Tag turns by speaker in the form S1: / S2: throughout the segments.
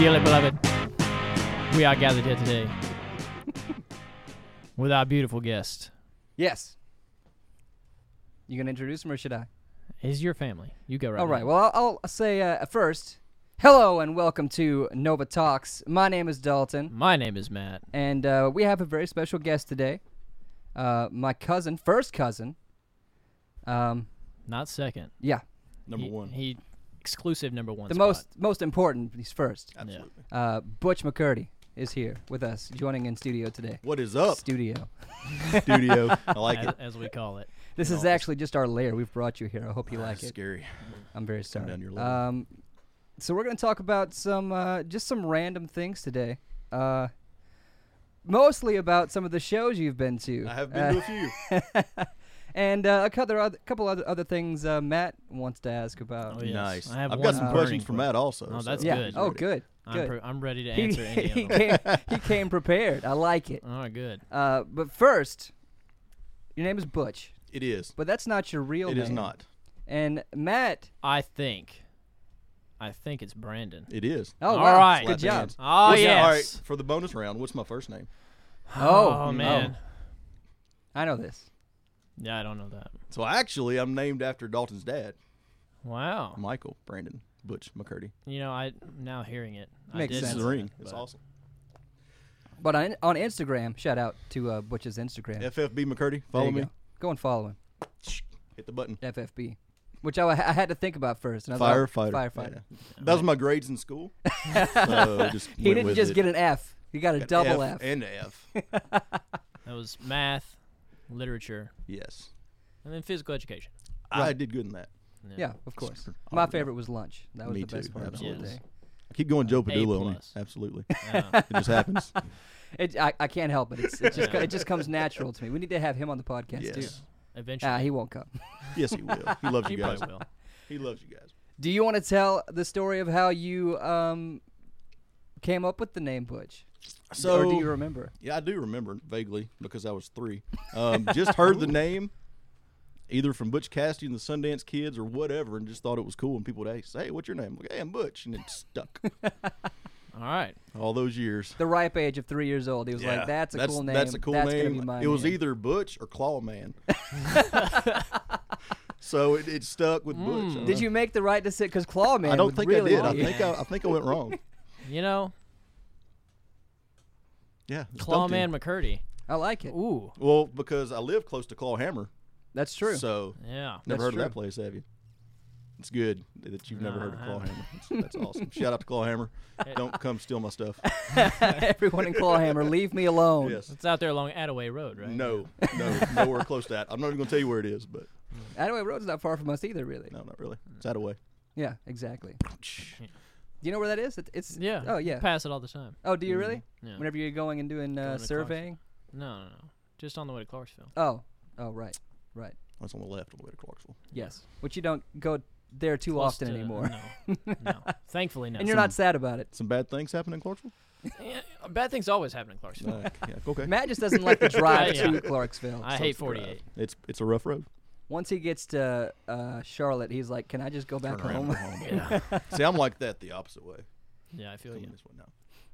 S1: Dearly beloved, we are gathered here today with our beautiful guest.
S2: Yes. You gonna introduce him or should I?
S1: Is your family? You go right.
S2: All right.
S1: now.
S2: Well, I'll, I'll say uh, first, hello and welcome to Nova Talks. My name is Dalton,
S1: My name is Matt.
S2: and uh, we have a very special guest today. Uh, my cousin, first cousin. Um,
S1: Not second.
S2: yeah,
S3: Number
S1: He-
S3: one.
S1: He exclusive number one.
S2: the
S1: spot.
S2: most most important. He's first.
S3: Absolutely.
S2: Uh, Butch McCurdy is here with us, joining in studio today.
S3: What is up,
S2: Studio.
S3: studio? I like
S1: as,
S3: it.
S1: as we call it.
S2: This
S3: In
S2: is
S3: office.
S2: actually just our lair. We've brought you here. I hope you like it.
S3: Scary.
S2: I'm very sorry.
S3: down your level.
S2: um, so we're gonna talk about some uh, just some random things today. Uh, mostly about some of the shows you've been to.
S3: I have been to a few.
S2: Uh, and uh, a couple other, couple other other things uh, Matt wants to ask about.
S1: Oh, yes.
S3: Nice.
S1: I have
S3: I've
S1: one
S3: got some
S1: burning
S3: questions for
S1: question.
S3: Matt also.
S1: Oh,
S3: so-
S1: that's
S2: yeah.
S1: good.
S2: Oh, good.
S1: I'm,
S2: Good.
S1: pre- I'm ready to
S2: he,
S1: answer any
S2: he
S1: of them.
S2: came, he came prepared. I like it.
S1: All right, good.
S2: Uh, but first, your name is Butch,
S3: It is.
S2: but that's not your real
S3: It
S2: name.
S3: is not.
S2: And Matt.
S1: I think, I think it's Brandon.
S3: It is.
S2: Oh,
S1: All
S2: wow.
S1: right.
S2: Good
S3: Slap
S2: job.
S3: hands.
S1: Oh
S3: What's-
S1: yes.
S3: All right. For the bonus round, what's my first name?
S2: Oh,
S1: Oh, man.
S2: I know this.
S1: Yeah, I don't know that.
S3: So actually, I'm named after Dalton's dad,
S1: Wow.
S3: Michael Brandon Butch McCurdy.
S1: You know, I now hearing it. I
S2: Makes
S1: did
S2: sense.
S3: This is
S1: know
S3: the ring.
S1: that,
S3: It's
S1: but-
S3: awesome.
S2: But on, on Instagram, shout out to uh, Butch's Instagram.
S3: FFB McCurdy.
S2: There
S3: Follow
S2: you
S3: me.
S2: Go. Go and follow him,
S3: Hit the button.
S2: FFB, which I, I had to think about first. And I was
S3: Firefighter.
S2: like, firefighter.
S3: Yeah. That was my grades in school. so just
S2: He didn't just get an F. He got a double F.
S3: and a F.
S1: That was math, literature,
S3: Yes,
S1: and then physical education.
S3: I did good in that.
S2: yeah, of course.
S3: Sure.
S2: My
S3: Always.
S2: favorite was lunch. That was
S3: Me
S2: the best
S3: too,
S2: part of the
S3: absolutely.
S2: whole day.
S3: I keep going Joe Padula on it.
S1: plus.
S3: Absolutely,
S1: Yeah.
S3: it just happens.
S2: It, I, I can't help it. It's, it just co- it just comes natural to me. We need to have him on the podcast
S3: yes,
S2: too.
S1: Eventually,
S2: Ah, he won't come.
S3: yes, he will. He loves
S1: he
S3: you guys.
S1: probably will.
S3: He loves you guys.
S2: Do you want to tell the story of how you um came up with the name Butch?
S3: So
S2: or do you remember?
S3: yeah, I do remember vaguely because I was three. Um, just heard the name, either from Butch Cassidy and the Sundance Kids or whatever, and just thought it was cool. And people would ask, "Hey, what's your name?" I'm like, "Hey, I'm Butch," and it stuck
S1: All right.
S3: all those years.
S2: The ripe age of three years old. He was
S3: Yeah.
S2: like, "That's a cool name.
S3: That's a cool
S2: That's Gonna
S3: name.
S2: be my
S3: it was
S2: name."
S3: either Butch or Clawman. so it, it stuck with Butch. I don't
S2: Did
S3: know.
S2: you make the right decision? Because Clawman.
S3: Mm-hmm. I don't
S2: would
S3: think
S2: really
S3: I
S2: want
S3: did. I
S2: you.
S3: think I, I think I went wrong.
S1: You know,
S3: Yeah, it stumped him.
S1: Clawman McCurdy.
S2: I like it.
S1: Ooh,
S3: Well, because I live close to Clawhammer,
S2: That's true.
S3: so
S1: yeah.
S2: That's
S3: never heard of
S2: true.
S3: that place, have you? It's good that you've never
S1: No,
S3: heard of
S1: I
S2: Uh-huh.
S1: haven't.
S3: Clawhammer. That's, that's awesome. Shout out to Clawhammer. Don't come steal my stuff.
S2: Everyone in Clawhammer, leave me alone.
S3: Yes.
S1: It's out there along Attaway Road, right?
S3: No, no, nowhere close to that. I'm not even gonna tell you where it is, but
S2: Attaway Road's not far from us either, really.
S3: no, not really. It's out of way.
S2: Yeah, exactly. Do you know where that is? It, it's
S1: Yeah.
S2: Oh yeah.
S1: Pass it all the time.
S2: Oh, do
S3: Mm-hmm.
S2: you really?
S1: Yeah.
S2: Whenever you're going and doing
S1: Going
S2: uh,
S1: to
S2: surveying.
S1: No, no, no. Just on the way to Clarksville.
S2: Oh. Oh right. Right.
S3: That's on the left on the way to Clarksville.
S2: Yes. Which you don't go there too
S1: Close
S2: often
S1: to-
S2: anymore.
S1: No. no. Thankfully, no.
S2: And you're not sad about it.
S3: Some bad things happen in Clarksville.
S1: Yeah, bad things always happen in Clarksville.
S3: Uh, yeah, okay.
S2: Matt just doesn't like the drive
S1: Yeah, yeah.
S2: to Clarksville.
S1: I hate 48.
S3: It's it's a rough road.
S2: Once he gets to uh, Charlotte, he's like, "Can I just go back
S3: Turn around
S2: home?"
S3: and go home.
S1: Yeah.
S3: See, I'm like that the opposite way.
S2: Oh,
S1: yeah, I feel
S3: Coming
S1: you.
S3: this way now.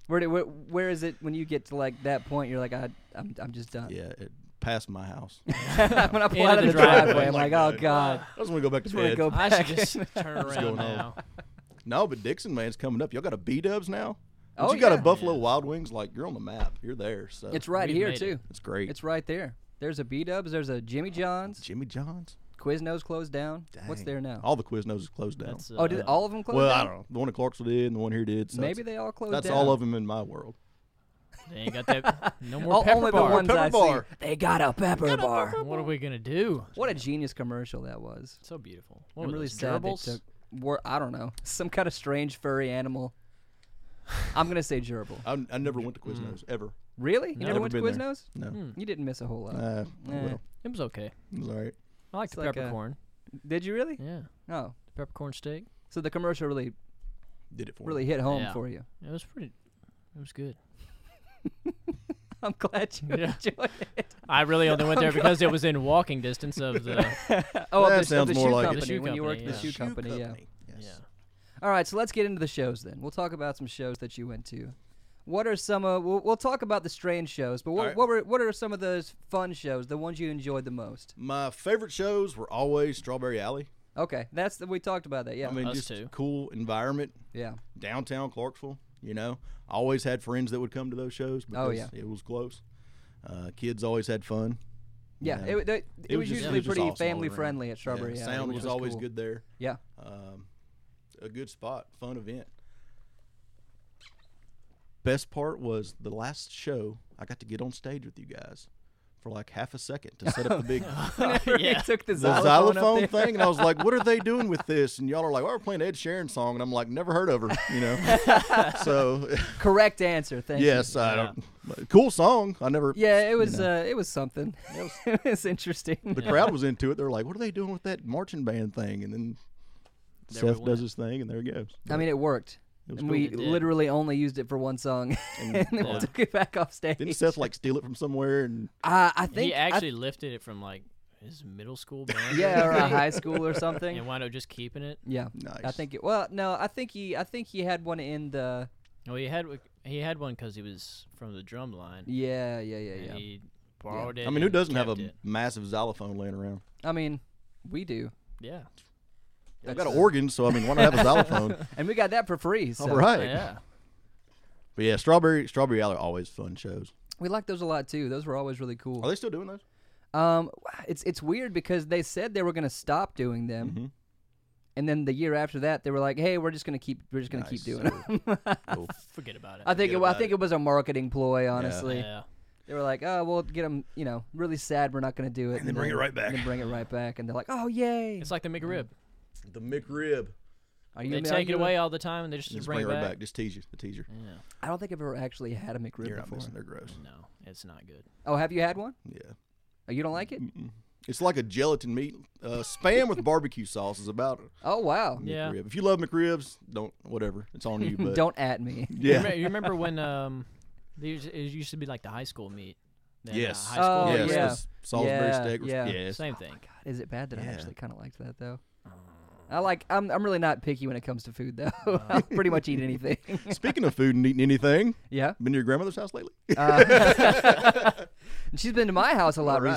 S2: Where, do, where where is it when you get to like that point? You're like, I, I'm, I'm just done.
S3: Yeah, it, past my house.
S2: when I pull
S1: Into
S2: out of
S1: the
S2: the
S1: driveway,
S2: driveway, I'm
S3: like
S2: like, oh
S3: that.
S2: god.
S3: I just want to go back to
S2: Just wanna
S3: bed.
S2: go
S1: I should
S2: back.
S1: just turn around
S3: going on?
S1: now.
S3: No, but Dixon man's coming up. Y'all got a B Dubs now. But
S2: Oh,
S3: you got
S2: yeah.
S3: a Buffalo
S1: Yeah.
S3: Wild Wings. Like you're on the map. You're there. So
S2: It's right
S1: We've
S2: here
S1: made it.
S2: too.
S3: It's great.
S2: It's right there. There's a B Dubs. There's a Jimmy John's.
S3: Jimmy John's.
S2: Quiznos closed down. What's
S3: Dang.
S2: there now?
S3: All the Quiznos is closed down.
S1: That's, uh,
S2: oh, did all of them close
S3: well,
S2: down?
S3: I don't know. The one in Clarksville did, and the one here did. So
S2: Maybe
S3: it's-
S2: they all closed
S3: that's
S2: down.
S3: all of them in my world.
S1: They ain't got that. No more
S2: Oh,
S1: pepper
S2: only
S1: bar.
S2: the ones
S3: Pepper
S2: I
S3: bar.
S2: see. They got a pepper bar.
S1: What are we gonna do?
S2: What a genius commercial that was.
S1: So beautiful. What
S2: I'm
S1: were
S2: really
S1: those,
S2: sad
S1: gerbils?
S2: they took. Were, I don't know. Some kind of strange furry animal. I'm gonna say gerbil.
S3: I, I never went to
S2: Mm.
S3: Quiznos ever.
S2: Really? You never
S3: Never
S2: went to
S3: been there.
S2: Quiznos?
S3: No.
S2: You didn't miss a whole lot.
S3: Uh,
S2: Eh.
S3: well,
S1: It was okay.
S3: it was all right.
S1: I liked
S2: It's
S1: the
S2: like a-
S1: peppercorn.
S2: Did you really?
S1: yeah,
S2: No.
S1: the peppercorn steak.
S2: So the commercial really
S3: Did it for
S2: really
S3: me.
S2: hit home
S1: Yeah.
S2: for you.
S1: It was pretty. It was good.
S2: I'm glad you
S1: Yeah.
S2: enjoyed it.
S1: I really only went there because it was in walking distance of the.
S2: Oh, of
S3: That
S2: the, of
S3: sounds
S2: the
S3: more
S2: shoe
S3: like it.
S2: company
S1: The shoe
S2: when you worked at
S1: company,
S2: the shoe company. Yeah.
S3: Yes.
S1: Yeah.
S2: All right, so let's get into the shows then. We'll talk about some shows that you went to. What are some of? We'll, we'll talk about the strange shows, but what,
S3: All right.
S2: what were what are some of those fun shows? The ones you enjoyed the most?
S3: My favorite shows were always Strawberry Alley.
S2: Okay, that's the, we talked about that. Yeah,
S3: I mean,
S1: Us
S3: just
S1: too.
S3: cool environment,
S2: yeah.
S3: downtown Clarksville. You know, I always had friends that would come to those shows because
S2: Oh, yeah.
S3: it was close. Uh, kids always had fun.
S2: Yeah,
S3: Yeah.
S2: It, it, it
S3: It
S2: was
S3: was just-
S2: usually
S3: it was just
S2: pretty
S3: awesome all
S2: family
S3: around.
S2: friendly at
S3: Yeah,
S2: Strawberry Alley.
S3: sound
S2: which
S3: was always
S2: cool.
S3: good there.
S2: Yeah,
S3: Um, a good spot, fun event. Best part was the last show. I got to get on stage with you guys for like half a second to set up the big
S2: He took the
S3: the
S2: xylophone, up
S3: xylophone
S2: there.
S3: thing, and I was like, "What are they doing with this?" And y'all are like, "Oh, we're playing Ed Sheeran song," and I'm like, "Never heard of her," you know. so
S2: Correct answer. Thank you.
S3: yes, I don't. but Cool song. I never.
S2: Yeah, it was
S3: know.
S2: uh, it was something. It was, interesting.
S3: The crowd was into it. They're like, "What are they doing with that marching band thing?" And then
S1: There we
S3: Seth
S1: went.
S3: does his thing, and there he goes.
S2: I mean, it worked.
S3: It was
S2: and
S3: cool.
S2: we
S1: It did.
S2: literally only used it for one song, and, then we
S1: Yeah.
S2: took it back off stage.
S3: Didn't Seth like steal it from somewhere? And
S2: Uh, I think
S1: he
S2: I-
S1: actually lifted it from like his middle school band.
S2: yeah, or a
S1: thing,
S2: high school or something.
S1: And wound up just keeping it.
S2: Yeah,
S3: nice.
S2: I think it. Well, no, I think he. I think he had one in the.
S1: Well, he had he had one because he was from the drum line.
S2: Yeah, yeah, yeah,
S1: and
S2: yeah.
S1: He borrowed it.
S3: I mean, who
S1: and
S3: doesn't have a
S1: kept it.
S3: massive xylophone laying around?
S2: I mean, we do,
S1: Yeah.
S3: I've got an organ, so I mean, why not have a xylophone?
S2: and we got that for free. So
S3: All right.
S1: Yeah.
S3: But yeah, strawberry strawberry alley are always fun shows.
S2: we like those a lot too. Those were always really cool.
S3: Are they still doing those?
S2: Um, it's it's weird because they said they were gonna stop doing them,
S3: Mhm.
S2: and then the year after that they were like, "Hey, we're just gonna keep we're just gonna keep
S3: Nice.
S2: doing them."
S3: Cool.
S1: Forget about it.
S2: I think
S3: Forget
S2: it, wa- I
S3: about
S2: think it was a marketing ploy. Honestly,
S1: yeah.
S2: they were like, "Oh, we'll get them." You know, really sad we're not gonna do it,
S3: And then bring it right back.
S2: And then bring it right back, and they're like, "Oh, yay!"
S1: It's like the McRib.
S3: The McRib.
S2: Are
S1: They
S2: are
S1: take it away all the time and they just,
S3: Just
S1: bring, it back.
S3: Just tease you. The teaser.
S1: Yeah.
S2: I don't think I've ever actually had a McRib
S3: You're not
S2: before.
S3: missing. They're gross.
S1: No, it's not good.
S2: Oh, have you had one?
S3: Yeah.
S2: Oh, you don't like it?
S3: It's like a gelatin meat. Uh, spam with barbecue sauce is about it.
S2: Oh, wow.
S1: Yeah.
S3: McRib. If you love McRibs, don't whatever. It's on you. But
S2: Don't at me.
S1: You
S3: Yeah.
S1: remember, you remember when um, there used- it used to be like the high school meat. Then, uh,
S3: Yes.
S1: high school
S2: Oh,
S3: yes.
S2: yeah.
S3: the Salisbury
S2: Yeah,
S3: steak. was-
S2: yeah.
S3: Yes.
S1: Same thing.
S2: God, is it bad that I
S3: Yeah.
S2: actually kind of liked that though? I like. I'm. I'm really not picky when it comes to food though.
S3: Uh-huh.
S2: I'll pretty much eat anything.
S3: Speaking of food and eating anything,
S2: yeah.
S3: been to your grandmother's house lately?
S2: And she's been to my house a lot
S3: Right.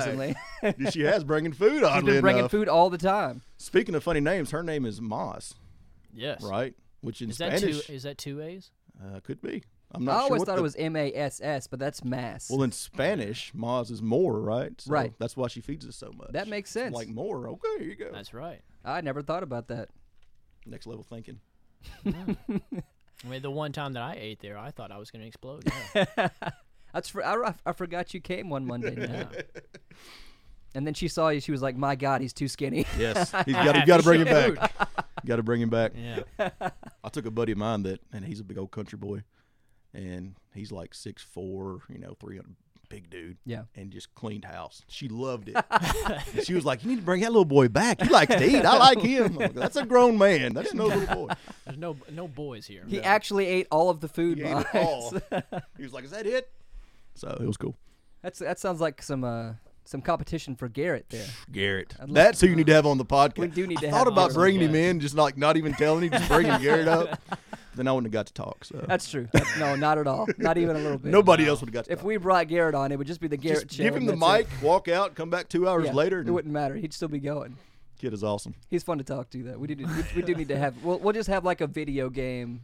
S2: recently.
S3: she has bringing food.
S2: she's
S3: Oddly
S2: been bringing
S3: enough.
S2: food all the time.
S3: Speaking of funny names, her name is Moss,
S1: Yes.
S3: right? Which in
S1: Is that
S3: Spanish
S1: two? Is that two A's?
S3: uh, could be. I'm
S2: I
S3: not sure.
S2: always
S3: what
S2: thought
S3: the-
S2: it was M A S S, but that's mass.
S3: Well, in Spanish, Moss is more, right? So
S2: Right.
S3: That's why she feeds us so much.
S2: that makes sense.
S3: like more. Okay, here you go.
S1: That's right.
S2: I never thought about that.
S3: Next level thinking.
S1: I mean, the one time that I ate there, I thought I was going to explode. yeah.
S2: That's for, I, I forgot you came one Monday night.
S1: Yeah.
S2: And then she saw you. She was like, "My God, he's too skinny."
S3: Yes, he's
S1: I
S3: got.
S1: have
S3: He's got
S1: to
S3: to bring him
S1: shoot.
S3: back. got to bring him back.
S1: Yeah.
S3: I took a buddy of mine that, and he's a big old country boy, and he's like six four, you know, three hundred, big dude.
S2: Yeah.
S3: And just cleaned house. She loved it. And she was like, "You need to bring that little boy back. He likes to eat. I like him. I'm like, That's a grown man. That's no little boy."
S1: There's no no boys here.
S2: He actually ate all of the food.
S3: He ate it
S2: Miles.
S3: all. He was like, "Is that it?" So it was cool.
S2: That's that sounds like some uh, some competition for Garrett there.
S3: Garrett.
S2: I'd love
S3: That's who you need to have on the podcast.
S2: We do need
S3: I
S2: to have
S3: thought about
S2: Garrett on the
S3: bringing him
S1: podcast.
S3: in, just like not even telling him, just bringing Garrett up. Then I wouldn't have got to talk. So
S2: That's true. That's- no, not at all. Not even a little bit.
S3: nobody else would have got to
S2: uh, If
S3: talk.
S2: we brought Garrett on, it would just be the Garrett
S3: just
S2: show.
S3: give him
S2: and
S3: the
S2: that's
S3: mic,
S2: it.
S3: walk out, come back two hours
S2: Yeah,
S3: later.
S2: It
S3: And
S2: wouldn't matter. He'd still be going.
S3: kid is awesome.
S2: He's fun to talk to though. We do we, we do need to have. We'll we'll just have like a video game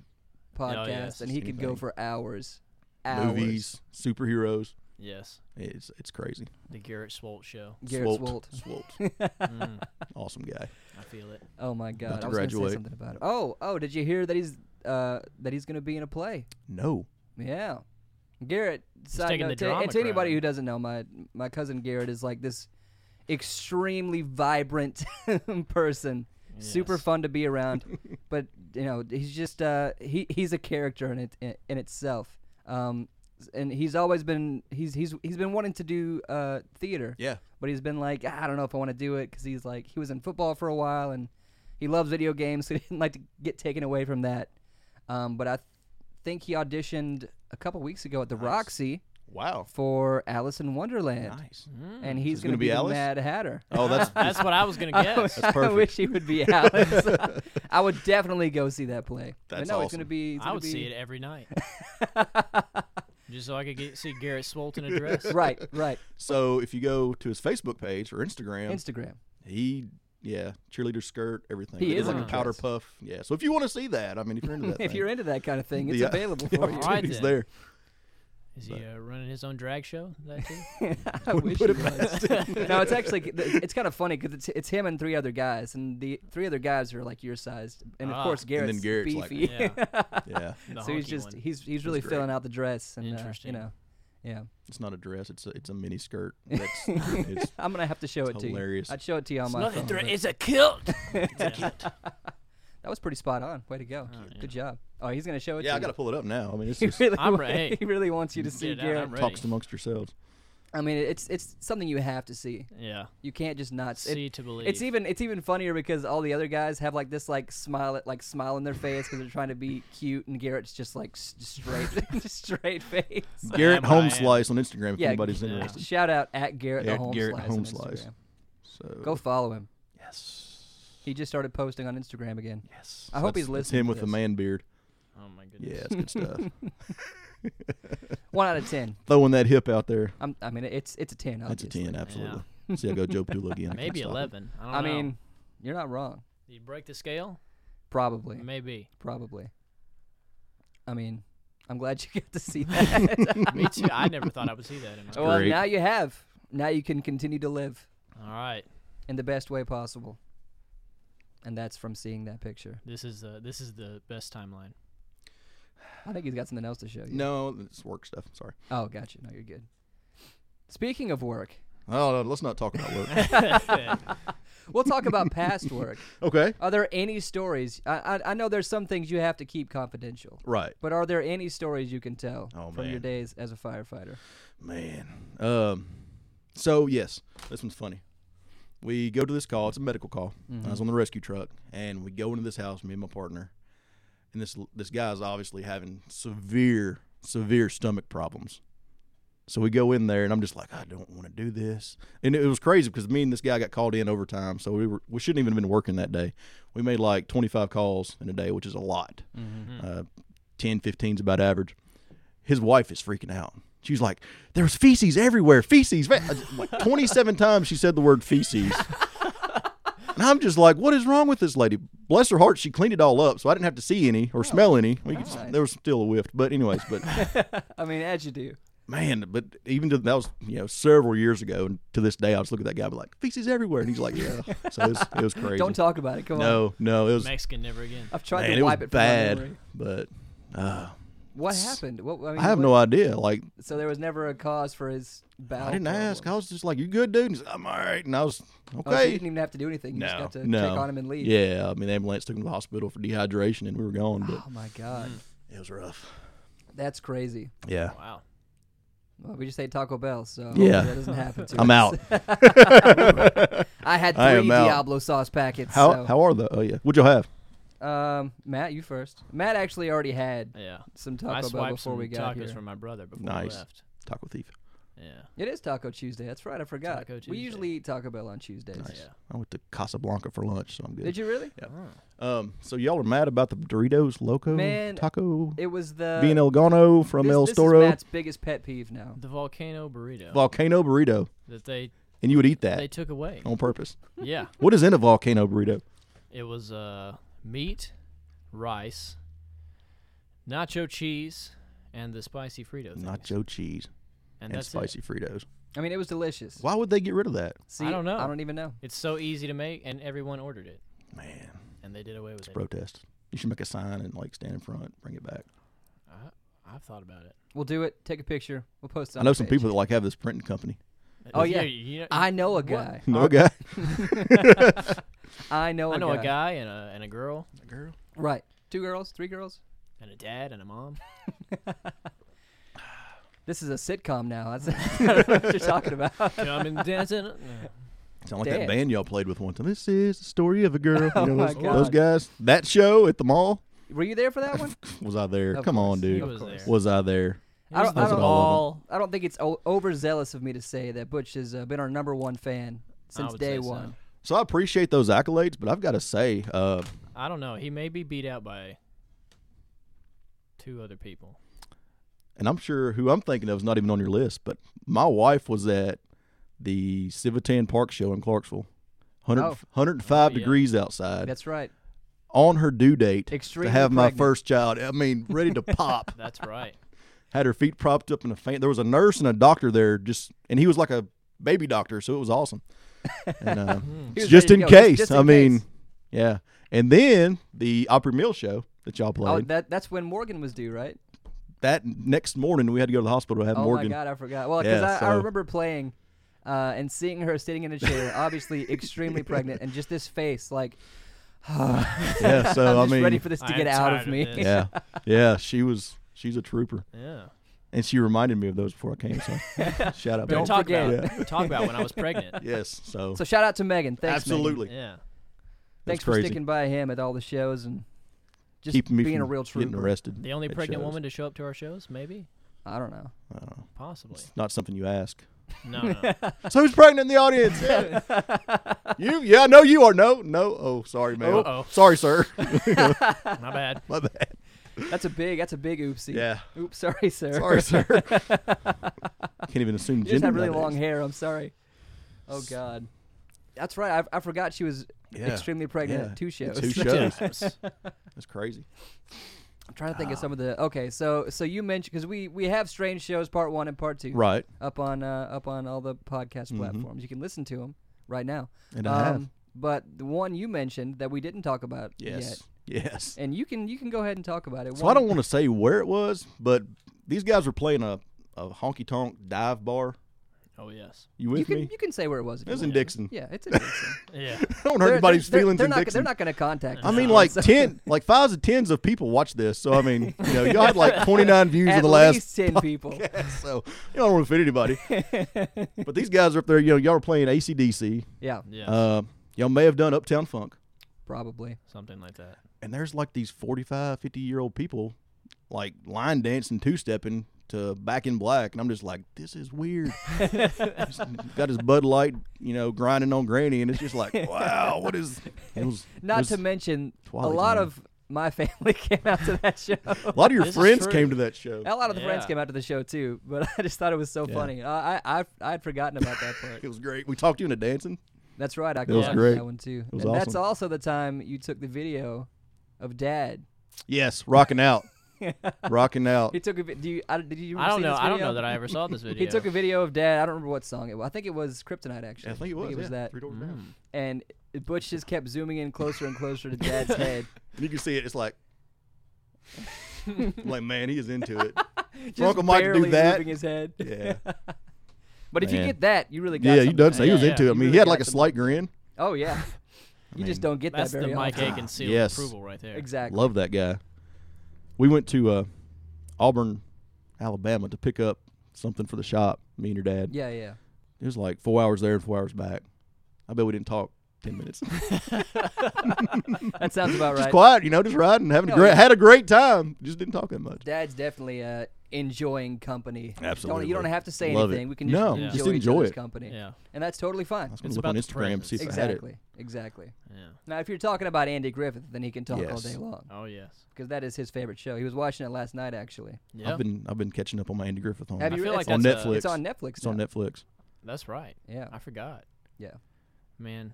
S2: podcast,
S1: yes,
S2: and he could go
S3: anything.
S2: for hours. Hours.
S3: Movies, superheroes.
S1: Yes.
S3: It's it's crazy.
S1: The Garrett Swolt show.
S2: Garrett
S3: Swolt.
S2: Swolt.
S3: Swolt.
S1: Mm,
S3: awesome guy.
S1: I feel it.
S2: Oh my God!
S3: to
S2: I was gonna
S3: graduate.
S2: say something about it. Oh oh! Did you hear that he's uh that he's gonna be in a play?
S3: No.
S2: Yeah. Garrett, side
S1: taking
S2: note,
S1: the
S2: to,
S1: drama
S2: and to anybody
S1: crowd.
S2: who doesn't know, my my cousin Garrett is like this extremely vibrant person, super
S1: Yes.
S2: fun to be around. but you know, he's just uh, he he's a character in it in, in itself. Um, and he's always been he's he's he's been wanting to do uh, theater.
S3: Yeah.
S2: But he's been like, I don't know if I want to do it because he's like, he was in football for a while and he loves video games, so he didn't like to get taken away from that. Um, but I th- think he auditioned a couple weeks ago at the Roxy
S3: Wow.
S2: for Alice in Wonderland,
S3: Nice.
S2: and he's
S3: Mm.
S2: going
S3: it gonna
S2: to
S3: be
S2: be, the
S3: Alice?
S2: Mad Hatter.
S3: Oh, that's
S1: That's what I was gonna
S2: Oh,
S1: guess.
S3: That's
S2: I
S3: perfect.
S2: wish he would be Alice. I would definitely go see that play. But
S3: That's
S2: no, it's going to
S3: awesome.
S2: be. It's
S1: I
S2: gonna
S1: would
S2: be,
S1: see it every night, just so I could get see Garrett Swolt in a dress.
S2: Right, right.
S3: so. If you go to his Facebook page or Instagram,
S2: Instagram.
S3: he yeah, cheerleader skirt, everything.
S2: He
S3: They did
S1: is
S3: like
S1: in
S3: a
S1: a
S3: powder
S2: dress.
S3: puff. Yeah. So if you want to see that, I mean, if you're into that,
S2: If
S3: thing,
S2: you're into that kind of thing, it's
S3: the-
S2: available
S3: the
S2: for you.
S1: All right,
S3: opportunity's
S1: then.
S3: there.
S1: Is he uh, running his own drag show? That too.
S2: I wish
S3: put
S2: he
S3: it
S2: was. no, it's actually th- it's kind of funny because it's it's him and three other guys, and the three other guys are like your size, and of
S1: Ah.
S2: course
S1: And
S2: Garrett's,
S3: then Garrett's like-
S2: beefy.
S1: Yeah,
S3: Yeah.
S1: the
S2: so he's
S1: hunky
S2: just
S1: one.
S2: he's he's really
S3: great.
S2: filling out the dress, and uh, you
S1: Interesting.
S2: know, yeah.
S3: It's not a dress. It's a, it's a mini skirt. That's it's,
S2: I'm gonna have to show it to
S3: hilarious.
S2: you. I'd show it to you on
S1: It's
S2: my
S1: not a
S2: phone.
S1: thre-
S2: but
S1: it's a kilt. Yeah.
S2: that was pretty spot on. Way to go. Good job. Oh, he's gonna show it.
S3: yeah.
S2: to
S3: I
S2: you.
S3: gotta pull it up now. I mean, it's
S2: He
S3: just
S2: really,
S1: I'm
S2: wa-
S1: ready.
S2: he really wants you to
S1: Get
S2: see
S1: it out, I'm
S2: Garrett.
S1: ready.
S3: talks amongst yourselves.
S2: I mean, it's it's something you have to see.
S1: Yeah,
S2: You can't just not it-
S1: see to believe.
S2: It's e- even it's even funnier because all the other guys have like this like smile at like smile on their face because they're trying to be cute and Garrett's just like s- straight straight face.
S3: Garrett
S1: am what I
S3: Home Slice on Instagram if
S2: Yeah,
S3: anybody's
S1: yeah.
S3: interested.
S2: Shout out at Garrett the
S3: At
S2: home
S3: Garrett
S2: slice.
S3: Home
S2: on
S3: Slice. Uh,
S2: Instagram.
S3: So
S2: Go follow him.
S3: yes,
S2: He just started posting on Instagram again.
S3: yes.
S2: I hope
S3: That's-
S2: he's
S3: that's
S2: listening
S3: him
S2: to
S3: with the
S2: this.
S3: man beard.
S1: oh my goodness.
S3: Yeah, it's good stuff.
S2: One out of ten.
S3: Throwing that hip out there.
S2: I'm, I mean, it's it's a ten.
S3: That's a
S2: Obviously.
S3: ten, absolutely. See, I go Joe Pula again. I can't
S1: Maybe
S3: stop it.
S1: eleven. I don't
S2: I
S1: know.
S2: mean, you're not wrong.
S1: you break the scale?
S2: Probably,
S1: Maybe.
S2: probably. I mean, I'm glad you got to see that.
S1: Me too. I never thought I would see that. In my life.
S2: well,
S3: Great.
S2: now you have. Now you can continue to live.
S1: All right.
S2: in the best way possible. And that's from seeing that picture.
S1: This is the this is the best timeline.
S2: I think he's got something else to show you.
S3: No, it's work stuff. Sorry.
S2: Oh, gotcha. No, you're good. Speaking of work,
S3: Oh, no, let's not talk about work.
S2: we'll talk about past work.
S3: okay.
S2: Are there any stories? I, I I know there's some things you have to keep confidential,
S3: Right.
S2: but are there any stories you can tell
S3: Oh,
S2: from your
S3: man.
S2: days as a firefighter?
S3: Man. Um. So yes, this one's funny. We go to this call. It's a medical call. I
S2: Mm-hmm.
S3: was on the rescue truck, and we go into this house. Me and my partner, and this this guy's obviously having severe severe stomach problems. So we go in there, and I'm just like, I don't want to do this. And it was crazy because me and this guy got called in overtime, so we were we shouldn't even have been working that day. We made like 25 calls in a day, which is a lot. Uh, 10, 15 is about average. His wife is freaking out. She was like, "There's feces everywhere, feces." fe-" Like 27 times she said the word feces. And I'm just like, what is wrong with this lady? Bless her heart, she cleaned it all up, so I didn't have to see any or smell any. We could,
S2: nice.
S3: There was still a whiff, but anyways, but
S2: I mean, as you do.
S3: man, but even to, that was you know several years ago, and to this day, I just look at that guy, and be like feces everywhere, and he's like, yeah. So it was, it was crazy.
S2: Don't talk about it. Come on.
S3: No, no, it was
S1: Mexican never again.
S2: I've tried
S3: man,
S2: to
S3: it was
S2: wipe it, from my
S3: bad,
S2: memory.
S3: but uh,
S2: What happened? What, I, mean,
S3: I have
S2: what-
S3: no idea. Like
S2: So there was never a cause for his bowel.
S3: I didn't ask.
S2: problem.
S3: I was just like, you good, dude? And he's like, I'm all right, and I was
S2: Oh, so you
S3: okay.
S2: didn't even have to do anything. You just got to
S3: no.
S2: check on him and leave.
S3: Yeah, I mean, the ambulance took him to the hospital for dehydration, and we were gone. But
S2: Oh my
S3: Mm.
S2: god,
S3: it was rough.
S2: that's crazy.
S3: Yeah,
S1: Wow.
S2: Well, we just ate Taco Bell, so
S3: Yeah.
S2: yeah, that doesn't happen to
S3: I'm
S2: us.
S3: out.
S2: I had
S3: I
S2: three
S3: am out.
S2: Diablo sauce packets.
S3: How how are the? Oh yeah, what'd y'all have?
S2: so. Um, Matt, you first. Matt actually already had
S1: Yeah.
S2: some
S1: I
S2: Taco Bell
S1: swiped
S2: before
S1: some
S2: we got
S1: tacos
S2: here.
S1: for my brother before I
S3: Nice.
S1: left.
S3: Taco thief.
S1: Yeah.
S2: It is Taco Tuesday. That's right. I forgot.
S1: Taco
S2: We
S1: Tuesday.
S2: usually eat Taco Bell on Tuesdays.
S1: Yeah.
S3: I went to Casablanca for lunch, so I'm good.
S2: Did you really?
S3: Um, so y'all are mad about the Doritos Loco
S2: Man,
S3: Taco
S2: It was the
S3: being El Gano from
S2: this,
S3: El
S2: this is
S3: Storo
S2: Matt's biggest pet peeve now.
S1: The volcano burrito
S3: volcano burrito,
S1: that they
S3: and you would eat
S1: they
S3: that
S1: took away.
S2: Oh.
S3: on purpose.
S1: Yeah.
S3: What is in a volcano burrito?
S1: It was uh meat, rice, nacho cheese, and the spicy Frito things.
S3: Nacho cheese
S1: and,
S3: and
S1: that's
S3: spicy Fritos.
S2: I mean, it was delicious.
S3: Why would they get rid of that?
S2: See,
S1: I don't know.
S2: I don't even know.
S1: It. It's so easy to make, and everyone ordered it,
S3: Man,
S1: and they did away with it.
S3: protest. You should make a sign and like stand in front, bring it back.
S1: I, I've thought about it.
S2: We'll do it. Take a picture. We'll post it.
S3: I
S2: on
S3: know
S2: the
S3: some
S2: page.
S3: people that like have this printing company.
S2: Oh,
S1: You-
S2: yeah.
S1: you know-
S2: I know a
S1: what?
S2: guy.
S3: You know a guy,
S2: I know.
S1: I
S2: a
S1: know
S2: guy.
S1: a guy and a and a girl
S3: girl.
S2: Right. Two girls. Three girls.
S1: and a dad and a mom.
S2: This is a sitcom now. That's, I don't know what you're talking about.
S1: Come and dancing.
S3: Sound like
S2: Dad.
S3: that band y'all played with one time. This is the story of a girl.
S2: Oh
S3: You know
S2: my
S3: those,
S2: God.
S3: those guys. That show at the mall
S2: Were you there for that one?
S3: was I there?
S2: Of
S3: Come on,
S2: course.
S3: dude.
S1: He was there.
S3: Was I there?
S2: I
S1: Here's
S2: don't, I
S1: the
S3: That's
S2: don't,
S3: all of
S1: ball.
S2: I don't think it's o- overzealous of me to say that Butch has uh, been our number one fan since
S1: would
S2: day
S1: say so.
S2: one.
S3: So I appreciate those accolades, but I've got to say, uh,
S1: I don't know. He may be beat out by two other people.
S3: and I'm sure who I'm thinking of is not even on your list, but my wife was at the Civitan Park show in Clarksville. 100,
S2: Oh.
S3: 105
S1: Oh, yeah.
S3: degrees outside
S2: That's right.
S3: on her due date
S2: Extremely
S3: to have
S2: pregnant.
S3: my first child. I mean, ready to pop.
S1: That's right.
S3: Had her feet propped up in a fan. There was a nurse and a doctor there, just and he was like a baby doctor, so it was awesome. And, uh,
S2: He was
S3: just
S2: ready
S3: in
S2: to go,
S3: case.
S2: just
S3: I
S2: in
S3: mean,
S2: case.
S3: yeah. And then the Opry Mill show that y'all
S2: Oh,
S3: played.
S2: that, that's when Morgan was due, right?
S3: that next morning we had to go to the hospital to have
S2: oh
S3: Morgan.
S2: my God, I forgot. Well, because
S3: Yeah,
S2: I, I
S3: so-
S2: remember playing uh, and seeing her sitting in a chair, obviously extremely pregnant, and just this face like,
S3: Yeah, so
S2: I'm
S3: I
S2: just
S3: mean,
S2: ready for this to
S1: I
S2: get
S1: am
S2: out
S1: tired
S2: of
S1: of
S2: me.
S1: this.
S3: yeah, yeah. She was she's a trooper,
S1: Yeah.
S3: and she reminded me of those before I came. So shout
S1: We
S3: out, babe.
S2: Don't
S1: talk
S2: forget.
S1: about talk about when I was pregnant.
S3: yes. So,
S2: so shout out to Megan. Thanks, Megan.
S3: absolutely,
S1: Yeah.
S3: That's
S2: Thanks for
S3: crazy.
S2: sticking by him at all the shows and just
S3: keeping me
S2: being
S3: from
S2: a real
S3: getting
S2: trooper.
S3: arrested.
S1: The only
S3: at
S1: pregnant
S3: shows.
S1: woman to show up to our shows, maybe,
S2: I don't know.
S3: I don't know.
S1: possibly.
S3: It's not something you ask.
S1: No, no.
S3: so who's pregnant in the audience? Yeah. you? Yeah, I know you are. No, no. Oh, sorry, man.
S1: Uh-oh.
S3: Sorry, sir.
S1: my bad.
S3: My bad.
S2: That's a big. That's a big oopsie.
S3: Yeah.
S2: Oops. Sorry, sir.
S3: Sorry, sir. Can't even assume
S2: You
S3: gender.
S2: just have really
S3: nowadays.
S2: long hair. I'm sorry. Oh God. That's right. I, I forgot she was
S3: Yeah.
S2: extremely pregnant
S3: Yeah.
S2: at two shows.
S3: Two shows.
S1: Jesus.
S3: That's crazy.
S2: I'm trying to think of some of the. Okay, so so you mentioned because we we have strange shows part one and part two
S3: Right. Mm-hmm.
S2: up on uh, up on all the podcast platforms. You can listen to them right now.
S3: And
S2: Um,
S3: I have.
S2: But the one you mentioned that we didn't talk about yet,
S3: Yes. Yes.
S2: and you can you can go ahead and talk about it.
S3: So I don't want to say where it was, but these guys were playing a, a honky tonk dive bar.
S1: Oh yes.
S2: You
S3: You with
S2: can
S3: me?
S2: you can say where it was. If
S3: It was
S2: you
S3: in
S2: want.
S3: Dixon.
S2: Yeah, it's in Dixon.
S1: Yeah.
S3: I don't hurt anybody's
S2: they're,
S3: feelings
S2: they're
S3: in
S2: not,
S3: Dixon.
S2: They're not going to contact.
S3: I
S2: us
S3: mean,
S2: on
S3: like
S2: it, so-
S3: ten, like fives of tens of people watch this. So I mean, you know, y'all had like twenty nine views
S2: at
S3: in the last.
S2: least ten people.
S3: So you don't want to offend anybody. but these guys are up there. You know, y'all are playing ACDC.
S2: Yeah,
S1: Yeah.
S3: Uh, y'all may have done Uptown Funk,
S2: probably.
S1: Something like that.
S3: and there's like these 45, 50 year old people, like line dancing, two stepping to Back in Black, and I'm just like, this is weird. He's got his Bud Light, you know, grinding on Granny, and it's just like, wow, what is? It was
S2: Not
S3: it was-
S2: to mention, a
S3: Twilight
S2: lot
S3: Zone.
S2: of my family came out to that show.
S3: a lot of your
S1: This is
S3: friends
S1: true.
S3: came to that show.
S2: A lot of the friends
S1: Yeah.
S2: came out to the show too, but I just thought it was so
S3: Yeah.
S2: funny. Uh, I I I'd forgotten about that part.
S3: It was great. We talked you into dancing.
S2: That's right. I
S3: was
S2: caught
S3: great.
S2: that one too.
S3: was
S2: and that's
S3: awesome.
S2: also the time you took the video of Dad.
S3: Yes, rocking out, rocking out.
S2: He took a vi- do you I, did you
S1: I don't
S2: see
S1: know.
S2: this
S1: I don't
S2: video?
S1: know that I ever saw this video.
S2: He took a video of Dad. I don't remember what song it was. I think it was Kryptonite actually.
S3: I think it was. yeah,
S2: that.
S3: Three doors down.
S1: Mm.
S2: And Butch just kept zooming in closer and closer to Dad's head.
S3: And you can see it. It's like, like man, he is into it.
S2: Just
S3: Uncle Mike to do
S2: barely
S3: that.
S2: moving his head.
S3: Yeah,
S2: But if you
S3: Man.
S2: get that, you really got
S3: yeah. You
S2: something.
S3: done say he was
S1: Yeah,
S3: into
S1: yeah.
S3: it. I mean,
S2: You
S3: he
S2: really
S3: had like
S2: got
S3: a slight grin.
S2: Oh yeah. You
S3: mean,
S2: just don't get
S1: That's
S2: that
S1: the
S2: very
S1: Mike
S2: often.
S1: Aiken seal
S3: Yes.
S1: of approval right there.
S2: Exactly.
S3: Love that guy. We went to uh, Auburn, Alabama, to pick up something for the shop. Me and your dad.
S2: Yeah, yeah.
S3: It was like four hours there and four hours back. I bet we didn't talk ten minutes.
S2: That sounds about
S3: just
S2: right.
S3: quiet, you know, just riding, having
S2: No,
S3: a great,
S2: yeah.
S3: had a great time. Just didn't talk that much.
S2: Dad's definitely uh, enjoying company. Don't,
S3: Absolutely.
S2: you don't have to say
S3: Love it.
S2: anything. We can just
S3: No,
S2: enjoy,
S3: just
S2: each
S3: enjoy
S2: other's
S3: it.
S2: company,
S1: Yeah.
S2: and that's totally fine.
S3: I was gonna
S1: It's
S3: look
S1: about
S3: on
S1: the
S3: Instagram and see if
S1: presence.
S3: I had it.
S2: Exactly, exactly.
S1: Yeah.
S2: Now, if you're talking about Andy Griffith, then he can talk all
S3: Yes.
S2: day long
S1: Oh yes.
S2: because that is his favorite show. He was watching it last night, actually.
S1: Yeah.
S3: I've been I've been catching up on my Andy Griffith on,
S2: Have
S1: I
S2: you-
S1: feel
S2: it's
S1: like
S3: on
S1: that's a-
S3: Netflix.
S2: It's on Netflix.
S3: It's on
S2: now.
S3: Netflix.
S1: that's right.
S2: Yeah.
S1: I forgot.
S2: Yeah.
S1: Man.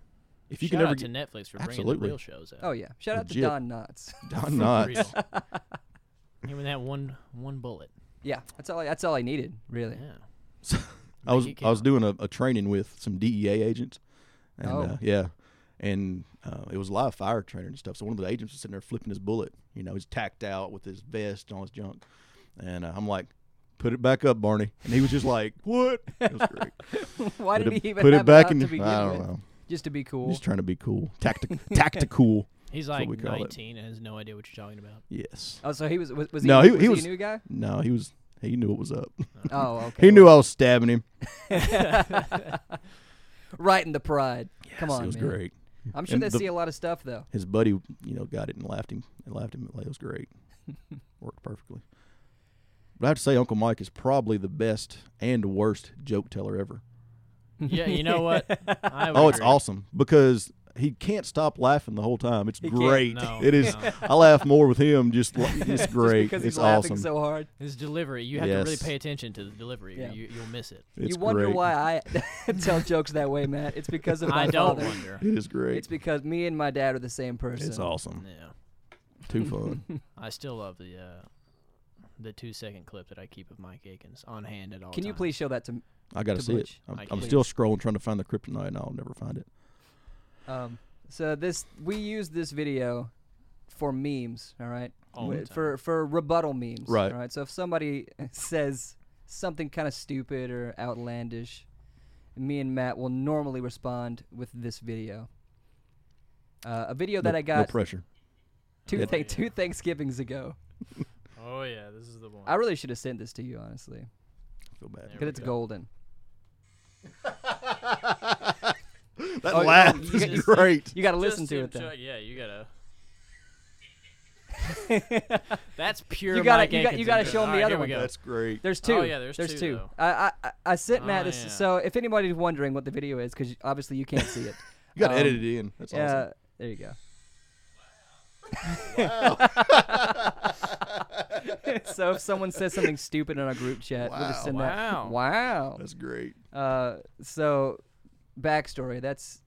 S3: If you
S1: Shout
S3: can ever
S1: out to
S3: get
S1: Netflix for bringing the
S3: Absolutely.
S1: real shows out.
S2: Oh yeah. Shout out to
S3: Legit.
S2: Don Knotts.
S3: Don
S1: For real.
S3: Knotts,
S1: Give me that one one bullet.
S2: yeah, that's all. I, that's all I needed, really.
S1: Yeah.
S3: I was
S1: Make it
S3: I was
S1: count.
S3: doing a, a training with some DEA agents, and
S2: Oh.
S3: uh, yeah, and uh, it was live fire training and stuff. So one of the agents was sitting there flipping his bullet. You know, he's tacked out with his vest and all his junk, and uh, I'm like. Put it back up, Barney, and he was just like, "What?" It was great.
S2: Why
S3: put
S2: did
S3: it,
S2: he even
S3: put
S2: have
S3: it back
S2: out
S3: in.
S2: to
S3: I
S2: begin
S3: don't
S2: with?
S3: know.
S2: Just to be cool.
S3: Just trying to be cool, tactic, tactical.
S1: He's
S3: what
S1: like
S3: we call it.
S1: 19 and has no idea what you're talking about.
S3: Yes.
S2: Oh, so he was was, was he,
S3: No, he- he
S2: was
S3: was-
S2: he a new guy?
S3: No, he was. He knew what was up.
S2: Oh, okay.
S3: He knew I was stabbing him.
S2: right in the pride. Come on,
S3: it was
S2: man.
S3: great.
S2: I'm sure
S3: And
S2: they
S3: the-
S2: see a lot of stuff though.
S3: His buddy, you know, got it and laughed him and laughed him. It was great. Worked perfectly. But I have to say, Uncle Mike is probably the best and worst joke teller ever.
S1: Yeah, you know what? I would
S3: Oh, it's
S1: agree.
S3: awesome because he can't stop laughing the whole time. It's
S2: He can't,
S3: great.
S1: no,
S3: it is.
S1: no.
S3: I laugh more with him. Just li- it's great.
S2: because
S3: it's
S2: he's laughing
S3: awesome.
S2: so hard.
S1: His delivery. You have to really
S3: Yes.
S1: pay attention to the delivery. or
S2: Yeah.
S1: You, you'll miss it.
S3: it's
S2: you wonder
S3: great.
S2: why I tell jokes that way, Matt. It's because of my
S1: I don't
S2: father.
S1: wonder.
S3: It is great.
S2: It's because me and my dad are the same person.
S3: It's awesome.
S1: Yeah.
S3: Too fun.
S1: I still love the uh, the two second clip that I keep of Mike Akins on hand at all.
S2: Can you
S1: times.
S2: please show that to me?
S3: I got to
S2: To
S3: see it.
S2: Butch.
S3: I'm,
S1: I
S3: I'm
S1: can't.
S3: still scrolling trying to find the kryptonite, and I'll never find it.
S2: Um, so this we use this video for memes, all right?
S1: All
S2: Wi-
S1: the time.
S2: For for rebuttal memes,
S3: Right.
S2: All right. So if somebody says something kind of stupid or outlandish, me and Matt will normally respond with this video. Uh, a video that
S3: no,
S2: I
S3: no
S2: got
S3: pressure.
S2: two,
S3: Yeah.
S2: th- two Thanksgivings ago.
S1: Oh yeah, this is the one.
S2: I really should have sent this to you, honestly,
S3: I feel bad.
S1: There
S2: because
S1: we
S2: it's
S1: go.
S2: golden.
S3: That
S2: Oh,
S3: laugh
S2: you
S3: is
S1: got- you-
S3: great.
S2: You got to
S1: Just
S2: listen to
S1: him
S2: it though.
S1: chuck- yeah, you gotta. That's pure.
S2: You gotta-
S1: Mike
S2: you got- you
S1: Atkins
S2: gotta
S1: in-
S2: show 'em the
S1: Alright,
S2: other
S1: here we
S2: one.
S1: go.
S3: That's great.
S2: There's two.
S1: Oh, yeah, there's two,
S2: two.
S1: though.
S2: I, I- I I sent Matt
S1: Oh,
S2: this.
S1: yeah.
S2: So if anybody's wondering what the video is, because obviously you can't see it.
S3: You got to
S2: Um,
S3: edit it in. That's
S2: Yeah,
S3: awesome.
S2: there you go. so if someone says something stupid in our group chat, we'll just
S3: Wow.
S2: send
S1: Wow.
S2: that. Wow.
S3: That's great.
S2: Uh, so backstory. That's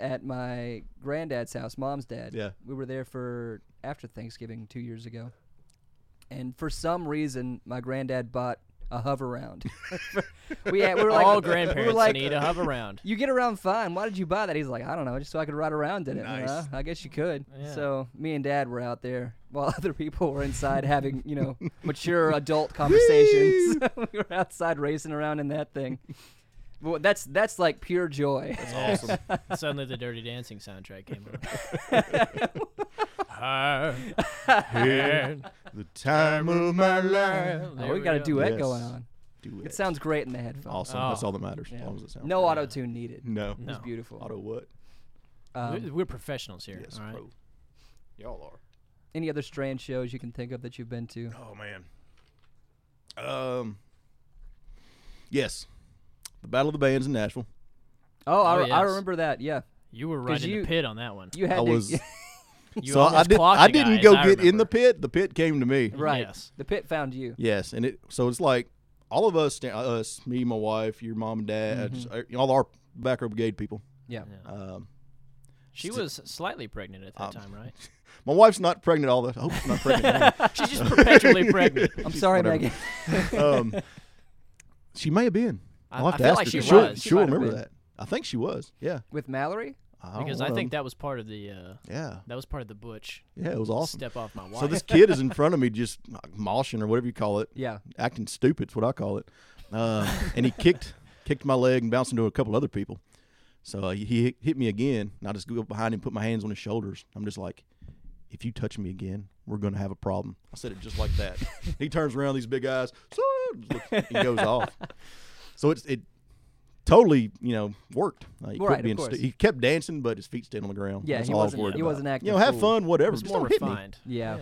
S2: at my granddad's house, mom's dad.
S3: Yeah.
S2: We were there for after Thanksgiving two years ago, and for some reason, my granddad bought a hover round. we had, we were like
S1: All
S2: we
S1: grandparents
S2: were like,
S1: need to hover around.
S2: you get around fine. Why did you buy that? He's like, I don't know, just so I could ride around in it.
S3: Nice.
S2: Well, I guess you could.
S1: Yeah.
S2: So me and Dad were out there while other people were inside having, you know, mature adult conversations. we were outside racing around in that thing. Well, that's that's like pure joy.
S1: That's awesome. Suddenly, the Dirty Dancing soundtrack came on.
S3: The time of my life.
S1: There
S2: we got a
S1: go.
S2: duet
S3: Yes.
S2: going on.
S3: Do
S2: It sounds great in the headphones.
S3: awesome.
S1: Oh.
S3: That's all that matters. As
S2: Yeah.
S3: long as it sounds
S2: No
S3: good.
S2: auto tune needed.
S3: No.
S2: It was
S1: No.
S2: beautiful.
S3: Auto what?
S1: We-
S2: Um,
S1: We're professionals here.
S3: yes,
S1: all right?
S3: pro. Y'all are.
S2: any other strange shows you can think of that you've been to?
S3: Oh man. Um. Yes, the Battle of the Bands in Nashville.
S2: Oh, I,
S1: Oh,
S2: re- I
S1: yes.
S2: remember that. Yeah,
S1: You were
S2: 'Cause
S1: right in
S2: you-
S1: the pit on that one.
S2: you had
S3: I
S2: to.
S3: was.
S1: You
S3: so I
S1: almost
S3: did.
S1: clocked
S3: I
S1: the
S3: didn't
S1: guys,
S3: go
S1: I
S3: get in
S1: remember.
S3: the pit. The pit came to me.
S2: right.
S1: Yes.
S2: The pit found you.
S3: Yes, and it so it's like all of us, sta- us, me, my wife, your mom and dad, uh, just, uh, all our back row brigade people.
S2: Yeah.
S1: Yeah.
S3: Um,
S1: She was slightly pregnant at that
S3: Um,
S1: time, right?
S3: my wife's not pregnant. All that. I hope she's not pregnant.
S1: She's just perpetually pregnant.
S2: I'm sorry,
S3: whatever.
S2: Megan.
S3: um, she may have been.
S1: I-
S3: I'll have
S1: I
S3: to
S1: feel
S3: ask
S1: like
S3: her.
S1: she
S3: she'll,
S1: was.
S2: She
S3: she'll
S2: might have
S3: remember
S2: been.
S3: that. I think she was. Yeah.
S2: With Mallory?
S3: don't
S1: Because I
S3: know.
S1: think that was part of the uh,
S3: Yeah.
S1: that was part of the butch
S3: Yeah, it was awesome.
S1: step off my wife.
S3: So this kid is in front of me, just like, moshing or whatever you call it,
S2: Yeah.
S3: acting stupid. It's what I call it. Uh, and he kicked kicked my leg and bounced into a couple other people. So uh, he- he hit- hit me again, and I just go up behind him, put my hands on his shoulders. I'm just like, if you touch me again, we're gonna have a problem. I said it just like that. he turns around, these big eyes, he goes off. So it's it totally you know worked. Uh, he, quit
S2: Right, of
S3: being
S2: course.
S3: he kept dancing, but his feet stayed on the ground.
S2: Yeah,
S3: That's
S2: he
S3: all I was
S2: wasn't-
S3: worried
S2: he
S3: about.
S2: wasn't acting
S3: You know, have
S2: cool.
S3: fun,
S1: it
S3: whatever.
S1: was
S3: Just
S1: more
S3: don't hit me.
S1: refined.
S2: Yeah.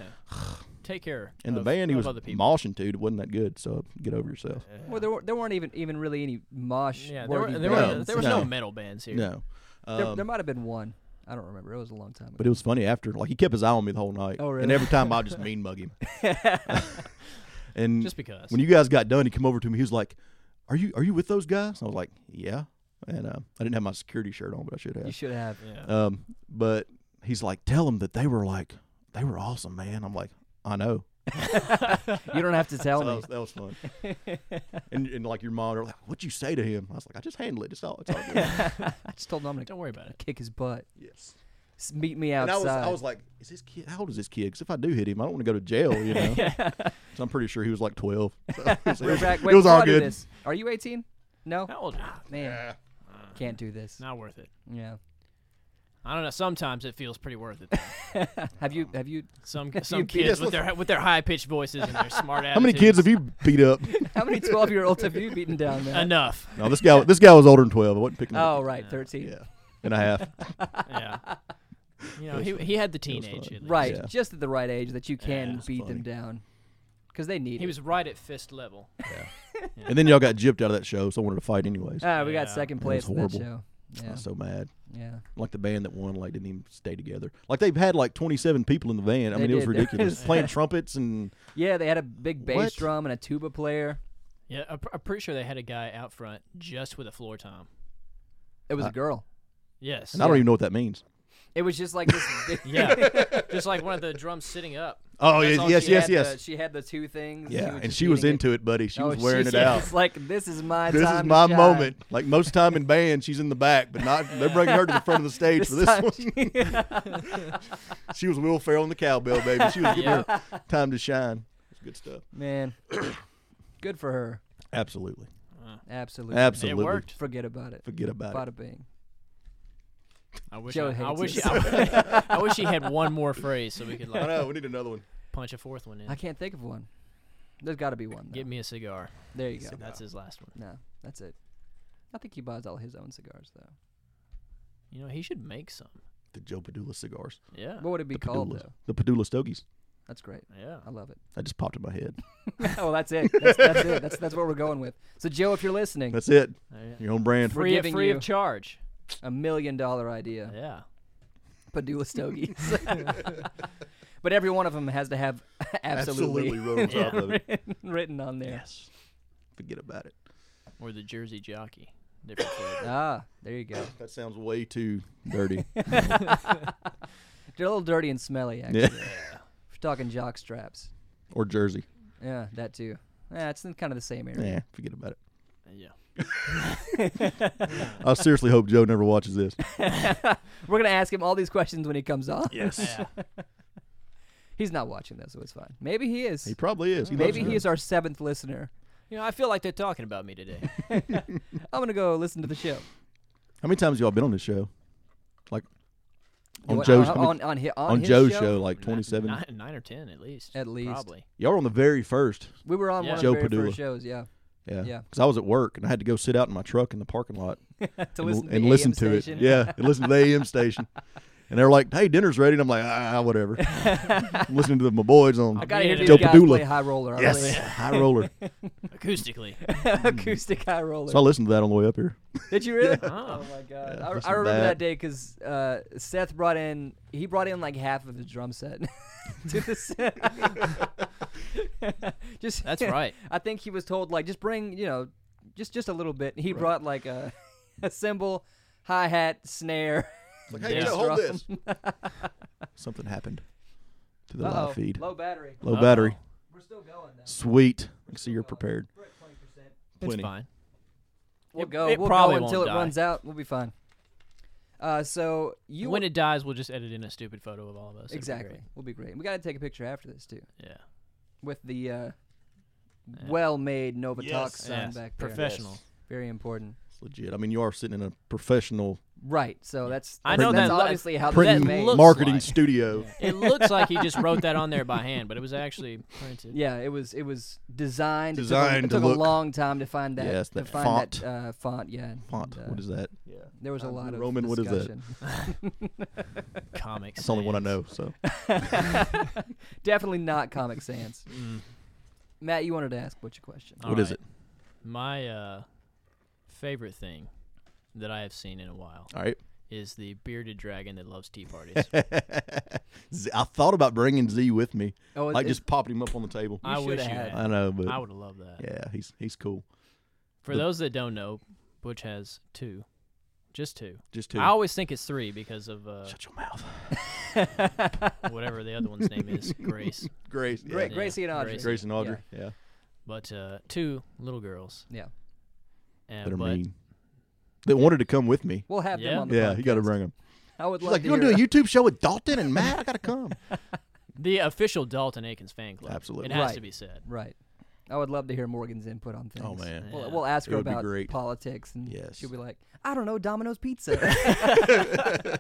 S1: Take care.
S3: And the
S1: of-
S3: band he
S1: of
S3: was
S1: other people.
S3: moshing to it wasn't that good. So get over yourself.
S2: Well, there, were, there weren't even, even really any mosh.
S1: yeah, there, were,
S2: worthy
S1: there,
S3: No,
S1: were,
S2: bands.
S1: there was no
S3: no.
S1: metal bands here.
S3: No,
S2: There,
S3: um,
S2: there might have been one. I don't remember. It was a long time ago.
S3: but it was funny after. Like he kept his eye on me the whole night.
S2: Oh, really?
S3: And every time I just mean mug him. and
S1: Just because.
S3: when you guys got done, he come over to me. He was like, "Are you are you with those guys?" I was like, "Yeah." And uh, I didn't have my security shirt on, but I should
S2: you
S3: have.
S2: should have.
S1: yeah.
S3: Um, but he's like, "Tell them that they were like they were awesome, man." I'm like, "I know."
S2: You don't have to tell
S3: So that,
S2: me.
S3: was, that was fun. and, and like your mom, they're like, "What'd you say to him?" I was like, "I just handle it. It's all it's all good."
S2: I just told him I'm
S3: Uh,
S2: going to
S1: Don't worry about it.
S2: kick his butt.
S3: yes.
S2: S- Meet me
S3: And I was,
S2: outside.
S3: I was like, is this kid? How old is this kid? Because if I do hit him, I don't want to go to jail. You know. So I'm pretty sure he was like 12. So it was,
S2: We're back.
S3: it
S2: Wait,
S3: was
S2: before
S3: all
S2: I do
S3: good.
S2: This. Are you 18? No?
S1: How old? are
S2: Man,
S3: Yeah.
S1: you?
S2: can't do this.
S1: Not worth it.
S2: Yeah.
S1: I don't know. Sometimes it feels pretty worth it.
S2: Have you have you
S1: Some some
S2: beat
S1: kids
S3: us
S1: with
S3: with-
S1: their with their high pitched voices and their smart.
S3: How many kids have you beat up?
S2: how many 12 year olds have you beaten down now?
S1: Enough.
S3: no, this guy. This guy was older than 12. I wasn't picking. him up.
S2: Oh right, 13.
S3: Yeah. And a half.
S1: Yeah. You know, he, he had the teenage.
S3: fun.
S1: at least.
S2: Right,
S3: Yeah.
S2: just at the right age that you can
S1: Yeah.
S2: beat
S3: Funny.
S2: them down. because they need
S1: He
S2: it.
S1: was right at fist level.
S3: And then y'all got gypped out of that show, so I wanted to fight anyways.
S2: Ah, we got
S1: Yeah.
S2: second
S3: It was
S2: place in that
S3: horrible.
S2: show.
S3: I
S2: Yeah,
S3: was so mad.
S2: yeah.
S3: Like the band that won, like didn't even stay together. Like they've had like 27 people in the van. I
S2: They
S3: mean, it was
S2: did.
S3: ridiculous. Playing trumpets and
S2: Yeah, they had a big bass
S3: What?
S2: drum and a tuba player.
S1: Yeah, I'm, pr- I'm pretty sure they had a guy out front just with a floor tom.
S2: It was
S3: Uh,
S2: a girl.
S1: Yes.
S3: and I don't even know what that means.
S2: It was just like this. big-
S1: Yeah. just like one of the drums sitting up.
S3: Oh
S1: That's
S3: yes,
S1: all
S3: yes,
S1: she
S3: yes,
S2: had
S3: yes.
S2: The, she had the two things.
S3: yeah, and
S2: just
S3: she was
S2: eating
S3: into it, buddy. She
S2: Oh,
S3: was wearing
S2: she's
S3: it out.
S2: just like this is my
S3: This
S2: time.
S3: is
S2: to
S3: my
S2: shine."
S3: moment. Like most time in band, she's in the back, but not. They're bringing her to the front of the stage for this
S2: time
S3: one.
S2: she-
S3: She was Will Ferrell on the cowbell, baby. She was getting
S1: Yeah.
S3: her time to shine. It's good stuff.
S2: Man, good for her.
S3: Absolutely,
S2: Absolutely.
S3: absolutely.
S1: It worked.
S2: Forget about it.
S3: Forget about it.
S2: Bada bing.
S1: I wish
S2: Joe
S1: I, I
S2: hates
S1: wish
S2: it.
S1: I, I wish he had one more phrase so we could
S3: I
S1: like
S3: know. We need another one.
S1: punch a fourth one
S2: I
S1: in.
S2: can't think of one. There's got to be one.
S1: Get
S2: though.
S1: me a cigar.
S2: There you go.
S1: That's his last one.
S2: No, that's it. I think he buys all his own cigars though.
S1: You know, he should make some.
S3: The Joe Padula cigars.
S1: Yeah.
S2: What would it be called
S3: Padulas.
S2: though?
S3: The Padula Stogies.
S2: That's great.
S1: Yeah.
S2: I love it.
S3: That just popped in my head.
S2: well, that's it. That's, that's it. That's that's what we're going with. So Joe, if you're listening,
S3: That's it.
S1: There you go.
S3: Your own brand.
S2: We're
S1: Free, of,
S2: giving
S1: free
S2: you-
S1: of charge.
S2: a million dollar idea.
S1: Yeah.
S2: Padula stogies. but every one of them has to have absolutely,
S3: wrote on top of it.
S2: written on there.
S3: Yes. Forget about it.
S1: Or the Jersey Jockey. Different flavor.
S2: Ah, there you go.
S3: That sounds way too dirty.
S2: They're a little dirty and smelly, actually.
S3: yeah.
S2: If We're talking jock straps.
S3: Or Jersey.
S2: Yeah, that too. Yeah, it's in kind of the same area.
S3: Yeah. Forget about it.
S1: yeah.
S3: I seriously hope Joe never watches this.
S2: We're gonna ask him all these questions when he comes on.
S3: Yes.
S1: Yeah.
S2: He's not watching this, so it's fine. Maybe he is.
S3: He probably is. He loves
S2: Maybe
S3: Joe.
S2: he is our seventh listener.
S1: You know, I feel like they're talking about me today.
S2: I'm gonna go listen to the show.
S3: How many times y'all been on this show? Like on
S2: What, uh,
S3: Joe's
S2: on,
S3: I mean,
S2: on, on, hi- on,
S3: on
S2: his
S3: Joe's
S2: show.
S3: show, like twenty seven.
S1: Nine, nine or ten at least.
S2: At least.
S1: Probably.
S3: Y'all were on the very first.
S2: We were on
S1: Yeah.
S2: one of
S3: Joe
S2: the very
S3: Padula.
S2: first shows, yeah.
S3: Yeah.
S2: Yeah.
S3: Because I was at work and I had to go sit out in my truck in the parking lot
S2: to
S3: and
S2: listen to
S3: and
S2: the
S3: listen
S2: AM
S3: to it.
S2: station.
S3: Yeah, and listen to the AM station. And they're like, "Hey, dinner's ready." And I'm like, "Ah, whatever." I'm listening to my boys
S2: I
S3: on
S2: gotta hear
S1: Yeah.
S2: these
S3: Joe
S2: guys
S3: Padula.
S2: play high roller. I
S3: yes, high roller.
S1: Acoustically.
S2: really- acoustic high roller.
S3: So I listened to that on the way up here.
S2: Did you really?
S1: Oh.
S2: Oh my god!
S3: Yeah,
S2: I,
S3: listen
S2: I
S3: to
S2: remember
S3: that.
S2: that, day 'cause day because uh, Seth brought in he brought in like half of the drum set to the set. just
S1: That's right.
S2: I think he was told like just bring you know just just a little bit. He brought like a, a cymbal, hi hat, snare.
S3: Like,
S1: "Hey, Joe,
S2: hold
S3: this. Something happened to the
S2: Uh-oh,
S3: live feed. Low,
S2: Low battery.
S1: Uh-oh.
S3: battery.
S2: We're still going though.
S3: Sweet. I see you're prepared.
S2: We're at twenty percent.
S1: It's
S3: Plenty.
S1: fine.
S2: We'll
S1: It-
S2: go.
S1: it
S2: we'll
S1: probably
S2: go until
S1: won't
S2: it
S1: die.
S2: runs out. We'll be fine. Uh, so you
S1: when it dies, we'll just edit in a stupid photo of all of us. It'll be
S2: exactly. We'll be great. We got to take a picture after this too
S1: great. Yeah.
S2: with the uh, well-made Novatalk
S3: Yes.
S2: sign
S1: Yes.
S2: back there.
S1: Professional.
S2: Very important.
S3: It's legit. I mean, you are sitting in a professional
S2: Right. So that's.
S1: I
S2: that's-
S1: know
S2: that's
S1: that lo-
S2: obviously how this is
S3: print
S1: That
S2: made.
S1: looks
S3: marketing
S1: like-
S3: studio.
S1: It looks like he just wrote that on there by hand, but it was actually printed.
S2: Yeah, it was it was designed. It took a-
S3: Designed
S2: it
S3: to
S2: took,
S3: look-
S2: a long time to find that.
S3: Yes,
S2: to
S3: that
S2: find
S3: font.
S2: That, uh, font. Yeah.
S3: Font.
S2: and, uh,
S3: What is that? Yeah.
S2: There was a
S3: Uh,
S2: lot of
S3: Roman, what is that?
S2: discussion.
S1: Comics.
S3: That's the only one I know. So
S2: Definitely not Comic Sans.
S1: Mm.
S2: Matt, you wanted to ask what's your question?
S1: All
S3: what is
S1: right.
S3: it?
S1: My uh, favorite thing that I have seen in a while
S3: All right.
S1: is the bearded dragon that loves tea parties.
S3: Z- I thought about bringing Z with me.
S2: Oh, it-
S3: like
S2: it's-
S3: just popping him up on the table.
S1: I
S2: should
S1: wish you
S2: have
S1: had.
S2: had-
S3: I know, but
S1: I would have loved that.
S3: yeah, he's he's cool.
S1: For
S3: The-
S1: those that don't know, Butch has two, just two.
S3: Just two.
S1: I always think it's three because of uh,
S3: Shut your mouth.
S1: whatever the other one's name is, Grace.
S3: Grace. Yeah.
S2: Great,
S1: Yeah.
S2: Gracie and Audrey.
S1: Gracie.
S3: Grace and Audrey. Yeah.
S1: But uh, two little girls.
S2: Yeah.
S1: And,
S3: That are
S1: but
S3: mean. That wanted to come with me.
S2: We'll have them
S1: Yeah.
S2: on the
S3: Yeah, you got to
S2: podcast.
S3: bring him.
S2: I would
S3: She's
S2: love
S3: like,
S2: to
S3: you want
S2: hear
S3: to do a YouTube show with Dalton and Matt? I got to come.
S1: the official Dalton Aikens fan club.
S3: Absolutely.
S1: It has to
S2: Right.
S1: be said.
S2: Right. I would love to hear Morgan's input on things.
S3: Oh, man.
S2: We'll,
S1: Yeah.
S2: we'll ask
S3: It
S2: her
S3: would be
S2: about
S3: great.
S2: politics, and
S3: Yes.
S2: she'll be like, "I don't know, Domino's Pizza."
S3: You're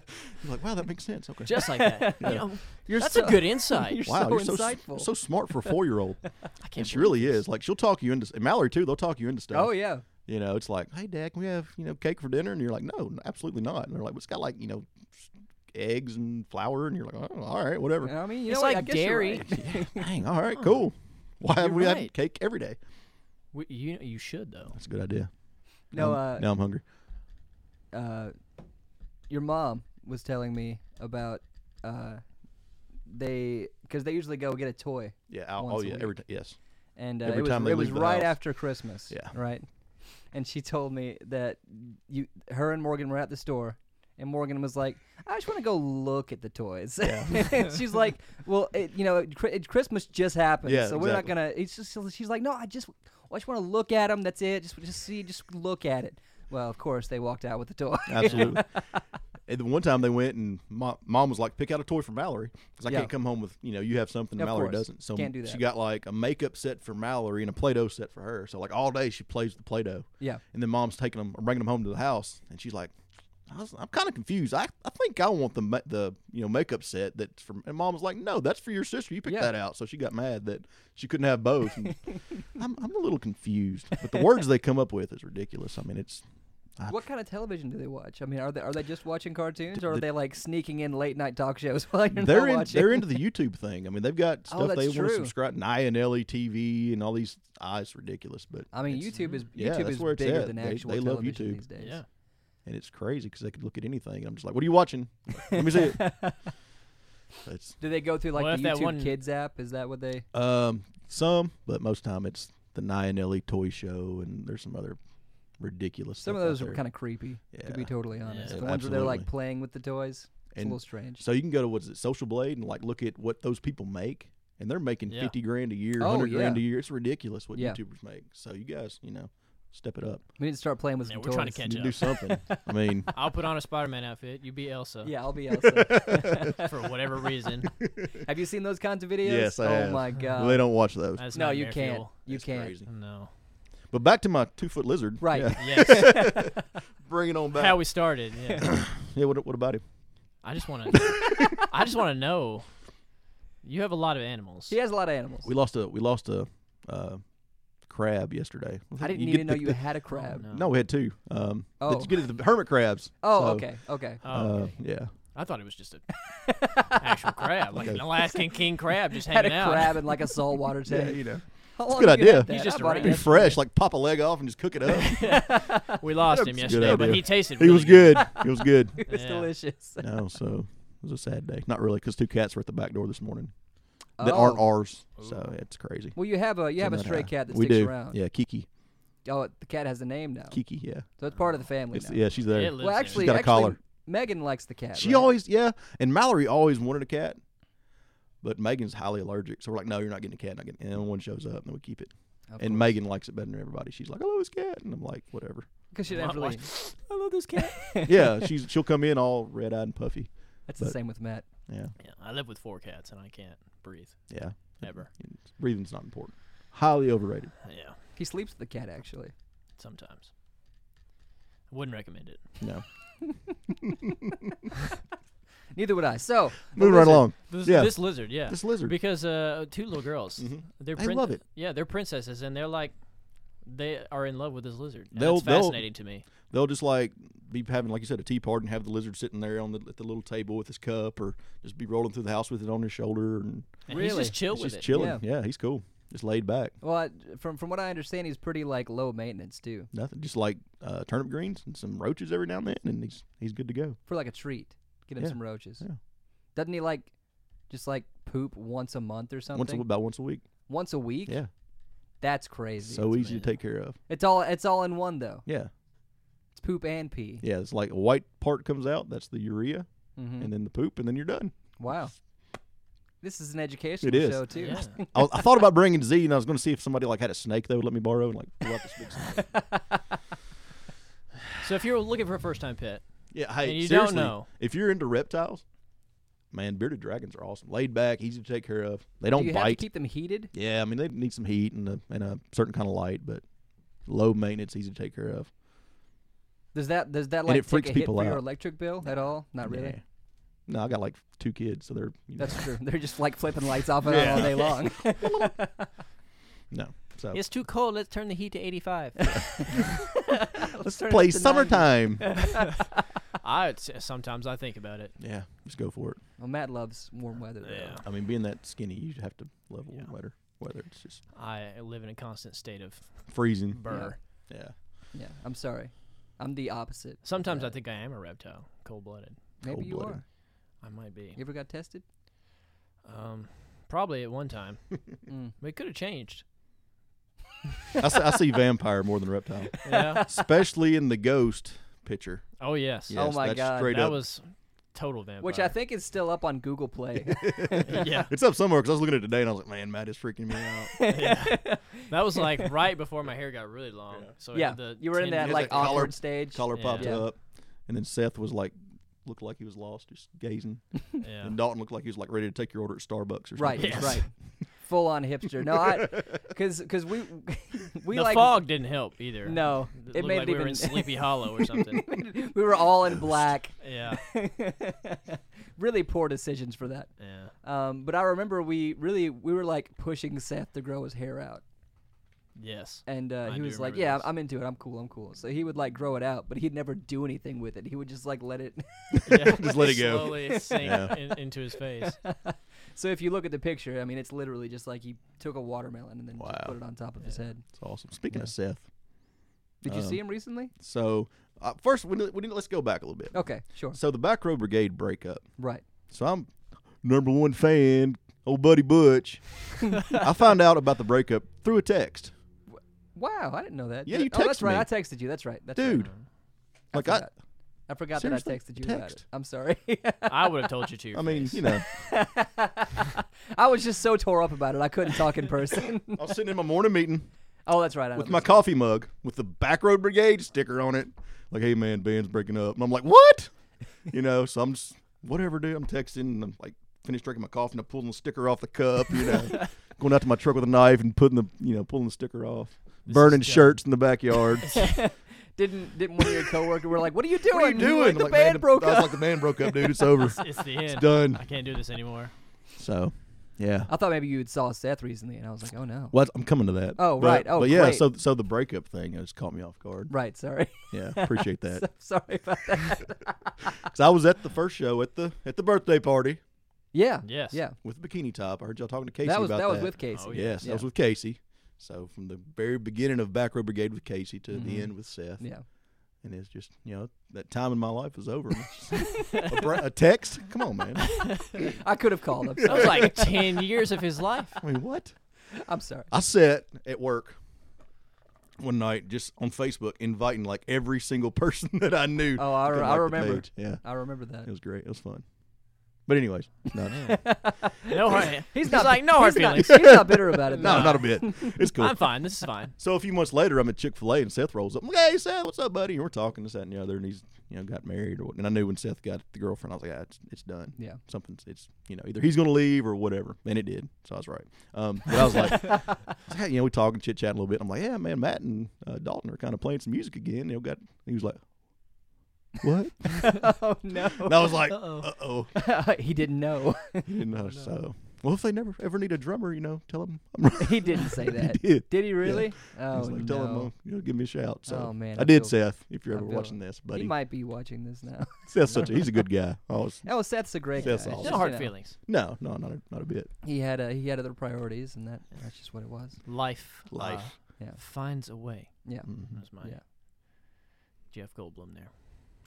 S3: like, wow, that makes sense. Okay.
S1: Just like that. You know,
S2: You're
S1: that's
S2: so-
S1: a good insight.
S3: wow,
S2: so
S3: you're so, s-
S2: insightful.
S3: so smart for a four year old.
S1: I can't
S3: and she
S1: believe
S3: really
S1: this.
S3: is. Like, she'll talk you into and Mallory, too. They'll talk you into stuff.
S2: oh yeah,
S3: You know, it's like, hey, Dad, can we have, you know, cake for dinner? And you're like, no, absolutely not. And they're like, but it's got like, you know, eggs and flour. And you're like, oh, all right, whatever.
S2: I mean, you
S1: It's
S2: know what?
S1: like
S2: I guess you're
S1: dairy.
S2: right.
S3: Dang, all right, cool. Why have
S1: You're
S3: we had
S1: right.
S3: cake every day?
S1: We, you you should though.
S3: That's a good idea.
S2: No,
S3: Now I'm-
S2: uh,
S3: now I'm hungry.
S2: uh, your mom was telling me about uh, they because they usually go get a toy,
S3: Yeah. I'll,
S2: once
S3: oh
S2: a
S3: yeah.
S2: week.
S3: Every time. Yes.
S2: and uh,
S3: Every
S2: it was,
S3: time they
S2: it was
S3: leave the
S2: right
S3: house.
S2: after Christmas.
S3: Yeah.
S2: right. And she told me that you, her and Morgan were at the store, and Morgan was like, "I just want to go look at the toys." And she's like, "Well, it, you know, Chri- it, Christmas just happened,
S3: Yeah,
S2: so we're not
S3: exactly.
S2: gonna." It's just she's like, "No, I just, I just want to look at them. That's it. Just, just see, just look at it." Well, of course, they walked out with the toy.
S3: Ah. Absolutely. and then one time they went and my mom was like, "Pick out a toy for Mallory," because I
S2: Yeah.
S3: can't come home with you know you have something
S2: Of
S3: Mallory
S2: course.
S3: doesn't. So
S2: Can't do
S3: she
S2: that.
S3: got like a makeup set for Mallory and a Play-Doh set for her. So like all day she plays with the Play-Doh.
S2: yeah.
S3: And then mom's taking them, bringing them home to the house, and she's like, I was, "I'm kind of confused. I, I think I want the ma- the you know makeup set that's from." And mom was like, "No, that's for your sister. You picked
S2: Yeah.
S3: that out." So she got mad that she couldn't have both. And I'm I'm a little confused, but the words they come up with is ridiculous. I mean, it's
S2: What kind of television do they watch? I mean, are they are they just watching cartoons, or are
S3: the-
S2: they like sneaking in late night talk shows while you're
S3: they're
S2: not
S3: in,
S2: watching?
S3: they're into the YouTube thing. I mean, they've got
S2: Oh,
S3: stuff they
S2: that's
S3: want to
S2: true.
S3: subscribe and INLE TV and all these. Ah, it's ridiculous, but
S2: I mean,
S3: it's-
S2: YouTube is YouTube
S3: yeah, that's
S2: is
S3: where it's
S2: bigger
S3: at.
S2: than
S3: They-
S2: actual
S3: they love
S2: television
S3: YouTube.
S2: these days.
S1: mm-hmm. Yeah.
S3: and it's crazy because they could look at anything. And I'm just like, "What are you watching? Let me see it." It's
S2: Do they go through like
S1: Well, if
S2: the
S1: that
S2: YouTube
S1: one-
S2: Kids app? Is that what they?
S3: Um, some, but most time it's the Nyanelli toy show, and there's some other ridiculous.
S2: Some of those are kind of creepy,
S3: of
S2: to be totally honest.
S3: Yeah,
S2: the ones where they're like
S3: absolutely.
S2: playing with the toys. It's a
S3: And
S2: little strange.
S3: So you can go to what's it, Social Blade, and like look at what those people make, and they're making
S1: Yeah.
S3: fifty grand a year,
S2: Oh,
S3: hundred grand a
S2: yeah.
S3: year. It's ridiculous what
S2: Yeah.
S3: YouTubers make. So you guys, you know, step it up,
S2: We need to start playing with
S1: Yeah,
S2: some
S1: we're trying to
S2: toys.
S1: catch-
S3: You
S1: up.
S3: do something. I mean,
S2: Uh,
S1: I'll put on a Spider-Man outfit. You be Elsa
S2: Yeah, I'll be Elsa.
S1: for whatever reason.
S2: have you seen those kinds of videos?
S3: Yes, I
S2: oh
S3: have.
S2: my god.
S3: they don't watch those.
S1: That's
S2: no,
S1: not
S2: you
S1: their
S2: can't.
S1: fuel.
S2: You
S3: It's
S2: can't.
S3: crazy.
S1: No.
S3: But back to my two foot lizard.
S2: Right.
S3: Yeah,
S1: Yes.
S3: bring it on back.
S1: how we started. Yeah.
S3: yeah. What, what about him?
S1: I just want to. I just want to know. You have a lot of animals.
S2: He has a lot of animals.
S3: We lost a we lost a uh, crab yesterday.
S2: I didn't
S3: get
S2: even know
S3: the-
S2: you
S3: the-
S2: had a
S1: Oh,
S2: crab.
S1: no.
S3: No, we had two. Um,
S2: Oh.
S3: Did you get it? The hermit crabs.
S2: Oh,
S3: So,
S2: okay, okay.
S1: Oh,
S3: uh,
S1: okay.
S3: Yeah.
S1: I thought it was just an actual crab, like
S3: Okay.
S1: an Alaskan king crab, just
S2: Had a
S1: hanging out.
S2: crab in like a saltwater tank.
S3: know.
S2: How long
S3: good
S2: have you had
S3: idea.
S2: that?
S1: He's
S2: I
S1: just a
S2: bought it
S1: rat.
S3: Be
S1: Yes.
S3: fresh, like pop a leg off and just cook it up.
S1: We lost him
S3: That's a good
S1: yesterday, but
S3: idea.
S1: he tasted.
S3: he
S1: really
S3: was good. It was good.
S2: It was
S1: Yeah.
S2: delicious.
S3: No, so it was a sad day. Not really, because two cats were at the back door this morning that aren't
S2: Oh.
S3: ours.
S1: Ooh.
S3: So it's crazy.
S2: Well, you have a you have a
S3: Something
S2: stray
S3: that-
S2: cat that
S3: we
S2: sticks
S3: do.
S2: around.
S3: Yeah, Kiki.
S2: Oh, the cat has a name now,
S3: Kiki. Yeah.
S2: so it's part of the family
S3: It's-
S2: now.
S3: yeah, she's
S1: It
S3: there.
S1: lives
S2: Well,
S1: there.
S2: actually,
S3: got a
S2: actually,
S3: collar.
S2: Megan likes the cat.
S3: She
S2: right?
S3: always, yeah. And Mallory always wanted a cat, but Megan's highly allergic. So we're like, no, you're not getting a cat. Not getting. And one shows up, and then we keep it.
S2: Of
S3: and
S2: course.
S3: Megan likes it better than everybody. She's like, I love this cat, and I'm like, whatever.
S2: 'Cause she
S1: Why-
S2: doesn't
S1: why-
S2: really.
S1: I love this cat.
S3: yeah, she's she'll come in all red eyed and puffy.
S2: That's the
S3: but-
S2: same with Matt.
S3: Yeah,
S1: Yeah, I live with four cats and I can't breathe
S3: yeah.
S1: ever.
S3: Breathing's not important. Highly overrated.
S1: Yeah,
S2: He sleeps with the cat actually.
S1: sometimes. Wouldn't recommend it.
S3: No,
S2: Neither would I. So the
S3: moving right
S2: lizard-
S3: along.
S1: This,
S3: Yeah.
S1: this lizard, yeah,
S3: This lizard.
S1: because uh, two little girls,
S3: Mhm.
S1: they're
S3: I love it.
S1: Yeah, they're princesses and they're like, they are in love with this lizard. And
S3: They'll-
S1: that's
S3: they'll-
S1: fascinating to me.
S3: They'll just like be having, like you said, a tea party and have the lizard sitting there on the at the little table with his cup, or just be rolling through the house with it on his shoulder and
S1: And
S2: Really?
S1: he's just chill
S3: he's
S1: with
S3: just
S1: it.
S3: chilling.
S2: Yeah.
S3: Yeah. he's cool. Just laid back.
S2: Well, I, from from what I understand, he's pretty like low maintenance too,
S3: Nothing. Just like uh, turnip greens and some roaches every now and then, and he's he's good to go.
S2: for like a treat. Get him
S3: Yeah,
S2: some roaches.
S3: yeah.
S2: Doesn't he like just like poop once a month or something?
S3: Once a, about once a week.
S2: Once a week.
S3: Yeah,
S2: That's crazy.
S3: so easy
S1: amazing.
S3: to take care of.
S2: it's all it's all in one though.
S3: Yeah,
S2: It's poop and pee.
S3: yeah. It's like a white part comes out. That's the urea,
S2: hmm
S3: and then the poop, and then you're done.
S2: Wow. This is an
S3: It
S2: educational
S3: is.
S2: show too.
S1: Yeah.
S3: I, was- I thought about bringing Z, and I was going to see if somebody like had a snake they would let me borrow and like pull out this big snake.
S1: So if you're looking for a first-time pet,
S3: Yeah, hey,
S1: And you don't
S3: seriously,
S1: know.
S3: if you're into reptiles, man, bearded dragons are awesome. Laid back, easy to take care of. They don't
S2: Do you have to
S3: bite.
S2: keep them heated?
S3: yeah, I mean they need some heat and a, and a certain kind of light, but low maintenance, easy to take care of.
S2: Does that does that
S3: And
S2: like
S3: it freaks
S2: take a hit
S3: people
S2: for your
S3: out.
S2: electric bill at all? Not really.
S3: Yeah. No, I got like two kids, so they're you know,
S2: That's true. They're just like flipping lights off and on
S3: Yeah.
S2: all day long.
S3: no. So
S1: it's too cold. Let's turn the heat to 85.
S2: Let's turn it
S3: play
S2: up to 90.
S3: summertime.
S1: I sometimes I think about it.
S3: yeah, just go for it.
S2: Well, Matt loves warm weather. Though.
S1: Yeah.
S3: I mean, being that skinny, you have to level
S1: Yeah.
S3: weather. Whether it's just
S1: I live in a constant state of
S3: freezing.
S1: burr.
S3: Yeah.
S2: Yeah, I'm sorry. I'm the opposite.
S1: Sometimes I
S2: Yeah.
S1: think I am a reptile, cold blooded.
S3: Oh,
S2: Maybe you
S3: Cold-blooded.
S2: are.
S1: I might be.
S2: You ever got tested?
S1: Um, probably at one time.
S2: Mm.
S1: But it could have changed.
S3: I, see, I see vampire more than reptile,
S1: Yeah.
S3: especially in the ghost picture.
S1: oh yes.
S3: Yes,
S2: my
S3: that's
S2: God.
S3: Straight
S1: that
S3: up.
S1: was total vampire.
S2: Which I think is still up on Google Play.
S1: yeah.
S3: It's up somewhere because I was looking at it today and I was like, man, Matt is freaking me out.
S1: yeah. That was like right before my hair got really long. So it
S2: yeah,
S1: had Oh, the
S2: you were in
S1: 10
S2: that
S3: It's
S2: like
S3: like collar-
S2: awkward stage.
S3: Collar popped
S1: Yeah.
S3: up, and then Seth was like, looked like he was lost, just gazing.
S1: Yeah.
S3: And Dalton looked like he was like ready to take your order at Starbucks or something.
S2: Right,
S1: Yes.
S2: right. Full on hipster. No, I, because because we we
S1: the
S2: like
S1: fog didn't help either.
S2: No,
S1: it,
S2: it
S1: looked
S2: made
S1: like
S2: it
S1: we were
S2: even
S1: in Sleepy Hollow or something.
S2: we were all in black.
S1: yeah,
S2: really poor decisions for that.
S1: yeah.
S2: Um, but I remember we really we were like pushing Seth to grow his hair out,
S1: Yes.
S2: and uh,
S1: I
S2: he
S1: do
S2: was like,
S1: remember
S2: "Yeah,
S1: this.
S2: I'm into it. I'm cool. I'm cool." So he would like grow it out, but he'd never do anything with it. He would just like let it.
S1: Yeah.
S3: Just let it go.
S1: Slowly sink
S3: Yeah.
S1: in, into his face.
S2: so if you look at the picture, I mean, it's literally just like he took a watermelon and then just
S3: Wow.
S2: put it on top of his head.
S3: It's awesome. Speaking of Seth,
S2: Did you see
S3: Um,
S2: him recently?
S3: so uh, first we need, we need let's go back a little bit.
S2: Okay, sure.
S3: So the Back Row Brigade breakup.
S2: Right.
S3: So I'm number one fan, old buddy Butch. I found out about the breakup through a text,
S2: Wow, I didn't know that.
S3: Yeah,
S2: Did-
S3: you
S2: oh, that's
S3: texted
S2: right.
S3: me.
S2: I texted you. That's right. That's right.
S3: dude. Like I,
S2: forgot. I forgot that I
S3: Seriously,
S2: texted you about it.
S3: text.
S2: I'm sorry.
S1: I would have told you to. your
S3: I mean,
S1: face.
S3: you know,
S2: I was just so tore up about it. I couldn't talk in person.
S3: I was sitting in my morning meeting
S2: oh, that's right. I know
S3: with
S2: this
S3: my
S2: one.
S3: coffee mug with the Back Road Brigade sticker on it. Like, hey man, band's breaking up, and I'm like, what? You know, so I'm just whatever, dude. I'm texting, and I'm like, finished drinking my coffee, and I'm pulling the sticker off the cup. You know, going out to my truck with a knife and putting the, you know, pulling the sticker off, burning
S1: is dumb.
S3: shirts in the backyard.
S2: didn't didn't one of your coworker were like, "What are you doing?
S3: what are you doing?
S2: The
S3: I'm like, "Man,
S2: band broke
S3: I was
S2: up."
S3: like, the band broke up, dude. It's over.
S1: it's the end.
S3: done.
S1: I can't do this anymore.
S3: So, yeah.
S2: I thought maybe you had saw Seth recently, and I was like, "Oh no."
S3: Well, I'm coming to that.
S2: Oh,
S3: But-
S2: right. Oh,
S3: but yeah.
S2: great.
S3: So, so the breakup thing has caught me off guard.
S2: Right. Sorry.
S3: Yeah, appreciate that.
S2: so, sorry about that.
S3: So I was at the first show at the at the birthday party
S2: Yeah.
S1: Yes.
S2: Yeah.
S3: with a bikini top. I heard y'all talking to Casey
S2: that was
S3: about
S2: that,
S3: that.
S2: was with Casey.
S1: Oh, yeah.
S3: Yes,
S2: Yeah.
S3: that was with Casey. So from the very beginning of Back Row Brigade with Casey to the end with Seth,
S2: Mm-hmm. Yeah.
S3: and it's just you know that time in my life is over. a, bra- a text? Come on, man.
S2: I could have called him.
S1: That was like ten years of his life.
S3: I mean, what?
S2: I'm sorry.
S3: I sat at work one night just on Facebook inviting like every single person that I knew.
S2: Oh, I,
S3: to
S2: re-
S3: come
S2: I
S3: like the
S2: remember.
S3: page. Yeah,
S2: I remember that.
S3: it was great. It was fun. But anyways, no, no,
S1: No hard. He's,
S2: not-
S1: like no hard
S2: he's not-
S1: feelings.
S2: he's not bitter about it. though.
S3: not a bit. It's cool.
S1: I'm fine. This is fine.
S3: So a few months later, I'm at Chick Fil A, and Seth rolls up. I'm like, hey, Seth, what's up, buddy? And we're talking this, that, and the other. And he's, you know, got married, or what. And I knew when Seth got the girlfriend, I was like, ah, it's, it's done.
S2: Yeah.
S3: something's, it's, you know, either he's gonna leave or whatever. And it did, so I was right. Um, but I was like, I was like, hey, you know, we talking, chit chatting a little bit. I'm like, yeah, man, Matt and uh, Dalton are kind of playing some music again. They got. He was like, what?
S2: Oh no.
S3: and I was like,
S1: Uh-oh.
S3: uh oh,
S2: he didn't know.
S3: he didn't know. So, well, if they never ever need a drummer, you know, tell them I'm right.
S2: he didn't say that.
S3: did.
S2: Did he really?
S3: I
S2: Oh
S3: was like,
S2: no.
S3: tell him, uh, you know, give me a shout. So
S2: Oh, man,
S3: I,
S2: I
S3: did,
S2: feel-
S3: Seth. If you're
S2: I
S3: ever
S2: feel-
S3: watching this,
S2: He
S3: buddy,
S2: might be watching this now.
S3: Seth's such a, he's a good guy. Always,
S2: Oh, Seth's a great
S3: Seth's
S2: guy. It's
S3: awesome.
S2: just,
S1: No
S2: you
S1: hard
S2: know,
S1: feelings.
S3: no, no, not a, not a bit.
S2: He had a, he had other priorities, and that that's just what it was.
S1: Life.
S3: Life.
S1: uh,
S2: Yeah.
S1: Finds a way.
S2: Yeah.
S3: Mhm.
S1: That's my
S2: Yeah.
S1: Jeff Goldblum there.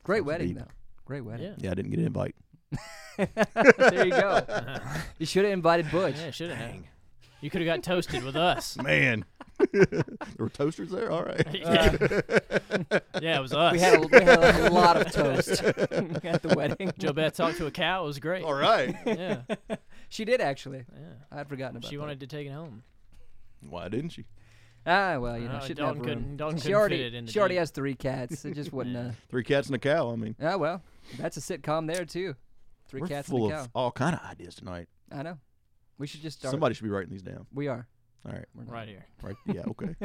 S2: Great
S3: Sounds
S2: wedding
S3: deep.
S2: though. Great wedding.
S1: Yeah.
S3: Yeah, I didn't get an invite.
S2: there you go. You should have invited Butch.
S1: Yeah, should have. You could have got toasted with us.
S3: Man, there were toasters there. All right,
S1: yeah. yeah, it was us.
S2: We had, a, we had a lot of toast at the wedding.
S1: Jobette talked to a cow. It was great.
S3: all right.
S1: Yeah,
S2: She did actually.
S1: yeah.
S2: I had forgotten about.
S1: She
S2: that.
S1: wanted to take it home.
S3: Why didn't she?
S2: Ah, well, you know,
S1: Uh,
S2: she didn't have
S1: Dalton
S2: room.
S1: couldn't. Dalton
S2: she
S1: couldn't
S2: already
S1: fit it in the
S2: she already
S1: Jeep.
S2: has three cats. It just wouldn't. Uh,
S3: Three cats and a cow. I mean,
S2: ah, well, that's a sitcom there too. 3
S3: we're
S2: cats
S3: full
S2: and a cow.
S3: of all kind of ideas tonight.
S2: I know. We should just start.
S3: Somebody should be writing these down.
S2: We are.
S3: All right,
S2: We're not.
S1: right here.
S3: right? Yeah, okay.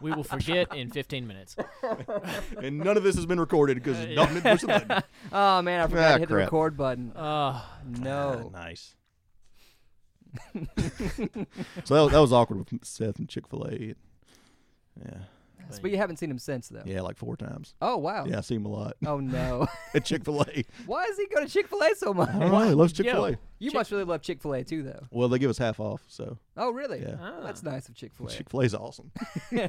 S1: We will forget in 15 minutes.
S3: and none of this has been recorded because
S1: Uh, yeah.
S3: Dalton didn't push the button.
S2: Oh man, I forgot
S3: Ah,
S2: to hit the
S3: crap.
S2: record button.
S1: Uh,
S3: Ah,
S2: No.
S3: nice. so that was, that was awkward with Seth and Chick Fil A. Yeah,
S1: that
S2: Yes, but you haven't seen him since though.
S3: Yeah, like four times.
S2: Oh wow.
S3: Yeah, I see him a lot
S2: Oh no.
S3: at Chick Fil A.
S2: Why does he go to Chick Fil A so
S3: I don't
S2: much?
S3: know. He loves Chick Fil
S1: Yo.
S3: A.
S2: You
S1: Chick-
S2: must really love Chick Fil A too, though.
S3: Well, they give us half off, so
S2: Oh really?
S3: Yeah.
S1: Ah.
S2: That's nice of Chick Fil
S3: Chick Fil A's awesome.
S2: A.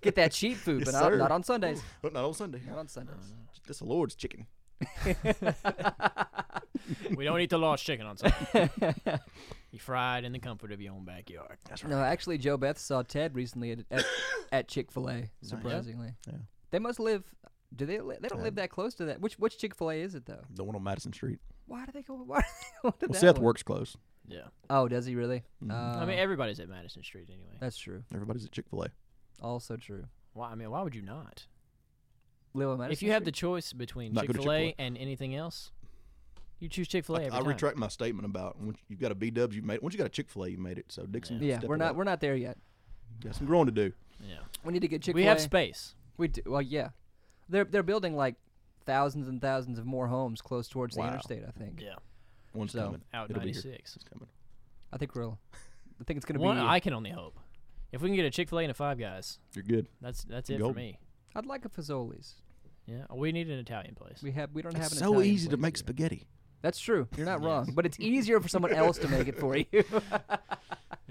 S2: Get that cheap food,
S3: Yes,
S2: but not,
S3: sir.
S2: not on Sundays.
S3: but not on Sunday.
S2: Not on Sundays.
S3: That's the Lord's chicken.
S1: Uh. we don't eat the lost chicken on Sunday. you fry it in the comfort of your own backyard.
S3: That's
S2: No, actually, Joe Beth saw Ted recently at at, at Chick Fil A. Surprisingly,
S3: Yeah.
S2: they must live. Do they? Li- they don't live that close to that. Which which Chick Fil A is it though?
S3: The one on Madison Street.
S2: Why do they go? Why do they go to
S3: Well,
S2: that
S3: Seth
S2: one?
S3: works close.
S1: Yeah.
S2: Oh, does he really?
S3: Mhm.
S1: I mean,
S2: Uh,
S1: everybody's at Madison Street anyway.
S2: that's true.
S3: Mm-hmm. Everybody's at Chick Fil A.
S2: Also true.
S1: Why? I mean, why would you not?
S2: Live on
S1: if you have the choice between
S3: Not go
S1: Chick
S3: to
S1: Fil A
S3: Chick-fil-A.
S1: and anything else, you choose Chick Fil A
S3: I,
S1: every
S3: I
S1: time.
S3: retract my statement about once you've got a B Dubs, you've made it. Once you got a Chick Fil A, you made it. So Dixon,
S2: yeah,
S3: step
S2: we're
S3: it
S2: not
S3: up.
S2: we're not there yet.
S3: got some growing to do.
S1: Yeah.
S2: We need to get Chick Fil A.
S1: We have space.
S2: We do, well, yeah, they're they're building like thousands and thousands of more homes close towards
S3: Wow.
S2: the interstate. I think.
S1: Yeah.
S3: One's
S2: So,
S3: coming.
S1: Out
S3: It'll be here.
S1: 96.
S3: It's coming.
S2: I think we'll. I think it's gonna
S1: One,
S2: be.
S1: I can only hope. If we can get a Chick Fil A and a Five Guys,
S3: You're good.
S1: that's that's it for
S3: Golden.
S1: me.
S2: I'd like a Fazoli's.
S1: Yeah. We need an Italian place.
S2: We have we don't have
S3: It's
S2: an
S3: so
S2: Italian
S3: easy to
S2: place
S3: make
S2: here.
S3: spaghetti.
S2: That's true. You're not wrong, but it's easier for someone else to make it for you.
S1: It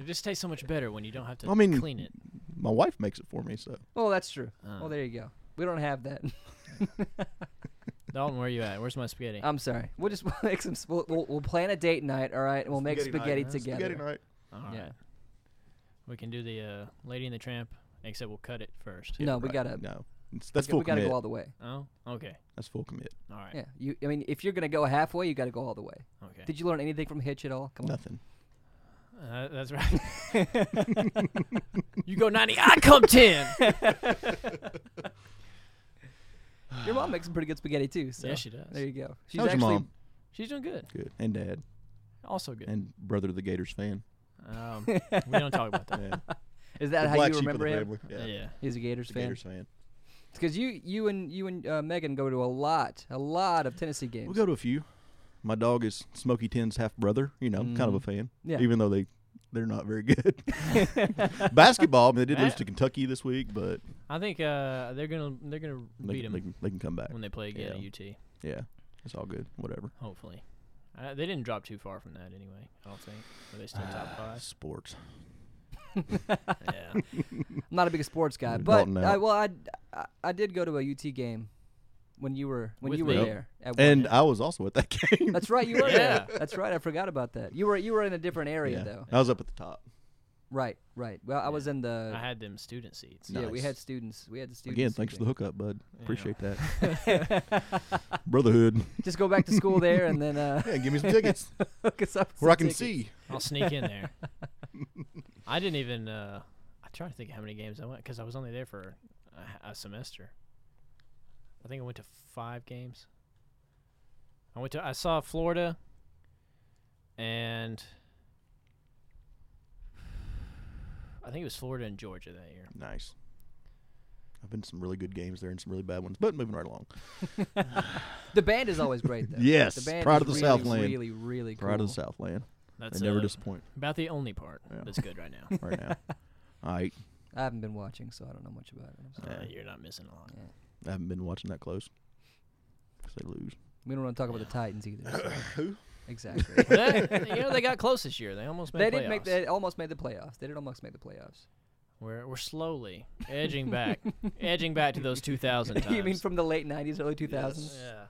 S1: just tastes so much better when you don't have to
S3: I mean-
S1: clean it.
S3: My wife makes it for me, so
S2: well, that's true.
S1: Uh,
S2: Well, there you go. We don't have that.
S1: Dalton, where you at? Where's my spaghetti?
S2: I'm sorry. We'll just make some. We'll, we'll, we'll plan a date night. All right, and we'll make spaghetti
S3: Spaghetti
S2: together.
S3: spaghetti night.
S1: All right.
S2: Yeah.
S1: We can do the uh, Lady and the Tramp, except we'll cut it first.
S2: No, we
S3: Right.
S2: gotta.
S3: No, It's- that's
S2: we,
S3: full
S2: we gotta
S3: commit.
S2: go all the way.
S1: Oh, okay.
S3: That's full commit.
S1: All right.
S2: Yeah. You. I mean, if you're gonna go halfway, you gotta go all the way.
S1: Okay.
S2: Did you learn anything from Hitch at all? Come on.
S3: Nothing.
S1: Uh, that's right. you go 90, I come 10.
S2: Your mom makes some pretty good spaghetti too. So
S1: yeah, she
S2: there
S1: does.
S2: you go. She's
S3: How's your
S2: actually
S3: mom?
S1: She's doing good.
S3: Good. And dad.
S1: Also good.
S3: And brother of the Gators fan.
S1: Um, we don't talk about that.
S3: Yeah.
S2: is that
S3: The
S2: how
S3: black
S2: you
S3: sheep of the
S2: remember him?
S3: family.
S1: Yeah.
S3: Yeah.
S2: He's a Gators
S3: The
S2: fan.
S3: Gators fan.
S2: Because you, you and you and uh, Megan go to a lot, a lot of Tennessee games.
S3: We'll go to a few. My dog is Smokey Ten's half brother. You know, kind of a
S2: Mhm.
S3: fan.
S2: Yeah.
S3: Even though they they're not very good. Basketball, I mean, they did lose
S1: Ba-
S3: to Kentucky this week, but
S1: I think uh, they're gonna they're gonna
S3: they,
S1: beat Mm. them
S3: can- they, can, they can come back.
S1: when they play again at
S3: Yeah.
S1: UT.
S3: Yeah, it's all good. Whatever.
S1: Hopefully, uh, they didn't drop too far from that anyway. I don't think. Are they still top five?
S3: Sports.
S1: yeah.
S2: I'm not a big sports guy,
S3: You're
S2: but
S3: Dalton out.
S2: I, well, I, I, I did go to a UT game when you were when
S1: With
S2: you were
S1: me.
S2: there. At one-
S3: And I was also at that game.
S2: that's right, you were
S1: Yeah.
S2: there. That's right, I forgot about that. You were you were in a different area
S3: Yeah.
S2: though.
S3: I was up at the top.
S2: Right, right. Well, I was
S1: Yeah.
S2: in the.
S1: I had them student seats.
S2: yeah, we
S3: Nice.
S2: had students. We had the students.
S3: Again, thanks for the
S2: again.
S3: hookup, bud.
S1: Yeah.
S3: Appreciate that. Brotherhood.
S2: Just go back to school there and then uh,
S3: Yeah, give me some tickets
S2: hook us up. with
S3: where I
S2: some
S3: can
S2: tickets.
S3: see.
S1: I'll sneak in there. I didn't even. Uh, I try to think of how many games I went because I was only there for a, a semester. I think I went to five games. I went to. I saw Florida. And. I think it was Florida and Georgia that year.
S3: Nice. I've been to some really good games there and some really bad ones, but moving right along.
S2: The band is always great, though.
S3: Yes,
S2: the band
S3: Pride
S2: is
S3: of the
S2: really,
S3: Southland.
S2: Really, really cool.
S3: Pride of the Southland.
S1: That's
S3: they never
S1: uh,
S3: disappoint
S1: about the only part
S3: Yeah.
S1: that's good right now.
S3: right now. All right.
S2: I haven't been watching, so I don't know much about it. I'm sorry.
S1: Uh,
S3: Yeah.
S1: you're not missing a lot.
S2: Yeah.
S3: I haven't been watching that close. 'Cause they lose.
S2: We don't want to talk about the Titans either. so-
S3: Who?
S2: Exactly.
S1: They- you know they got close this year. They almost made
S2: they
S1: playoffs.
S2: did make. They almost made the playoffs. They did almost make the playoffs.
S1: We're we're slowly edging back, edging back to those 2000 times.
S2: you mean from the late '90s, early 2000s?
S1: yeah.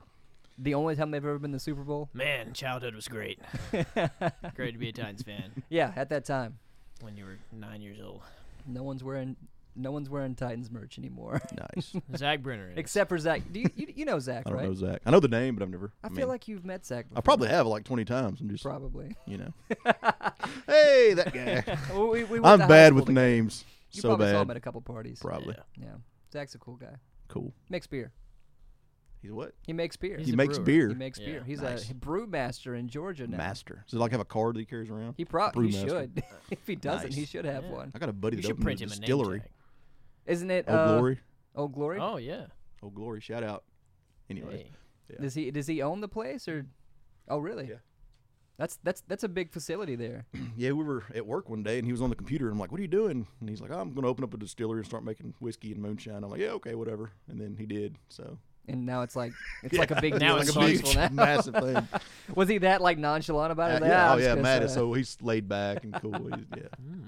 S2: The only time they've ever been in the Super Bowl.
S1: Man, childhood was great. great to be a Titans fan
S2: Yeah, at that time,
S1: when you were nine years old.
S2: no one's wearing. No one's wearing Titans merch anymore,
S3: Nice.
S1: Zach Brenner. is.
S2: except for Zach. Do you, you, you know Zach,
S3: I don't
S2: right?
S3: know Zach. I know the name, but I've never.
S2: I, feel
S3: mean,
S2: like you've met Zach. Before.
S3: I probably have like 20 times. I'm just,
S2: Probably.
S3: you know. hey, that guy.
S2: Well, we- we went
S3: I'm
S2: to high
S3: bad
S2: school
S3: with
S2: together.
S3: names.
S2: You
S3: so
S2: probably
S3: bad.
S2: saw him at a couple parties.
S3: Probably.
S1: Yeah.
S2: Yeah, Zach's a cool guy.
S3: Cool.
S2: Makes beer.
S3: He's what?
S2: He makes beer.
S1: He's
S3: he
S1: a
S3: makes
S1: brewer.
S3: beer.
S2: He makes
S1: Yeah.
S2: beer. He's
S3: Nice.
S2: a brewmaster in Georgia now.
S3: Master. Does he like have a card that he carries around?
S2: He probably
S3: Brewmaster.
S2: should. if he doesn't, he
S3: Nice.
S2: should have
S1: Yeah.
S2: one.
S3: I got a buddy
S1: You
S3: that
S1: should
S3: opened
S1: print
S3: a
S1: him a
S3: distillery.
S1: name
S2: Isn't it?
S3: Old
S2: uh,
S3: Oh, Glory.
S2: Old Glory.
S1: tag. Oh yeah.
S3: Old Glory. Shout out. Anyway.
S1: Hey.
S3: yeah.
S2: Does he? Does he own the place or? Oh really?
S3: Yeah.
S2: That's that's that's a big facility there.
S3: yeah, we were at work one day and he was on the computer. And I'm like, what are you doing? And he's like, I'm going to open up a distillery and start making whiskey and moonshine. I'm like, yeah, okay, whatever. And then he did. So
S2: And now it's like it's like a big
S1: Now
S2: deal
S1: it's
S2: in
S1: like a
S2: Knoxville now.
S3: massive thing.
S2: Was he that like nonchalant about it?
S3: Uh,
S2: Like,
S3: yeah,
S2: "Ah,
S3: oh
S2: I'm
S3: yeah,
S2: just gonna
S3: Matt is
S2: say Hmm.
S3: so he's laid back and cool. He's, yeah,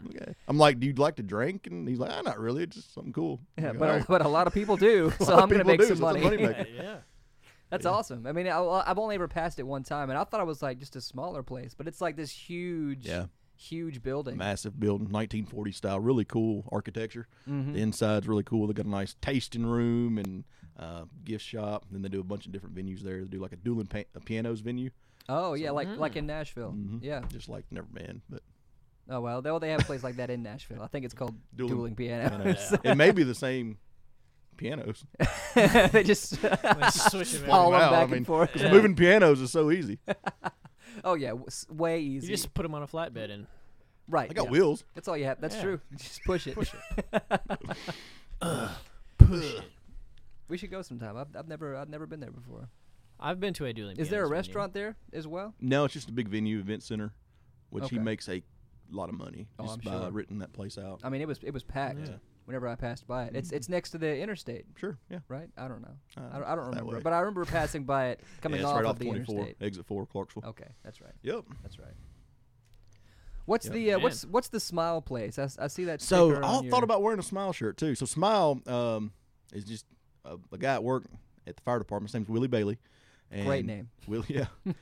S3: okay. I'm like, do you like to drink? And he's like, ah, not really. It's just something cool.
S2: that." Yeah,
S3: I'm like,
S2: but
S3: "All
S2: a,
S3: right."
S2: but a lot of people do,
S3: A
S2: so
S3: lot of
S2: I'm gonna
S3: people
S2: make
S3: do,
S2: some
S3: so it's a
S2: money.
S3: moneymaker.
S1: Uh, yeah.
S2: That's awesome. I mean, I, have only ever passed it one time, and I thought I was like just a smaller place, but it's like this huge,
S3: Yeah.
S2: huge building.
S3: massive building, 1940 style, really cool architecture.
S2: Mhm.
S3: The inside's really cool. They got a nice tasting room and uh, gift shop. Then they do a bunch of different venues there. They do like a dueling pa- a pianos venue,
S2: Oh yeah, like like in Nashville. Yeah.
S3: just like never been, but
S2: Oh well, they, well, they have a place like that in Nashville. I think it's called
S3: Dueling
S2: Dueling, Piano.
S3: pianos. it may be the same pianos.
S2: they just
S1: Let's switch it
S2: All
S1: over.
S2: of them
S3: Wow,
S2: back
S3: I mean,
S2: and forth.
S3: 'cause Moving pianos is so easy.
S2: Uh, oh yeah, w- s- way
S1: You
S2: easy.
S1: just put them on a flatbed and
S2: right.
S3: I got
S2: yeah.
S3: wheels.
S2: That's all you have. That's
S1: Yeah.
S2: true. Just push it.
S1: push it.
S2: We should go sometime. I've, I've never I've never been there before.
S1: I've been to a dueling.
S2: Is there a
S1: pianos venue.
S2: restaurant there as well?
S3: No, it's just a big venue event center, which he
S2: Okay.
S3: makes a lot of money
S2: Oh,
S3: just
S2: I'm
S3: by
S2: sure.
S3: renting that place out.
S2: I mean, it was it was packed
S3: Yeah.
S2: whenever I passed by it.
S1: Mm-hmm.
S2: It's it's next to the interstate,
S3: sure, yeah.
S2: right? I don't know. I
S3: Uh,
S2: don't, I don't
S3: that
S2: remember,
S3: way.
S2: but I remember passing by it coming
S3: yeah, it's
S2: off
S3: right
S2: of
S3: off
S2: the
S3: 24,
S2: interstate. Oh.
S3: exit four, Clarksville.
S2: Okay, that's right.
S3: Yep.
S2: That's right. What's
S3: Yep.
S2: the uh,
S1: Man.
S2: what's what's the smile place? I, s- I see that.
S3: So
S2: sticker
S3: I
S2: on
S3: thought
S2: your-
S3: about wearing a smile shirt too. So smile um, is just a, a guy at work at the fire department. His name's Willie Bailey. And
S2: Great name.
S3: Willie, yeah. and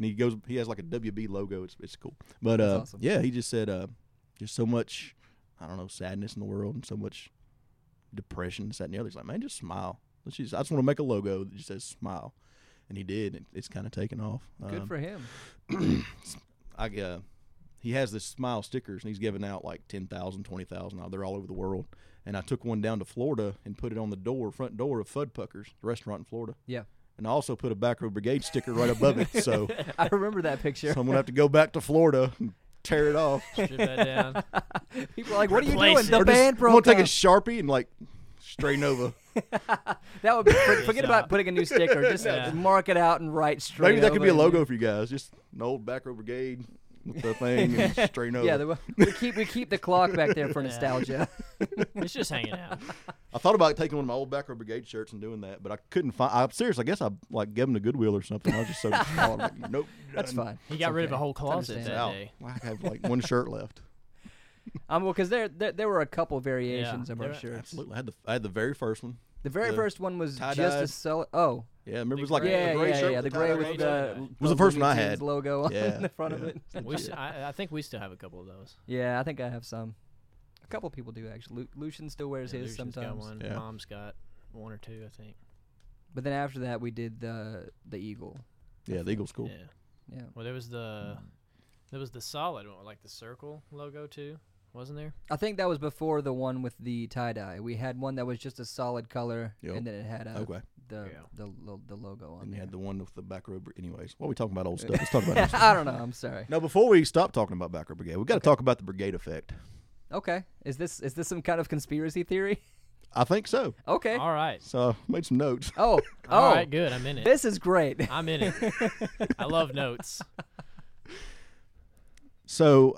S3: he goes. He has like a WB logo. It's it's cool. But uh,
S2: awesome.
S3: yeah, he just said uh, just so much. I don't know sadness in the world and so much depression. This that and the other. He's like, man, just smile. Let's just, I just want to make a logo that just says smile. And he did. And it's kind of taken off.
S2: Good
S3: Um,
S2: for him.
S3: I uh, he has this smile stickers and he's giving out like 10,000, 20,000. Now, They're all over the world. And I took one down to Florida and put it on the door, front door of Fudpuckers, the restaurant in Florida.
S2: Yeah,
S3: And I also put a back row brigade sticker right above it. So, so
S2: I remember that picture.
S3: I'm going to have to go back to Florida and tear it off.
S1: Strip that down.
S2: People are like, "What are you
S1: Replace
S2: doing?"
S1: it.
S2: The
S1: Or
S3: Just-
S2: band
S3: I'm going
S2: broke
S3: to take a
S2: up."
S3: Sharpie and like straighten over.
S2: That would be for- forget
S1: stop.
S2: about putting a new sticker. Just
S1: Yeah.
S2: mark it out and write straight.
S3: Maybe that could be a
S2: over it.
S3: logo for you guys. Just an old back row brigade with the thing and straighten over.
S2: Yeah, the, we keep we keep the clock back there for
S1: Yeah.
S2: nostalgia.
S1: It's just hanging out.
S3: I thought about taking one of my old Back Row Brigade shirts and doing that, but I couldn't find. I'm serious. I guess I like gave them to Goodwill or something. I was just so oh, I'm like, nope.
S2: That's
S3: done.
S2: fine.
S1: Um, He got rid of a whole closet
S2: understandable.
S1: that
S3: Out.
S1: day.
S3: Well, I have like one shirt left.
S2: Um, well, because there, there there were a couple variations of our
S1: there-
S2: shirts.
S3: Absolutely. I had the I had the very first one.
S2: The very
S3: The
S2: first one was just
S3: tie-dyed-
S2: a solid. Oh,
S3: Yeah, I remember it was like
S1: The
S2: yeah,
S3: a
S2: yeah,
S3: gray
S2: yeah,
S3: shirt.
S2: yeah. The gray with
S1: tie-dye
S2: the
S1: logo.
S3: Was the first one I
S2: Looney Tunes
S3: had.
S2: logo on
S3: Yeah,
S2: the front of
S3: yeah.
S2: it.
S1: We s- I, I think we still have a couple of those.
S2: Yeah, I think I have some. A couple people do actually. Lu- Lucian still wears
S1: Yeah,
S2: his
S1: Lucian's
S2: sometimes.
S1: Got one.
S3: Yeah.
S1: Mom's got one or two, I think.
S2: But then after that, we did the the eagle.
S3: Yeah, the Eagles cool.
S1: Yeah.
S2: Yeah.
S1: Well, there was the there was the solid one, like the circle logo too, wasn't there?
S2: I think that was before the one with the tie dye. We had one that was just a solid color,
S3: Yep.
S2: and then it had a,
S3: Okay.
S2: the,
S1: Yeah.
S2: the lo- the logo on
S3: And
S2: it.
S3: you had the one with the Back Row. Bri- Anyways, what are we talking about? Old stuff. Let's talk about this.
S2: I don't know. I'm sorry.
S3: Now, before we stop talking about Back Row Brigade, we got to talk about the Brigade effect.
S2: Okay. Is this is this some kind of conspiracy theory?
S3: I think so.
S2: Okay.
S1: All right.
S3: So I made some notes.
S2: Oh. Oh.
S1: All right. Good. I'm in it.
S2: This is great.
S1: I'm in it. I love notes.
S3: So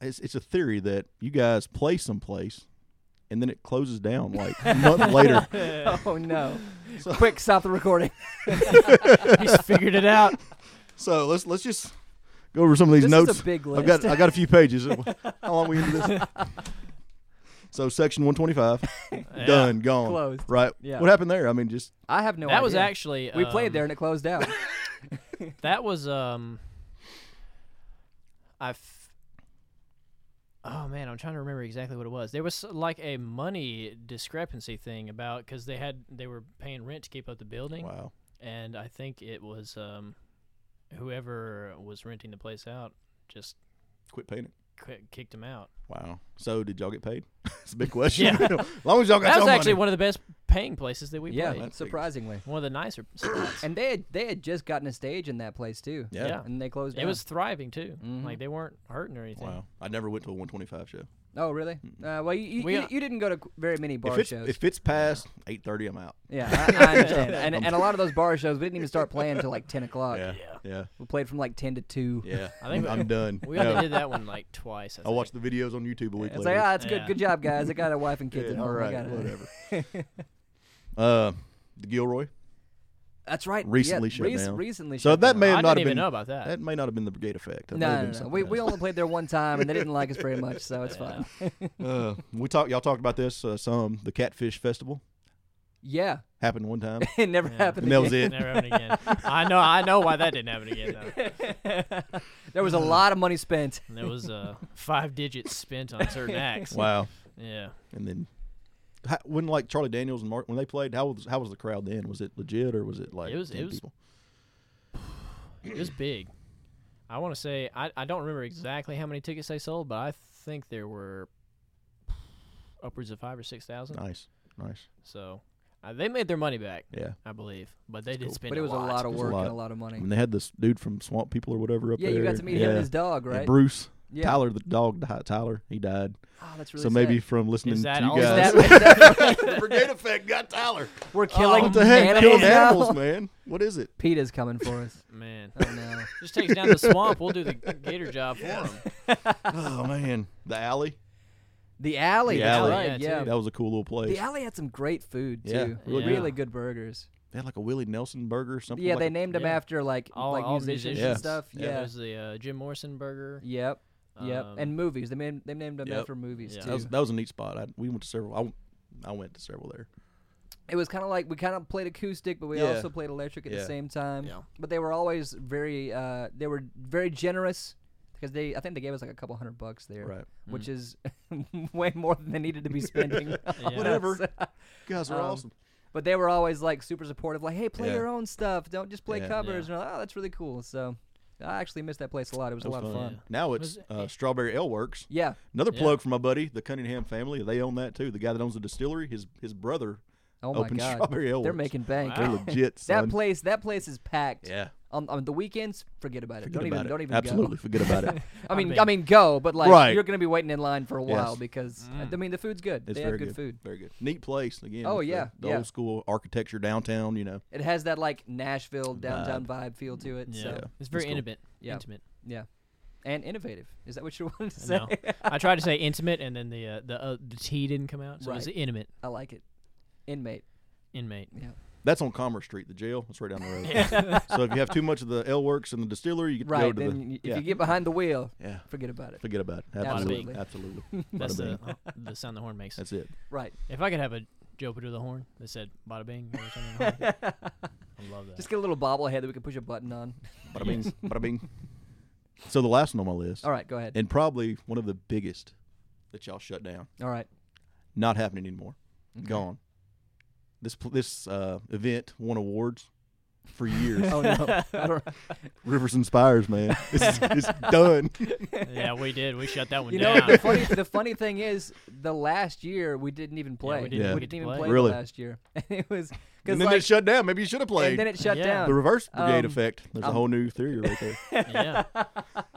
S3: it's it's a theory that you guys play someplace and then it closes down like a month later.
S2: oh no. Quick, stop the recording.
S1: He's figured it out.
S3: So let's let's just go over some of these
S2: This
S3: notes.
S2: is a big list.
S3: I've got I got a few pages. How long we into this? So section one twenty five.
S1: Yeah.
S3: Done, gone.
S2: Closed.
S3: Right.
S2: Yeah.
S3: What happened there? I mean just
S2: I have no
S1: that
S2: idea.
S1: was actually
S2: we played
S1: um,
S2: there and it closed down.
S1: That was um. I. F- oh man, I'm trying to remember exactly what it was. There was like a money discrepancy thing about because they had they were paying rent to keep up the building,
S3: Wow.
S1: and I think it was um, whoever was renting the place out just
S3: Quit painting.
S1: quit, kicked him out.
S3: Wow. So did y'all get paid? It's a big question.
S1: Yeah.
S3: as long as y'all got
S1: that
S3: y'all
S1: was actually
S3: money.
S1: one of the best paying places that we
S2: yeah,
S1: played.
S3: that's-
S2: surprisingly.
S1: One of the nicer spots.
S2: And they had they had just gotten a stage in that place too.
S3: Yeah. Mm-hmm.
S1: Yeah.
S2: and they closed.
S1: it
S2: down.
S1: was thriving too. Like they weren't hurting or anything.
S3: Wow. I never went to a 125 show.
S2: Oh, really? Uh, well, you, you,
S1: We,
S2: you-
S1: uh,
S2: you didn't go to qu- very many bar
S3: Hmm. if it's
S2: shows.
S3: if it's past 8:30, I'm out.
S2: yeah, I, I understand. and, and a lot of those bar shows, we didn't even start playing until like 10 o'clock.
S3: Yeah. Yeah.
S2: We played from like 10 to 2.
S3: Yeah.
S1: I think
S3: I'm done.
S1: We
S3: Yeah.
S1: only did that one like twice. I,
S3: I
S1: think.
S3: watched the videos on YouTube a week
S2: It's
S3: later.
S2: like, ah, Oh it's good.
S1: Yeah.
S2: Good job, guys. I got a wife and kids
S3: Yeah,
S2: at home.
S3: all
S2: I
S3: right,
S2: got it.
S3: whatever. uh, the Gilroy.
S2: That's right.
S3: Recently
S2: yeah,
S3: shut down.
S2: Recently
S3: So
S2: shut
S3: that
S2: down.
S3: may
S1: I
S3: have
S1: didn't
S3: not have
S1: even
S3: been
S1: know about that.
S3: that may not have been the Brigade effect. That may have
S2: Uh, No,
S3: been
S2: no, no.
S3: something
S2: We, we
S3: else.
S2: only played there one time, and they didn't like us very much, so it's
S1: Yeah.
S2: fine.
S3: uh, we talked. Y'all talked about this. Uh, some the Catfish Festival
S2: Yeah,
S3: happened one time,
S2: it never
S1: Yeah.
S2: happened
S3: and that was
S2: again.
S3: it.
S1: Never happened again. I know. I know why that didn't happen again. Though.
S2: there was a lot of money spent.
S1: And there was uh, five digits spent on certain acts.
S3: Wow.
S1: Yeah.
S3: And then how, when like Charlie Daniels and Mark when they played, how was how was the crowd then? Was it legit or was it like
S1: It was-
S3: 10
S1: it was-
S3: people?
S1: It was big. I want to say I, I don't remember exactly how many tickets they sold, but I think there were upwards of five or six thousand.
S3: Nice, nice.
S1: So uh, they made their money back,
S3: Yeah.
S1: I believe, but they did
S3: cool.
S1: spend.
S2: But it was a
S1: lot.
S2: lot of
S3: It was a
S2: work
S3: lot.
S2: and a lot of money.
S3: And they had this dude from Swamp People or whatever up
S2: Yeah,
S3: there.
S2: you got to meet him and his dog,
S3: And
S2: right?
S3: Bruce
S2: yeah.
S3: Tyler, the dog died. Tyler, he died.
S2: Oh, that's really
S3: so maybe from listening
S1: Is that
S3: to you
S1: all- is
S3: guys,
S2: sad. Is that-
S3: the Brigade Effect got Tyler. Oh,
S2: we're killing
S3: what the heck?
S2: animals
S3: Killing
S2: now.
S3: animals, man. What is it?
S2: PETA's coming for us.
S1: Man,
S2: Oh no.
S1: just takes down the swamp. We'll do the gator job for them.
S3: Oh man, the alley.
S2: The alley.
S3: The
S2: that's
S3: alley.
S2: right,
S1: Yeah,
S2: Yeah.
S1: too.
S3: That was a cool little place.
S2: The alley had some great food too.
S3: Yeah,
S1: really
S2: really,
S1: good.
S2: good burgers.
S3: They had like a Willie Nelson burger or something.
S2: yeah,
S3: like
S2: they
S3: a-
S2: named them
S1: Yeah.
S2: after like
S1: All-
S2: like
S1: all
S2: musicians,
S3: musicians.
S2: and stuff.
S3: Yeah.
S2: Yeah.
S1: There's the uh, Jim Morrison burger.
S2: Yep. Yep.
S1: Um,
S2: and movies. They named they named them
S3: Yep.
S2: after movies
S1: Yeah.
S2: too.
S3: That was, that was a neat spot. I, we went to several. I, w- I went to several there.
S2: it was kind of like we kind of played acoustic, but we
S3: Yeah.
S2: also played electric at
S3: Yeah.
S2: the same time.
S1: Yeah.
S2: But they were always very uh, they were very generous because they I think they gave us like a couple hundred bucks there,
S3: Right. Hmm.
S2: which is way more than they needed to be spending. on
S3: Whatever.
S2: us.
S3: You guys are
S2: Um,
S3: awesome.
S2: But they were always like super supportive, like, "Hey, play
S3: Yeah.
S2: your own stuff. Don't just play
S3: Yeah.
S2: covers." And I'm like, oh, that's really cool. So, I actually missed that place a lot. It was, a
S3: That
S2: lot
S3: was
S2: of fun.
S3: Now
S1: Was
S3: it's
S1: it-
S3: uh, Strawberry Ale Works.
S2: Yeah,
S3: Another
S1: Yeah.
S3: plug for my buddy, the Cunningham family. They own that too. The guy that owns the distillery, his his brother
S2: Oh my
S3: opens
S2: god,
S3: Strawberry Ale
S2: they're
S3: Works.
S2: making bank.
S3: They're
S1: Wow.
S3: legit.
S2: That
S3: Son.
S2: place, that place is packed.
S3: Yeah.
S2: On, on the weekends, forget about it.
S3: Forget
S2: don't even,
S3: about it.
S2: don't even
S3: Absolutely, forget about it.
S2: go. I mean,
S1: been.
S2: I mean, go, but like,
S3: Right.
S2: you're gonna be waiting in line for a while
S3: Yes.
S2: because uh,
S1: Mm.
S2: I mean, the food's good.
S3: It's
S2: they
S3: very
S2: have good, food.
S3: Very good. Neat place again.
S2: Oh,
S3: with the-
S2: yeah,
S3: The,
S2: yeah.
S3: old school architecture downtown. You know.
S2: It has that like Nashville downtown vibe feel to it.
S1: Yeah.
S2: So
S1: It's very
S3: cool.
S1: intimate.
S2: Yeah.
S1: Intimate.
S2: yeah, and innovative. Is that what you wanted to say?
S1: No, I tried to say intimate, and then the uh, the uh, the T didn't come out, so it was
S2: Right.
S1: intimate
S2: I like it. Inmate.
S1: inmate.
S2: Yeah.
S3: That's on Commerce Street, the jail. It's right down the road. so if you have too much of the ale works and the distillery, you get to go
S2: Right.
S3: to
S2: Then
S3: the
S2: y- if
S3: yeah.
S2: you get behind the wheel,
S3: yeah.
S2: forget about it.
S3: Forget about it.
S2: Bada
S3: Absolutely.
S2: bing.
S3: Absolutely.
S1: That's
S3: Bada
S1: the
S3: bing.
S1: the sound the horn makes.
S3: That's it.
S2: Right.
S1: If I could have a Jupiter the horn that said "bada bing" or something, on it, I love that.
S2: Just get a little bobblehead that we can push a button on.
S3: Bada bing. Bada bing. So the last one on my list,
S2: All right, go ahead.
S3: and probably one of the biggest that y'all shut down,
S2: All right.
S3: not happening anymore. Gone. This pl- this uh, event won awards for years.
S2: Oh no. I don't,
S3: Rivers and Spires, man. This is, it's done.
S1: yeah, we did. We shut that one
S2: you know
S1: down.
S2: the funny the funny thing is the last year we didn't even play.
S1: we didn't
S3: Yeah.
S2: we
S1: get
S2: didn't
S1: to
S2: even
S1: play.
S2: play,
S3: Really?
S2: the last year. it was
S3: And
S2: because
S3: then
S2: like
S3: it shut down. Maybe you should have
S2: and
S3: played.
S2: then it shut
S1: Yeah.
S3: the
S2: down.
S3: reverse brigade
S2: um,
S3: effect. There's a
S2: um,
S3: whole new theory right there.
S1: yeah,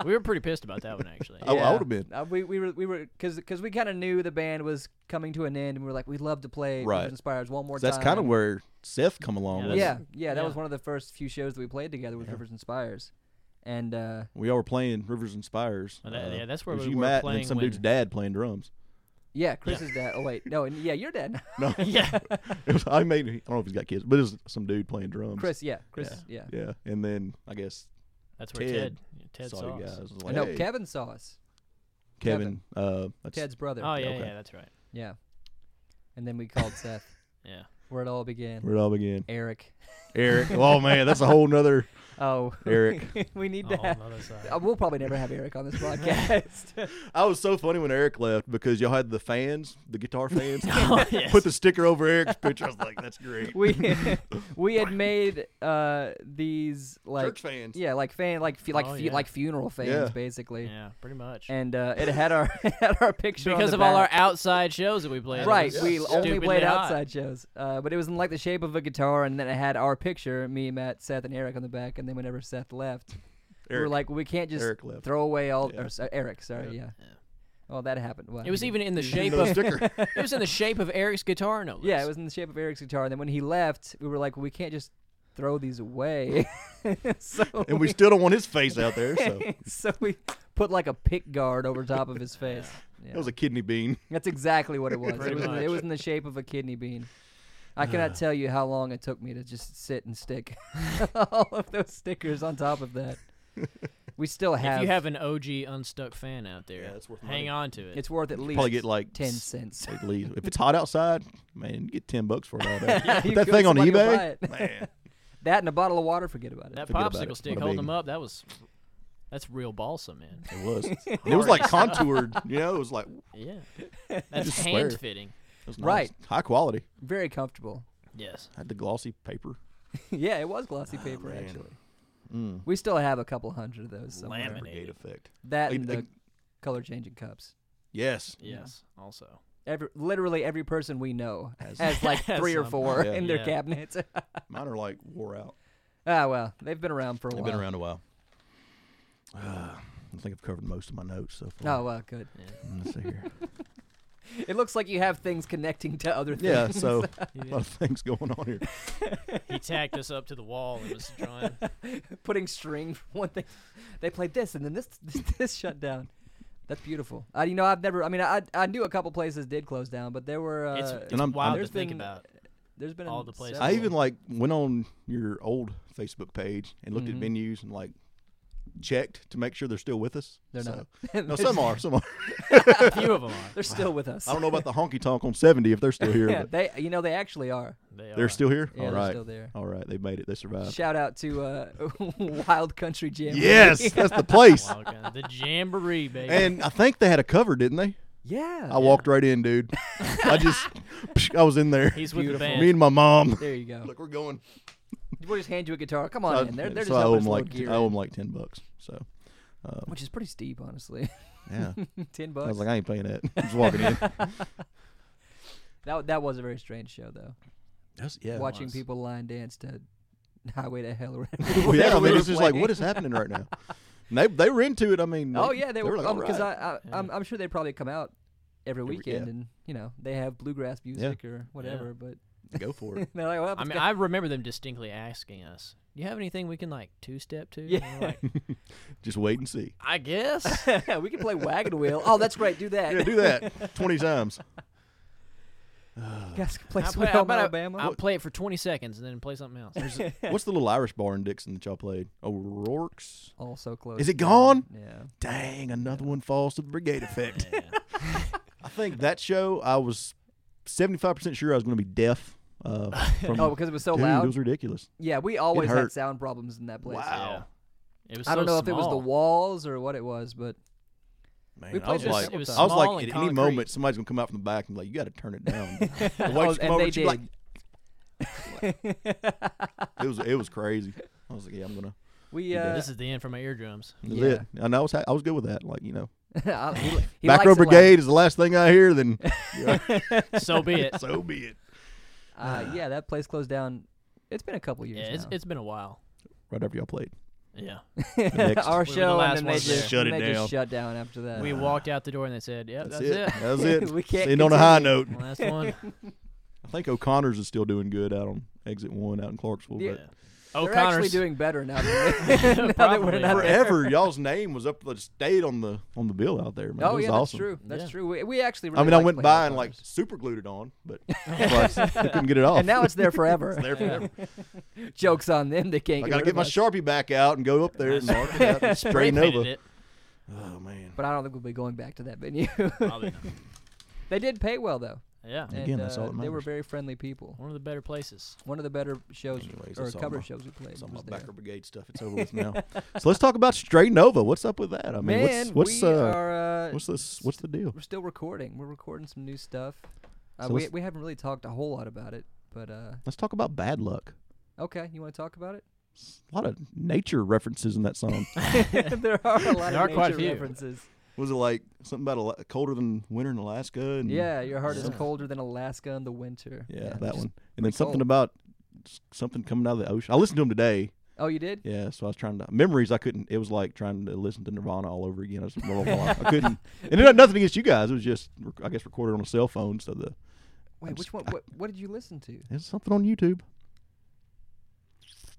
S1: we were pretty pissed about that one actually.
S3: I- I would've been.
S2: Uh, we we were we were because we kind of knew the band was coming to an end and we were like we'd love to play
S3: Right.
S2: Rivers and Spires one more
S3: So that's
S2: time.
S3: kind of where Seth come along.
S1: Yeah,
S3: with
S2: yeah
S3: it.
S2: yeah, that
S1: yeah.
S2: was one of the first few shows that we played together with
S3: Yeah.
S2: Rivers and Spires, and uh,
S3: We all were playing Rivers and Spires. uh,
S1: And that- yeah, that's where
S3: it was
S1: we
S3: you,
S1: were
S3: Matt, and
S1: playing
S3: then some
S1: when-
S3: dude's dad playing drums.
S2: yeah Chris's dad. Oh wait, no, and, yeah, your dad. now.
S3: No,
S1: yeah,
S3: it was, I made. I don't know if he's got kids, but it was some dude playing drums.
S2: Chris, yeah, Chris, yeah.
S3: Yeah, and then I guess
S1: that's where Ted
S3: Ted
S1: Ted
S3: saw
S1: saw
S3: you
S1: us.
S3: guys. Was
S2: Uh,
S3: like,
S2: No,
S3: hey,
S2: Kevin saw us.
S3: Kevin. Uh, that's,
S2: Ted's brother.
S1: Oh yeah,
S3: Okay.
S1: yeah, that's right.
S2: Yeah. And then we called Seth,
S1: Yeah,
S2: where it all began.
S3: where it all began.
S2: Eric.
S3: Eric. Oh man, that's a whole nother.
S2: Oh,
S3: Eric.
S2: we need
S1: A
S2: to
S1: whole
S2: have.
S1: nother side.
S2: uh, We'll probably never have Eric on this podcast.
S3: I was so funny when Eric left because y'all had the fans, the guitar fans,
S1: Oh, yes.
S3: put the sticker over Eric's picture. I was like, that's great.
S2: we we had made uh these like
S3: Church fans.
S2: yeah like fan like fu- like
S1: Oh,
S2: fu-
S1: yeah.
S2: like funeral fans
S3: Yeah.
S2: basically.
S1: yeah, pretty much.
S2: And uh, it had our it had our picture on
S1: because
S2: the
S1: of all our
S2: back.
S1: outside shows that we played. it
S2: Right,
S1: was
S2: we only
S1: stupidly
S2: played
S1: hot.
S2: outside shows, uh, but it was in like the shape of a guitar, and then it had our picture, me, Matt, Seth, and Eric on the back. And then whenever Seth left, we were
S3: Eric.
S2: like, we can't just
S3: Eric left.
S2: throw away all
S3: Yeah.
S2: or, so- Eric. Sorry, yeah.
S1: Yeah.
S2: Oh, that happened. Well,
S1: It was
S2: he
S1: even in the shape
S3: No
S1: of
S3: sticker.
S1: it was in the shape of Eric's guitar, no less.
S2: Yeah, it was in the shape of Eric's guitar. And then when he left, we were like, we can't just throw these away. so
S3: And we still don't want his face out there. So
S2: so we put like a pick guard over top of his face. Yeah.
S3: that was a kidney bean.
S2: That's exactly what it was. it,
S1: Pretty
S2: was in, the- it
S1: much.
S2: was in the shape of a kidney bean. I cannot tell you how long it took me to just sit and stick all of those stickers on top of that. We still have.
S1: If you have an OG unstuck fan out there,
S3: Yeah, it's worth money.
S1: hang on to it.
S2: it's worth at least
S3: Probably get like
S2: ten
S3: s-
S2: cents.
S3: at least. If it's hot outside, man, you get ten bucks for it all day.
S2: You
S3: Put that
S2: go
S3: thing on
S2: somebody will buy
S3: eBay,
S2: it.
S3: man.
S2: That and a bottle of water. Forget about it.
S1: that
S3: forget about
S1: popsicle
S3: it.
S1: stick
S3: What a
S1: holding
S3: big-
S1: them up, that was that's real balsam, man.
S3: It was. And it was like contoured. You know, it was like it
S1: Yeah. That's
S3: just swear.
S1: hand fitting.
S3: was nice.
S2: Right.
S3: high quality.
S2: Very comfortable.
S1: Yes.
S3: Had the glossy paper.
S2: yeah, it was glossy paper
S3: Ah, man.
S2: actually.
S3: Mm.
S2: We still have a couple hundred of those somewhere.
S1: Laminate.
S3: Brigade effect.
S2: That
S3: Like-
S2: and
S3: like-
S2: the color changing cups.
S3: Yes.
S2: Yeah.
S1: Yes. Also.
S2: Every literally every person we know
S3: Has-
S2: has, like
S1: Has
S2: three or
S1: some.
S2: four
S3: Yeah.
S2: in their
S1: Yeah.
S2: cabinets. ah
S3: Mine are like wore out.
S2: well, they've been around for a
S3: They've
S2: while.
S3: been around a while. Uh, I think I've covered most of my notes so far.
S2: Oh well, good.
S3: Let's see here.
S2: It looks like you have things connecting to other things.
S3: Yeah, so a lot of things going on here.
S1: He tacked us up to the wall and was drawing.
S2: Uh, Putting string from one thing. They played this and then this this, this shut down. That's beautiful. I, you know, I've never. I mean, I I knew a couple places did close down, but there were. Uh,
S1: It's, it's
S3: I'm-
S1: wild
S2: there's
S1: to think
S2: been-
S1: about.
S2: there's been
S1: all
S2: an-
S1: the places.
S3: I
S2: several.
S3: even like went on your old Facebook page and looked
S2: Mhm.
S3: at venues and like checked to make sure they're still with us.
S2: They're
S3: So-
S2: not.
S3: No, some are. Some are.
S1: A few of them are.
S2: They're still with us.
S3: I don't know about the honky tonk on 70 if they're still here.
S2: yeah,
S3: but
S2: they. You know, they actually are.
S1: They
S3: they're
S1: are.
S3: still here?
S2: Yeah,
S3: All
S2: they're
S3: right.
S2: still there.
S3: All right. They made it. They survived.
S2: Shout out to uh, Wild Country Jam.
S3: yes. That's the place.
S1: Wild kind. The jamboree, baby.
S3: And I think they had a cover, didn't they?
S2: Oh, Yeah.
S3: I walked right in, dude. I just, I was in there.
S1: He's with the
S2: Beautiful.
S1: band.
S3: Me and my mom.
S2: there you go.
S3: Look, we're going.
S2: We'll just hand you a guitar. Come on
S3: I-
S2: in. They're, they're
S3: so
S2: just
S3: I owe
S2: helping
S3: them
S2: us load
S3: like
S2: gear.
S3: I owe
S2: in,
S3: them like ten bucks. So um,
S2: Which is pretty steep, honestly.
S3: yeah,
S2: Ten
S3: I
S2: bucks.
S3: was like, I ain't paying that. I'm just walking in.
S2: that that was a very strange show, though.
S3: That's, yeah,
S2: Watching
S1: was.
S2: people line dance to "Highway to Hell" or
S3: Well,
S2: whatever.
S3: yeah, I
S2: we
S3: mean,
S2: were
S3: it's just like,
S2: playing.
S3: what is happening right now? And they they were into it. I mean,
S2: Oh yeah, they, were
S3: like, all
S2: because
S3: right.
S2: I, I I'm, I'm sure they probably come out every
S3: Every-
S2: weekend,
S3: yeah.
S2: and you know they have bluegrass music or whatever.
S3: go for
S2: But
S3: it.
S2: they're like, well,
S1: I
S2: it's
S1: mean,
S2: got-
S1: I remember them distinctly asking us, "Do you have anything we can like two step to?"
S2: Yeah.
S1: And we're like,
S3: Just wait and see.
S1: I guess.
S2: we can play Wagon Wheel. Oh, that's great. Do that.
S3: Yeah, do that twenty times.
S2: Guys can play
S1: I'll
S2: Sweet
S1: play- how
S2: Home
S1: about I-
S2: Alabama.
S1: I'll play it for 20 seconds and then play something else.
S3: What's the little Irish bar in Dixon that y'all played? O'Rourke's.
S2: also close.
S3: Is it
S2: down.
S3: gone?
S2: Yeah.
S3: Dang, another one falls to the brigade effect.
S1: Yeah.
S3: I think that show I was seventy five percent sure I was going to be deaf. Uh, from,
S2: Oh, because it was so
S3: dude,
S2: loud.
S3: it was ridiculous.
S2: yeah, we always
S3: hurt.
S2: had sound problems in that place.
S3: Wow.
S1: It was
S2: I don't
S1: so
S2: know if it was the
S1: small.
S2: walls or what it was, but
S3: Man,
S2: We
S3: I
S2: played
S3: was
S2: this-
S3: like,
S2: it was
S3: I was like,
S1: small
S3: at
S1: and
S3: any
S1: concrete.
S3: moment somebody's gonna come out from the back and be like, you got to turn it down. The
S2: Oh,
S3: waitress come
S2: and
S3: over
S2: they
S3: and she'd be like-
S2: did.
S3: it was it was crazy. I was like, yeah, I'm gonna.
S2: we
S3: did.
S2: uh,
S1: This is the end for my eardrums.
S3: This is
S2: Yeah.
S3: it. And I was ha- I was good with that. Like you know,
S2: I- he, li- he likes
S3: back row
S2: it loud.
S3: brigade is the last thing I hear. Then
S1: So be it.
S3: so be it.
S2: Uh, yeah, that place closed down. It's been a couple
S1: Yeah,
S2: years.
S1: it's,
S2: now.
S1: it's been a while.
S3: Right after y'all played,
S1: Yeah.
S3: next-
S2: our
S1: the
S2: show,
S1: last
S2: and then they
S1: ones
S2: just
S3: there. Shut it
S2: they
S3: down.
S2: Just shut down after that.
S1: We walked out the door and they said, "Yep, that's, it.
S3: That was it.
S2: We can't
S3: Sitting on a high note.
S1: Last one.
S3: I think O'Connor's is still doing good out on exit one out in Clarksville.
S2: Yeah.
S3: But
S2: They're actually
S1: O'Connor's.
S2: doing better now. Than now that we're
S1: Probably.
S2: not there.
S3: forever, y'all's name was up the stayed on the on the bill out there. Man. it
S2: Oh
S3: was
S2: yeah, that's
S3: awesome.
S2: true. That's
S1: Yeah.
S2: true. We, we actually. Really
S3: I mean, I
S2: liked
S3: went
S2: playing
S3: by and like
S2: outdoors.
S3: super glued it on, but I couldn't get it off.
S2: and now it's there forever.
S3: It's there forever.
S2: Jokes on them. They can't.
S3: I
S2: get
S3: gotta
S2: rid
S3: get
S2: of
S3: my
S2: us.
S3: sharpie back out and go up there and mark it out and
S1: Spray
S3: straighten
S1: painted
S3: over.
S1: it.
S3: Oh man,
S2: But I don't think we'll be going back to that venue.
S1: Probably not.
S2: they did pay well though.
S1: Yeah.
S2: And,
S3: Again, that's all
S2: uh,
S3: that
S2: They were
S3: matters.
S2: very friendly people.
S1: One of the better places.
S2: One of the better shows
S3: Anyways,
S2: or
S3: that's all
S2: cover
S3: my-
S2: shows we played.
S3: It's all my
S2: was there.
S3: backer brigade stuff. It's over with now. so let's talk about Stray Nova. What's up with that? I mean,
S2: Man,
S3: what's what's
S2: we
S3: uh,
S2: are, uh,
S3: what's this? What's the deal?
S2: we're still recording. We're recording some new stuff. Uh,
S3: So
S2: we
S3: let's-
S2: we haven't really talked a whole lot about it, but uh,
S3: Let's talk about bad luck.
S2: okay. You want to talk about it?
S3: A lot of nature references in that song.
S2: there are a lot
S1: There are
S2: of
S1: quite a
S2: nature
S1: few.
S2: references.
S3: Was it like something about Ala- colder than winter in Alaska? And
S2: Yeah, your heart is
S1: Yeah.
S2: colder than Alaska in the winter.
S3: yeah,
S2: just-
S3: that one. And then
S2: pretty
S3: something
S2: cold.
S3: about s- something coming out of the ocean. I listened to them today.
S2: Oh, you did?
S3: Yeah, so I was trying to memories. I couldn't. It was like trying to listen to Nirvana all over again. I, was, I couldn't. And it had nothing against you guys. It was just rec- I guess recorded on a cell phone. So the
S2: Wait,
S3: I'm
S2: which
S3: just-
S2: one?
S3: I-
S2: What, what did you listen to?
S3: it's something on YouTube.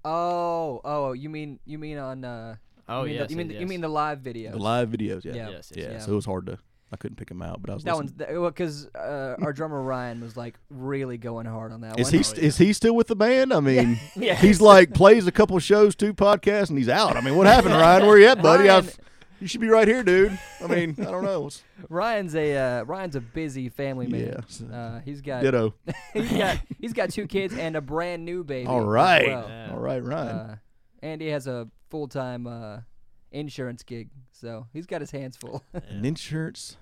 S2: Oh, oh, you mean you mean on? Uh,
S1: Oh,
S2: you mean
S1: yes,
S2: the, you mean
S1: yes.
S2: the, you mean the live video?
S3: The live videos. Yeah.
S2: Yeah.
S1: Yes, yes,
S3: Yeah,
S2: yes.
S3: So it was hard to. I couldn't pick them out, but I was.
S2: that
S3: listening.
S2: one's because uh, our drummer Ryan was like really going hard on that
S3: Is
S2: one.
S3: he st- is he still with the band? I mean,
S1: Yeah.
S3: he's like plays a couple shows, two podcasts, and he's out. I mean, what happened, Ryan? Where you at, buddy?
S2: Ryan-
S3: I've, you should be right here, dude. I mean, I don't know. It's-
S2: Ryan's a uh, Ryan's a busy family man.
S3: yeah, so-
S2: Uh, he's got
S3: ditto.
S2: he's got he's got two kids and a brand new baby.
S3: All
S2: as
S3: right,
S2: well.
S1: Yeah.
S3: Oh, all right, Ryan.
S2: Uh, and he has a full time uh, insurance gig, so he's got his hands full
S3: An insurance,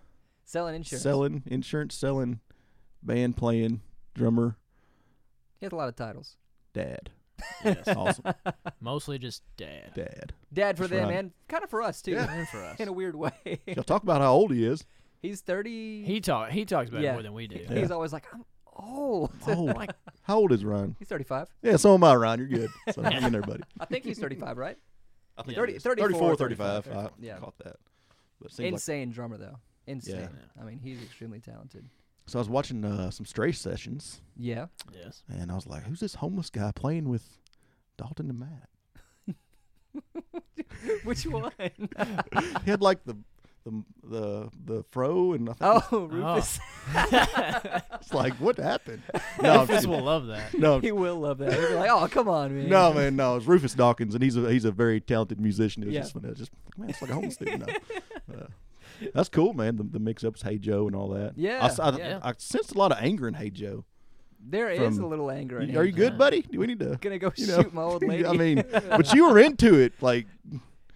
S2: selling insurance.
S3: selling insurance, selling band playing drummer
S2: He has a lot of titles.
S3: dad.
S1: yes.
S3: Awesome,
S1: Mostly just dad.
S3: dad.
S2: Dad for
S3: That's
S2: them
S3: right.
S2: and kind of for us too,
S1: And for us.
S2: in a weird way.
S3: Y'all talk about how old he is.
S2: he's thirty.
S1: He talk he talks about it
S2: Yeah.
S1: more than we do.
S3: Yeah.
S2: He's always like, I'm old.
S3: Oh, how old is Ryan?
S2: he's thirty five.
S3: Yeah, so am I, Ryan. You're good. So hang in there, buddy.
S2: I think he's thirty five, right?
S3: I think
S2: Thirty-
S3: it is.
S2: 34,
S3: 34,
S2: 35,
S3: 35. I
S2: 34.
S3: caught that. But it seems like
S2: Insane drummer though. Insane.
S1: Yeah.
S2: I mean, he's extremely talented.
S3: So I was watching uh, some Stray sessions,
S2: Yeah.
S1: Yes.
S3: and I was like, "Who's this homeless guy playing with Dalton and Matt?"
S2: Which one?
S3: he had like the the the the fro, and I think
S2: oh, Rufus.
S3: it's like, "What happened?" No, I'm
S1: Rufus
S3: kidding.
S1: will love that.
S3: no,
S2: he will love that. He'll be like, oh, come on, man.
S3: no, man, no. It's Rufus Dawkins, and he's a he's a very talented musician. It was
S2: Yeah.
S3: just funny. I was just like, man, it's like a homeless dude. No. Uh, that's cool, man. The, the mix-ups, Hey Joe, and all that.
S2: Yeah,
S3: I s- I,
S1: yeah.
S3: I sensed a lot of anger in Hey Joe.
S2: There is
S3: From-
S2: a little anger. in
S3: Are you
S2: him.
S3: good, buddy? Do we need to?
S2: Gonna go
S3: You know,
S2: shoot my old lady.
S3: I mean, but you were into it, like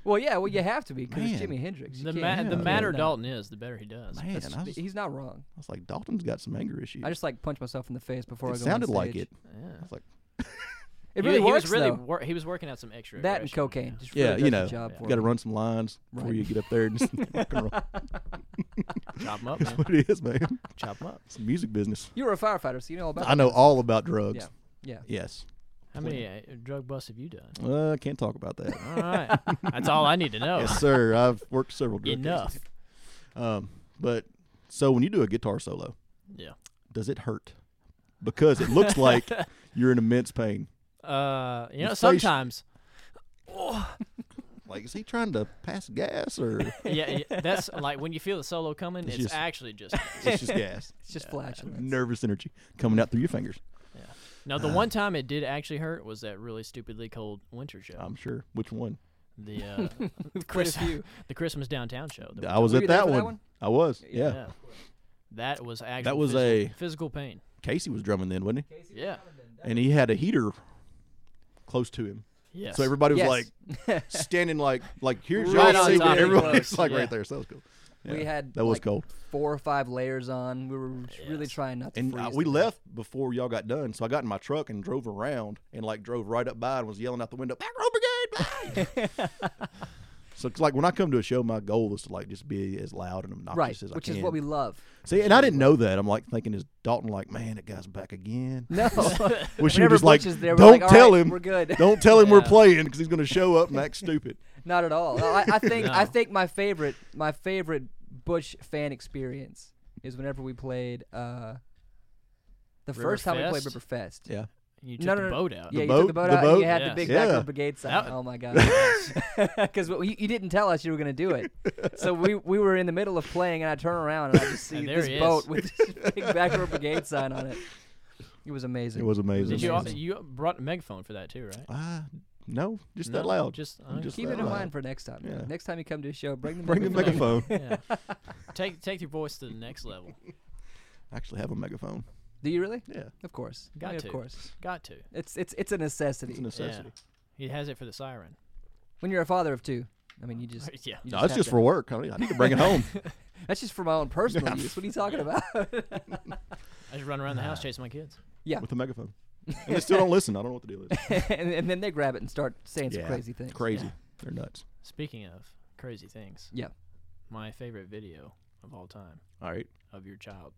S2: well, yeah. Well, you have to be because it's
S3: Man.
S2: Jimi Hendrix. You
S1: The,
S2: can't-
S1: ma-
S3: yeah.
S1: the madder
S2: No.
S1: Dalton is, the better he does.
S3: man.
S2: That's-
S3: I was,
S2: he's not wrong.
S3: I was like, Dalton's got some anger issues.
S2: I just like punch myself in the face before I
S3: it
S2: go.
S3: sounded
S2: on
S3: like
S2: stage.
S3: it.
S1: Yeah.
S3: I was like,
S2: It
S1: He-
S2: really
S1: he,
S2: works
S1: was really
S2: though.
S1: wor- he was working out some extra
S2: That and
S1: aggression,
S2: cocaine. Just
S3: Yeah,
S2: really
S3: you
S2: does the
S3: know,
S2: job for
S3: you got to
S2: him.
S3: run some lines before
S2: Right.
S3: you get up there. And just rock and roll.
S1: yeah. Chop 'em up,
S3: That's
S1: man.
S3: what it is, man.
S1: Chop 'em up.
S3: It's the music business.
S2: You were a firefighter, so you know all about.
S3: I know all about drugs.
S2: Yeah. Yeah.
S3: Yes.
S1: How many uh, drug busts have you done?
S3: Uh, I can't talk about that.
S1: All right. That's all I need to know.
S3: yes, sir. I've worked several drug
S1: Oh. Enough.
S3: cases. Um, but so when you do a guitar solo,
S1: Yeah.
S3: does it hurt? Because it looks like you're in immense pain.
S1: Uh, you
S3: Your
S1: know,
S3: face-
S1: sometimes.
S3: Like, is he trying to pass gas or
S1: yeah, yeah, that's like when you feel the solo coming,
S3: It's
S1: it's,
S3: just-
S1: actually just.
S3: it's just gas?
S2: It's just flatulence.
S3: Nervous energy coming out through your fingers.
S1: No,
S3: Uh.
S1: the one time it did actually hurt was that really stupidly cold winter show.
S3: I'm sure. Which one?
S1: the uh,
S2: Quite a
S1: Chris-
S2: few.
S1: the Christmas downtown show. that we
S3: I was
S2: Were
S3: at
S2: you there
S3: that
S2: for that
S3: one.
S2: one?
S3: I was. Uh, Yeah.
S1: did. That was actually
S3: was
S1: physical,
S3: a-
S1: physical pain.
S3: Casey was drumming then, wasn't he?
S1: Yeah.
S3: And he had a heater close to him.
S1: Yes.
S3: So everybody was
S2: Yes.
S3: like standing like like here's
S1: Right
S3: y'all
S1: on
S3: secret.
S1: top of you.
S3: Everybody's
S1: Close,
S3: like
S1: yeah.
S3: right there. So that was cool.
S2: We
S3: Yeah.
S2: had
S3: that was
S2: like,
S3: cold.
S2: Four or five layers on. We were really
S1: Yes.
S2: trying not to.
S3: And
S2: freeze
S3: uh, we
S2: to death.
S3: left before y'all got done. So I got in my truck and drove around and like drove right up by and was yelling out the window, back row brigade. blah!" so it's like when I come to a show, my goal is to like just be as loud and obnoxious
S2: Right,
S3: as I
S2: which
S3: can.
S2: is what we love.
S3: See, and I didn't know that. I'm like thinking, is Dalton like, man, that guy's back again?
S2: No,
S3: Wish
S2: Whenever
S3: you were just like,
S2: Butch is there, we're
S3: don't
S2: like, "All
S3: tell
S2: right,
S3: him.
S2: we're good."
S3: Don't tell him we're
S1: Yeah.
S3: playing because he's going to show up and act stupid.
S2: not at all. No, I, I think I
S1: No.
S2: think my favorite my favorite Bush fan experience is whenever we played uh, the first time we played
S1: Riverfest?
S2: Riverfest.
S3: Yeah.
S1: You took
S2: No,
S1: the
S2: no, no.
S1: boat out.
S2: Yeah, you
S3: boat-
S2: took the boat
S3: the
S2: out. and
S3: boat?
S2: you had
S1: Yes.
S2: the big
S3: Yeah.
S2: backup brigade sign.
S1: That-
S2: oh my god! Because you, you didn't tell us you were going to do it, so we we were in the middle of playing, and I turn around and I just see
S1: And there
S2: this
S1: he
S2: boat
S1: is.
S2: with this big backup brigade sign on it. It was amazing.
S3: It was amazing.
S1: Did you al-
S2: amazing.
S1: you brought a megaphone for that too, right?
S3: Ah, no, just
S1: No,
S3: that loud.
S1: Just, uh,
S3: I'm
S1: okay.
S3: just
S2: Keep
S3: that
S2: it in
S3: loud.
S2: mind for next time. man.
S3: uh, Yeah.
S2: Next time you come to a show, bring the
S3: Bring the
S2: megaphone.
S3: megaphone.
S1: yeah. Take take your voice to the next level.
S3: I actually have a megaphone.
S2: Do you really?
S3: Yeah,
S2: Of course.
S1: Got
S2: Yeah,
S1: to.
S2: Of course.
S1: Got to.
S2: It's it's it's a necessity.
S3: it's a necessity.
S1: He has it for the siren.
S2: when you're a father of two, I mean, you just.
S1: yeah.
S2: you
S3: No, it's
S2: have
S3: just
S2: to-
S3: for work. I, mean, I need to bring it home.
S2: That's just for my own personal use. What are you talking about?
S1: I just run around the house chasing my kids.
S2: Yeah.
S3: with a megaphone. And they still don't listen. I don't know what the deal is.
S2: and, and then they grab it and start saying some
S3: Yeah.
S2: crazy things.
S3: Crazy.
S1: Yeah.
S3: They're nuts.
S1: Speaking of crazy things.
S2: Yeah.
S1: My favorite video of all time
S3: All right.
S1: of your child.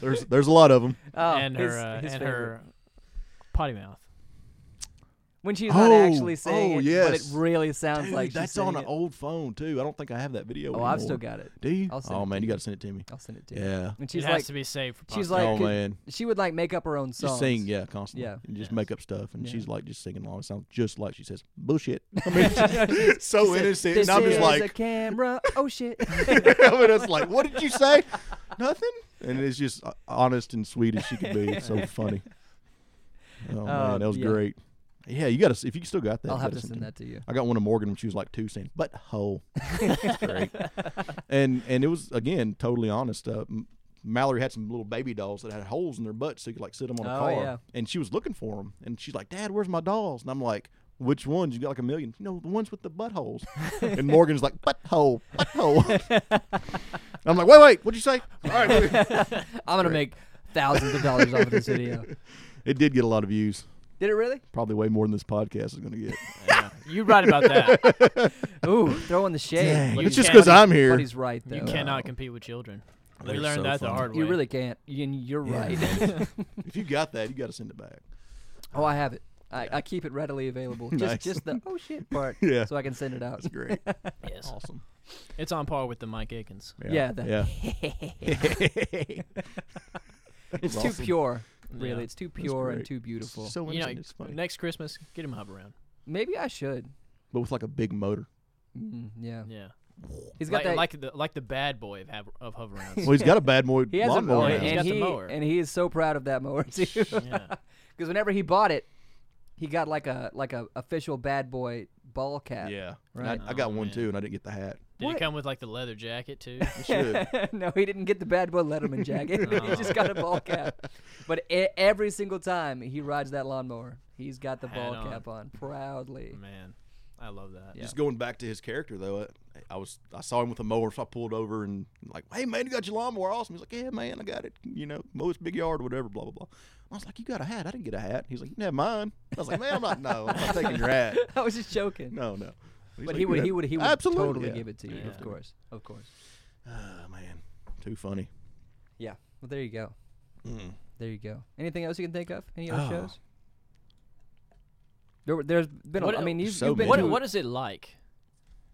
S3: There's there's a lot of them.
S2: Oh,
S1: and
S2: his-
S1: her uh,
S2: his
S1: and
S2: favorite.
S1: her potty mouth.
S2: when she's not
S3: Oh,
S2: actually saying
S3: oh,
S2: it, but it
S3: yes.
S2: really sounds like she's
S3: that's
S2: saying
S3: on an
S2: it.
S3: old phone too. I don't think I have that video.
S2: Oh, I've
S3: anymore.
S2: still got it.
S3: Do you?
S2: I'll send
S3: Oh
S2: it
S3: man,
S2: to
S3: you got to send it to me.
S2: I'll send it to you.
S3: Yeah.
S1: She's
S2: And she's
S1: it has
S2: like,
S1: to be saved for
S2: she's
S1: posterity.
S2: like-
S3: oh
S2: 'cause
S3: man,
S2: she would like make up her own songs.
S3: just sing yeah constantly.
S2: Yeah.
S3: You just
S1: Yes.
S3: make up stuff, and
S2: Yeah.
S3: she's like just singing along. It sounds just like she says bullshit. I mean, it's so innocent,
S2: This
S3: and I'm
S2: is
S3: just
S2: a
S3: like,
S2: camera. Oh shit.
S3: I mean, it's like, what did you say? Nothing. And it's just uh, honest and sweet as she could be. It's so funny. Oh
S2: Uh,
S3: man, that was
S2: yeah.
S3: great. Yeah, you got to. If you still got that,
S2: I'll
S3: you
S2: have
S3: gotta
S2: to
S3: it
S2: send
S3: me.
S2: that to you.
S3: I got one of Morgan when she was like two, saying "butthole," It's great. and and it was again totally honest. Uh, M- Mallory had some little baby dolls that had holes in their butts, so you could like sit them on a
S2: Oh,
S3: car.
S2: yeah.
S3: And she was looking for them, and she's like, "Dad, where's my dolls?" And I'm like, "Which ones? You got like a million? You know, the ones with the buttholes." and Morgan's like, "Butthole, butthole." and I'm like, "Wait, wait, what'd you say?" All right,
S2: I'm gonna make thousands of dollars off of this video.
S3: it did get a lot of views.
S2: Did it really?
S3: Probably way more than this podcast is going to get.
S1: Yeah. You're right about that.
S2: Ooh, throwing the shade.
S3: Dang,
S1: you
S3: it's just
S1: can't-
S3: because I'm
S2: But
S3: here.
S2: he's right though.
S1: You cannot compete with children. We
S3: They're
S1: learned
S3: so
S1: that the
S3: funny.
S1: hard way.
S2: You really can't. You, you're
S3: Yeah.
S2: right.
S3: If you got that, you got to send it back.
S2: Oh, I have it. I, I keep it readily available. Just
S3: Nice.
S2: just the oh shit part,
S3: Yeah.
S2: so I can send it out.
S3: That's great.
S1: Yes.
S3: awesome.
S1: It's on par with the Mike Akins.
S2: Yeah, that- It's too pure, really.
S1: Yeah.
S2: It's too pure and
S3: great.
S2: too beautiful.
S3: So
S1: You know,
S3: innocent, it's funny.
S1: next Christmas, get him a hub around.
S2: Maybe I should.
S3: But with like a big motor.
S2: Mm, yeah.
S1: Yeah.
S2: he's
S1: like,
S2: got that.
S1: like the like the bad boy of have, of hover rounds.
S3: Well, he's got a bad boy
S2: he has a
S3: lawnmower.
S2: mower,
S1: now.
S2: and,
S1: He's
S3: now.
S1: got the
S2: he,
S1: mower.
S2: and he is so proud of that mower too. Because
S1: yeah.
S2: whenever he bought it, he got like a like a official bad boy ball cap.
S3: Yeah. And
S2: Right.
S3: I, I got
S1: Oh,
S3: one
S1: man.
S3: too, and I didn't get the hat.
S1: Did
S2: What?
S1: it come with like the leather jacket too?
S3: You should.
S2: no, he didn't get the bad boy Letterman jacket. he just got a ball cap. But e- every single time he rides that lawnmower, he's got the
S1: Hat
S2: ball
S1: on. Mm.
S2: cap on proudly.
S1: Man, I love that.
S2: Yeah.
S3: Just going back to his character though, I, I was I saw him with a mower, so I pulled over and like, hey man, you got your lawnmower, awesome. He's like, yeah man, I got it. You know, mow his big yard, or whatever, blah blah blah. I was like, you got a hat? I didn't get a hat. He's like, you can have mine. I was like, man, I'm not. No, I'm not taking your hat.
S2: I was just joking.
S3: No, no.
S2: But
S3: He's like,
S2: he
S3: "You
S2: would,
S3: have-
S2: he would, he would
S3: Absolutely,
S2: totally
S3: yeah."
S2: give it to you.
S1: Yeah.
S2: Of course, of course.
S3: Oh man, too funny.
S2: Yeah. Well, there you go.
S3: Mm.
S2: There you go. Anything else you can think of? Any other
S3: Oh.
S2: shows? There, were- there's been. A,
S1: What
S2: I
S1: el-
S2: mean, you've,
S3: So
S2: you've been.
S3: many.
S1: What
S2: to-
S1: what is it like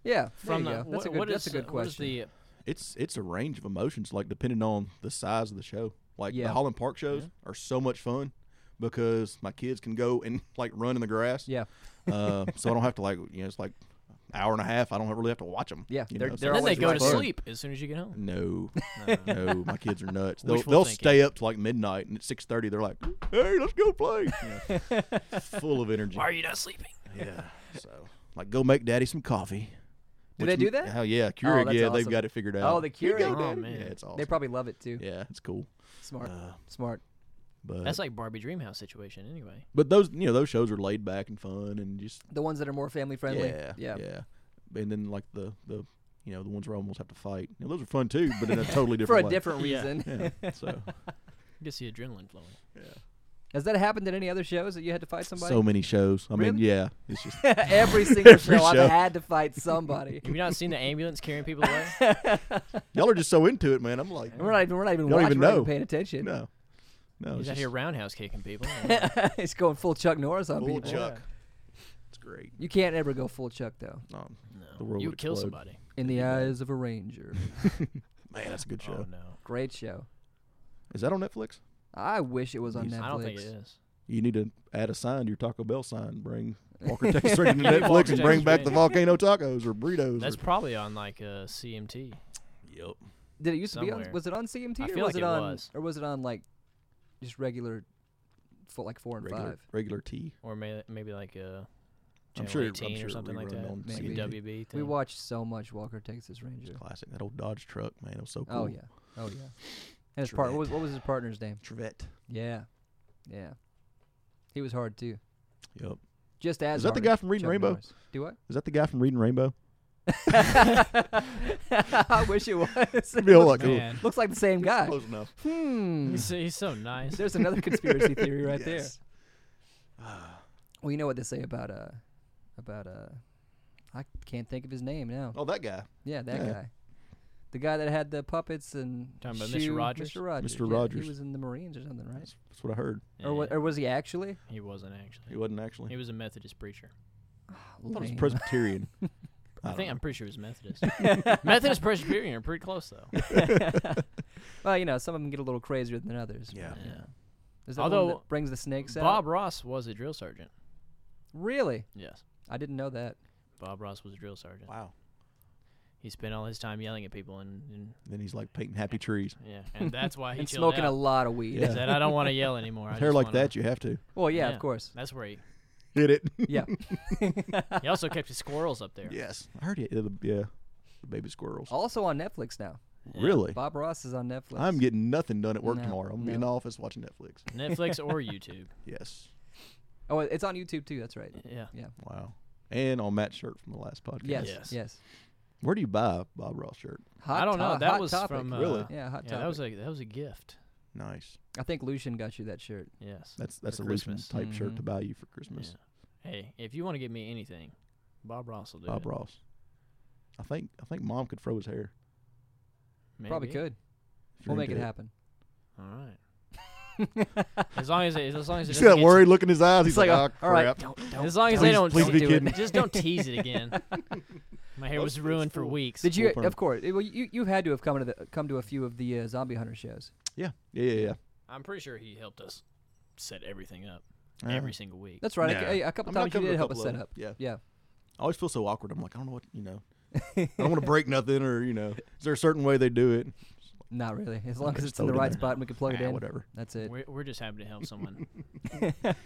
S2: yeah.
S1: from
S2: there you
S1: the
S2: go. That's
S1: what-
S2: a good.
S1: what
S2: that's a
S1: is- uh,
S2: good
S1: what is
S2: question.
S1: the-
S3: It's it's a range of emotions, like depending on the size of the show. Like
S2: Yeah.
S3: the Holland Park shows are so much fun because my kids can go and like run in the grass.
S2: yeah.
S3: Uh, so I don't have to like you know it's like hour and a half. I don't really have to watch them.
S2: Yeah,
S3: you
S2: they're-
S3: know,
S2: they're
S1: and then they
S2: always
S1: go
S2: like
S1: to
S2: fun.
S1: sleep as soon as you get home.
S3: No,
S1: No.
S3: no, my kids are nuts. They'll
S1: Wishful
S3: they'll
S1: thinking.
S3: stay up to like midnight and at six thirty they're like, hey, let's go play. You know, full of energy.
S1: Why are you not sleeping?
S3: Yeah. So like go make daddy some coffee.
S2: Do
S3: Which
S2: they do that?
S3: m-
S2: Oh,
S3: Hell yeah, Keurig.
S2: that's
S3: yeah, they've
S2: awesome.
S3: got it figured out.
S2: Oh, the
S3: Here you
S2: Keurig.
S3: go,
S1: Oh,
S3: Daddy.
S1: man.
S3: yeah, it's awesome.
S2: They probably love it too.
S3: yeah, it's cool.
S2: Smart.
S3: Uh,
S2: Smart.
S3: But
S1: That's like Barbie Dreamhouse situation anyway.
S3: but those you know those shows are laid back and fun and just
S2: The ones that are more family friendly.
S3: yeah
S2: Yeah.
S3: yeah. And then like the the you know the ones where I almost have to fight. You know, those are fun too, but in a totally
S2: For a
S3: different
S2: different
S3: way.
S1: Yeah.
S2: reason.
S3: yeah. So
S1: Gets the adrenaline flowing.
S2: Has that happened at any other shows that you had to fight somebody?
S3: so many shows. I mean,
S2: Really?
S3: yeah, it's just
S2: Every single
S3: Every
S2: show,
S3: show.
S2: I've had to fight somebody.
S1: Have you not seen the ambulance carrying people away?
S3: y'all are just so into it, man. I'm like,
S2: And we're not even. We're not even
S3: You don't
S2: watching.
S3: even
S2: we're not
S3: know.
S2: paying attention.
S3: no, no.
S1: He's
S3: it's
S1: out
S3: just
S1: here roundhouse kicking people.
S2: it's going full Chuck Norris on
S3: full
S2: people.
S3: Chuck. It's great.
S2: You can't ever go full Chuck though.
S3: No,
S1: No.
S3: The world
S1: You
S3: would
S1: would kill
S3: explode.
S1: somebody.
S2: In the eyes of a ranger.
S3: man, that's a good show.
S1: Oh no.
S2: Great show.
S3: Is that on Netflix?
S2: I wish it was on Netflix.
S1: I don't think it is.
S3: You need to add a sign to your Taco Bell sign. Bring Walker Texas Ranger to Netflix
S1: Walker
S3: and bring
S1: Texas
S3: back the
S1: Ranger.
S3: volcano tacos or burritos.
S1: That's
S3: or,
S1: probably on like uh, CMT.
S3: yep.
S2: Did it used to be on?
S1: Somewhere.
S2: Was it on CMT
S1: I
S2: or
S1: feel
S2: was
S1: like
S2: it
S1: it
S2: on?
S1: was.
S2: Or was it on like just regular, full, like four and
S3: regular
S2: five?
S3: regular tea.
S1: Or may, maybe like uh, Channel
S3: sure it-
S1: 18
S3: I'm sure
S1: or
S3: it
S1: something like
S3: rerun
S1: that. It's
S3: on
S1: a
S2: CBT.
S1: WB
S2: We
S1: thing.
S2: watched so much Walker Texas Ranger.
S3: Classic. That old Dodge truck, man. It was so cool.
S2: Oh yeah, oh yeah. And his part. What was, what was his partner's name?
S3: Trevette.
S2: Yeah, yeah. He was hard too.
S3: Yep.
S2: Just as
S3: Is that the
S2: hard
S3: guy
S2: as
S3: from Reading
S2: Chuck
S3: Rainbow?
S2: Norris. Do what?
S3: Is that the guy from Reading Rainbow?
S2: I wish it was.
S3: It'd be all like,
S1: Man,
S2: Looks like the same guy.
S3: Close enough.
S2: Hmm.
S1: he's, he's so nice.
S2: There's another conspiracy theory right there.
S3: Yes.
S2: Well, you know what they say about uh, about uh, I can't think of his name now.
S3: Oh, that guy.
S2: Yeah, that
S3: Yeah.
S2: guy, the guy that had the puppets and
S1: Talking about Mr.
S2: shoe,
S1: Rogers?
S2: Mr. Rogers.
S3: Mr.
S2: yeah,
S3: Rogers.
S2: He was in the Marines or something, right?
S3: That's, that's what I heard.
S2: Or, wa-
S1: Yeah,
S2: or was he actually?
S1: he wasn't actually.
S3: He wasn't actually.
S1: He was a Methodist preacher.
S3: I thought it was
S2: Lame.
S3: Presbyterian.
S1: I,
S3: don't
S1: think
S3: know.
S1: I'm pretty sure he was Methodist. Methodist Presbyterian are pretty close though.
S2: well, you know, some of them get a little crazier than others.
S3: Yeah.
S2: but,
S1: Yeah.
S2: uh, Is that one
S1: Although,
S2: that brings the snakes
S1: Bob
S2: out?
S1: Ross was a drill sergeant.
S2: Really?
S1: Yes,
S2: I didn't know that.
S1: Bob Ross was a drill sergeant.
S3: Wow.
S1: He spent all his time yelling at people and, and
S3: Then he's like painting happy trees.
S1: yeah, and that's why he
S2: and
S1: chilled
S2: smoking a
S1: out.
S2: lot of weed.
S1: He
S3: Yeah.
S1: said, "I don't want to yell anymore." I
S3: With hair
S1: just
S3: like
S1: wanna-"
S3: that, you have to
S2: Well, yeah,
S1: Yeah.
S2: of course.
S1: That's where he.
S3: hit it.
S2: Yeah.
S1: He also kept his squirrels up there.
S3: yes, I heard it. It'll- yeah, the baby squirrels.
S2: also on Netflix now.
S1: Oh, Yeah.
S3: Really?
S2: Bob Ross is on Netflix.
S3: I'm getting nothing done at work
S2: No,
S3: tomorrow. I'm gonna be in the
S2: no.
S3: office watching Netflix.
S1: Netflix or YouTube.
S3: Yes.
S2: oh, it's on YouTube too. That's right.
S1: Yeah.
S3: Wow. And on Matt's shirt from the last podcast.
S2: Yes.
S1: Yes.
S2: Yes.
S3: Where do you buy a Bob Ross shirt?
S2: Hot
S1: I don't know.
S2: to-
S1: That
S2: hot
S1: was
S2: topic.
S1: from uh,
S3: Really?
S1: Yeah,
S2: yeah, hot topic.
S1: that was a that was a gift.
S3: Nice.
S2: I think Lucian got you that shirt.
S1: Yes.
S3: That's that's
S1: For
S3: a Lucian
S1: Christmas.
S3: type shirt to
S2: Mhm.
S3: buy you for Christmas.
S1: Yeah. Hey, if you want to give me anything, Bob Ross will do
S3: Bob
S1: it.
S3: Ross. I think I think mom could throw his hair.
S2: Probably
S1: Maybe.
S2: could.
S3: if you're
S2: We'll make it
S3: into
S2: happen.
S1: All right. as long as it, as long as it
S3: You see that
S1: doesn't get
S3: worried look in his eyes? He's
S2: like,
S3: like, ah,
S2: all right,
S3: crap.
S2: don't,
S1: As
S2: don't.
S1: long as
S2: Please-
S1: they don't,
S3: please
S1: don't
S3: be
S1: do
S3: kidding.
S1: it. Just don't tease it again. My hair was
S3: That's
S1: ruined for
S3: cool.
S1: weeks.
S2: Did you,
S3: Full
S2: of course, it- well, you you had to have come to the, come to a few of the uh, zombie hunter shows.
S3: Yeah. Yeah. Yeah. Yeah.
S1: I'm pretty sure he helped us set everything up
S3: Yeah.
S1: every single week.
S2: That's right.
S3: Nah.
S2: A, a couple
S3: I mean, I
S2: times you
S3: covered a
S2: did help us
S3: couple
S2: set
S3: of
S2: up.
S3: them. Yeah.
S2: Yeah.
S3: I always feel so awkward. I'm like, I don't know what you know. I don't want to break nothing, or you know, is there a certain way they do it?
S2: Not really. As long
S3: just
S2: as it's in
S3: throw
S2: the
S3: it in
S2: right
S3: there.
S2: spot and we can plug it
S3: Ah,
S2: in.
S3: whatever.
S2: That's it.
S1: We're, we're just happy to help someone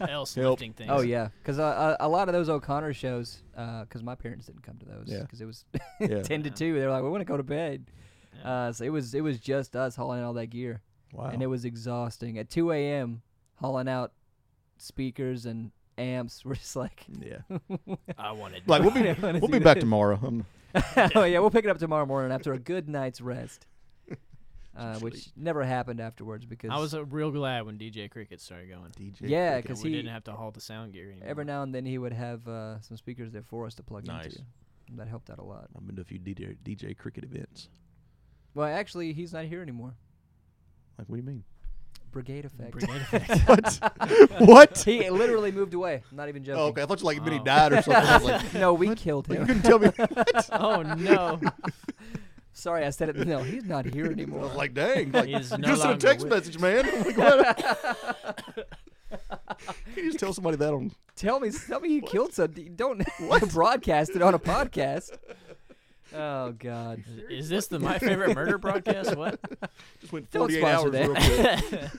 S1: else
S3: Help.
S1: lifting things.
S2: Oh yeah, because uh, a lot of those O'Connor shows, because my parents didn't come to those,
S3: Yeah.
S2: because it was
S3: Yeah.
S2: ten to
S1: Yeah.
S2: two. They were like, we want to go to bed.
S1: Yeah.
S2: Uh, so it was it was just us hauling all that gear,
S3: Wow.
S2: and it was exhausting. At two a.m., hauling out speakers and amps. We're just like,
S3: yeah.
S1: I wanted.
S3: Like we'll
S2: I
S3: be
S2: don't wanna
S3: we'll
S2: do
S3: be back
S2: this.
S3: tomorrow. I'm,
S2: oh yeah, we'll pick it up tomorrow morning after a good night's rest, uh,
S3: Some
S2: which
S3: sleep.
S2: never happened afterwards because
S1: I was uh, real glad when DJ Cricket started going.
S3: DJ.
S2: yeah,
S3: Cricket.
S2: because
S1: we
S2: he
S1: didn't have to haul the sound gear anymore.
S2: every now and then he would have uh, some speakers there for us to plug
S3: Nice.
S2: into. That helped out a lot.
S3: I've been to a few DJ, DJ cricket events.
S2: Well, actually, he's not here anymore.
S3: Like, what do you mean?
S2: Brigade effect.
S1: Brigade effect.
S3: What?
S2: he literally moved away. I'm not even joking.
S3: Oh, okay. I thought you like when he
S1: Wow.
S3: died or something. I was like,
S2: no, we killed
S3: you
S2: him.
S3: couldn't tell me.
S1: oh no,
S2: Sorry, I said it. No, he's not here
S3: I
S2: anymore.
S3: was like, dang. Like,
S1: He's
S3: you
S1: no
S3: just sent
S1: longer
S3: a text
S1: with
S3: message, man. I'm like, what? Can you just tell somebody that on?
S2: tell me, tell me you killed somebody. Don't broadcast it on a podcast. Oh God!
S1: is this the my favorite murder broadcast? What?
S3: Just went
S2: Don't
S3: 48 hours
S2: sponsor
S3: real quick.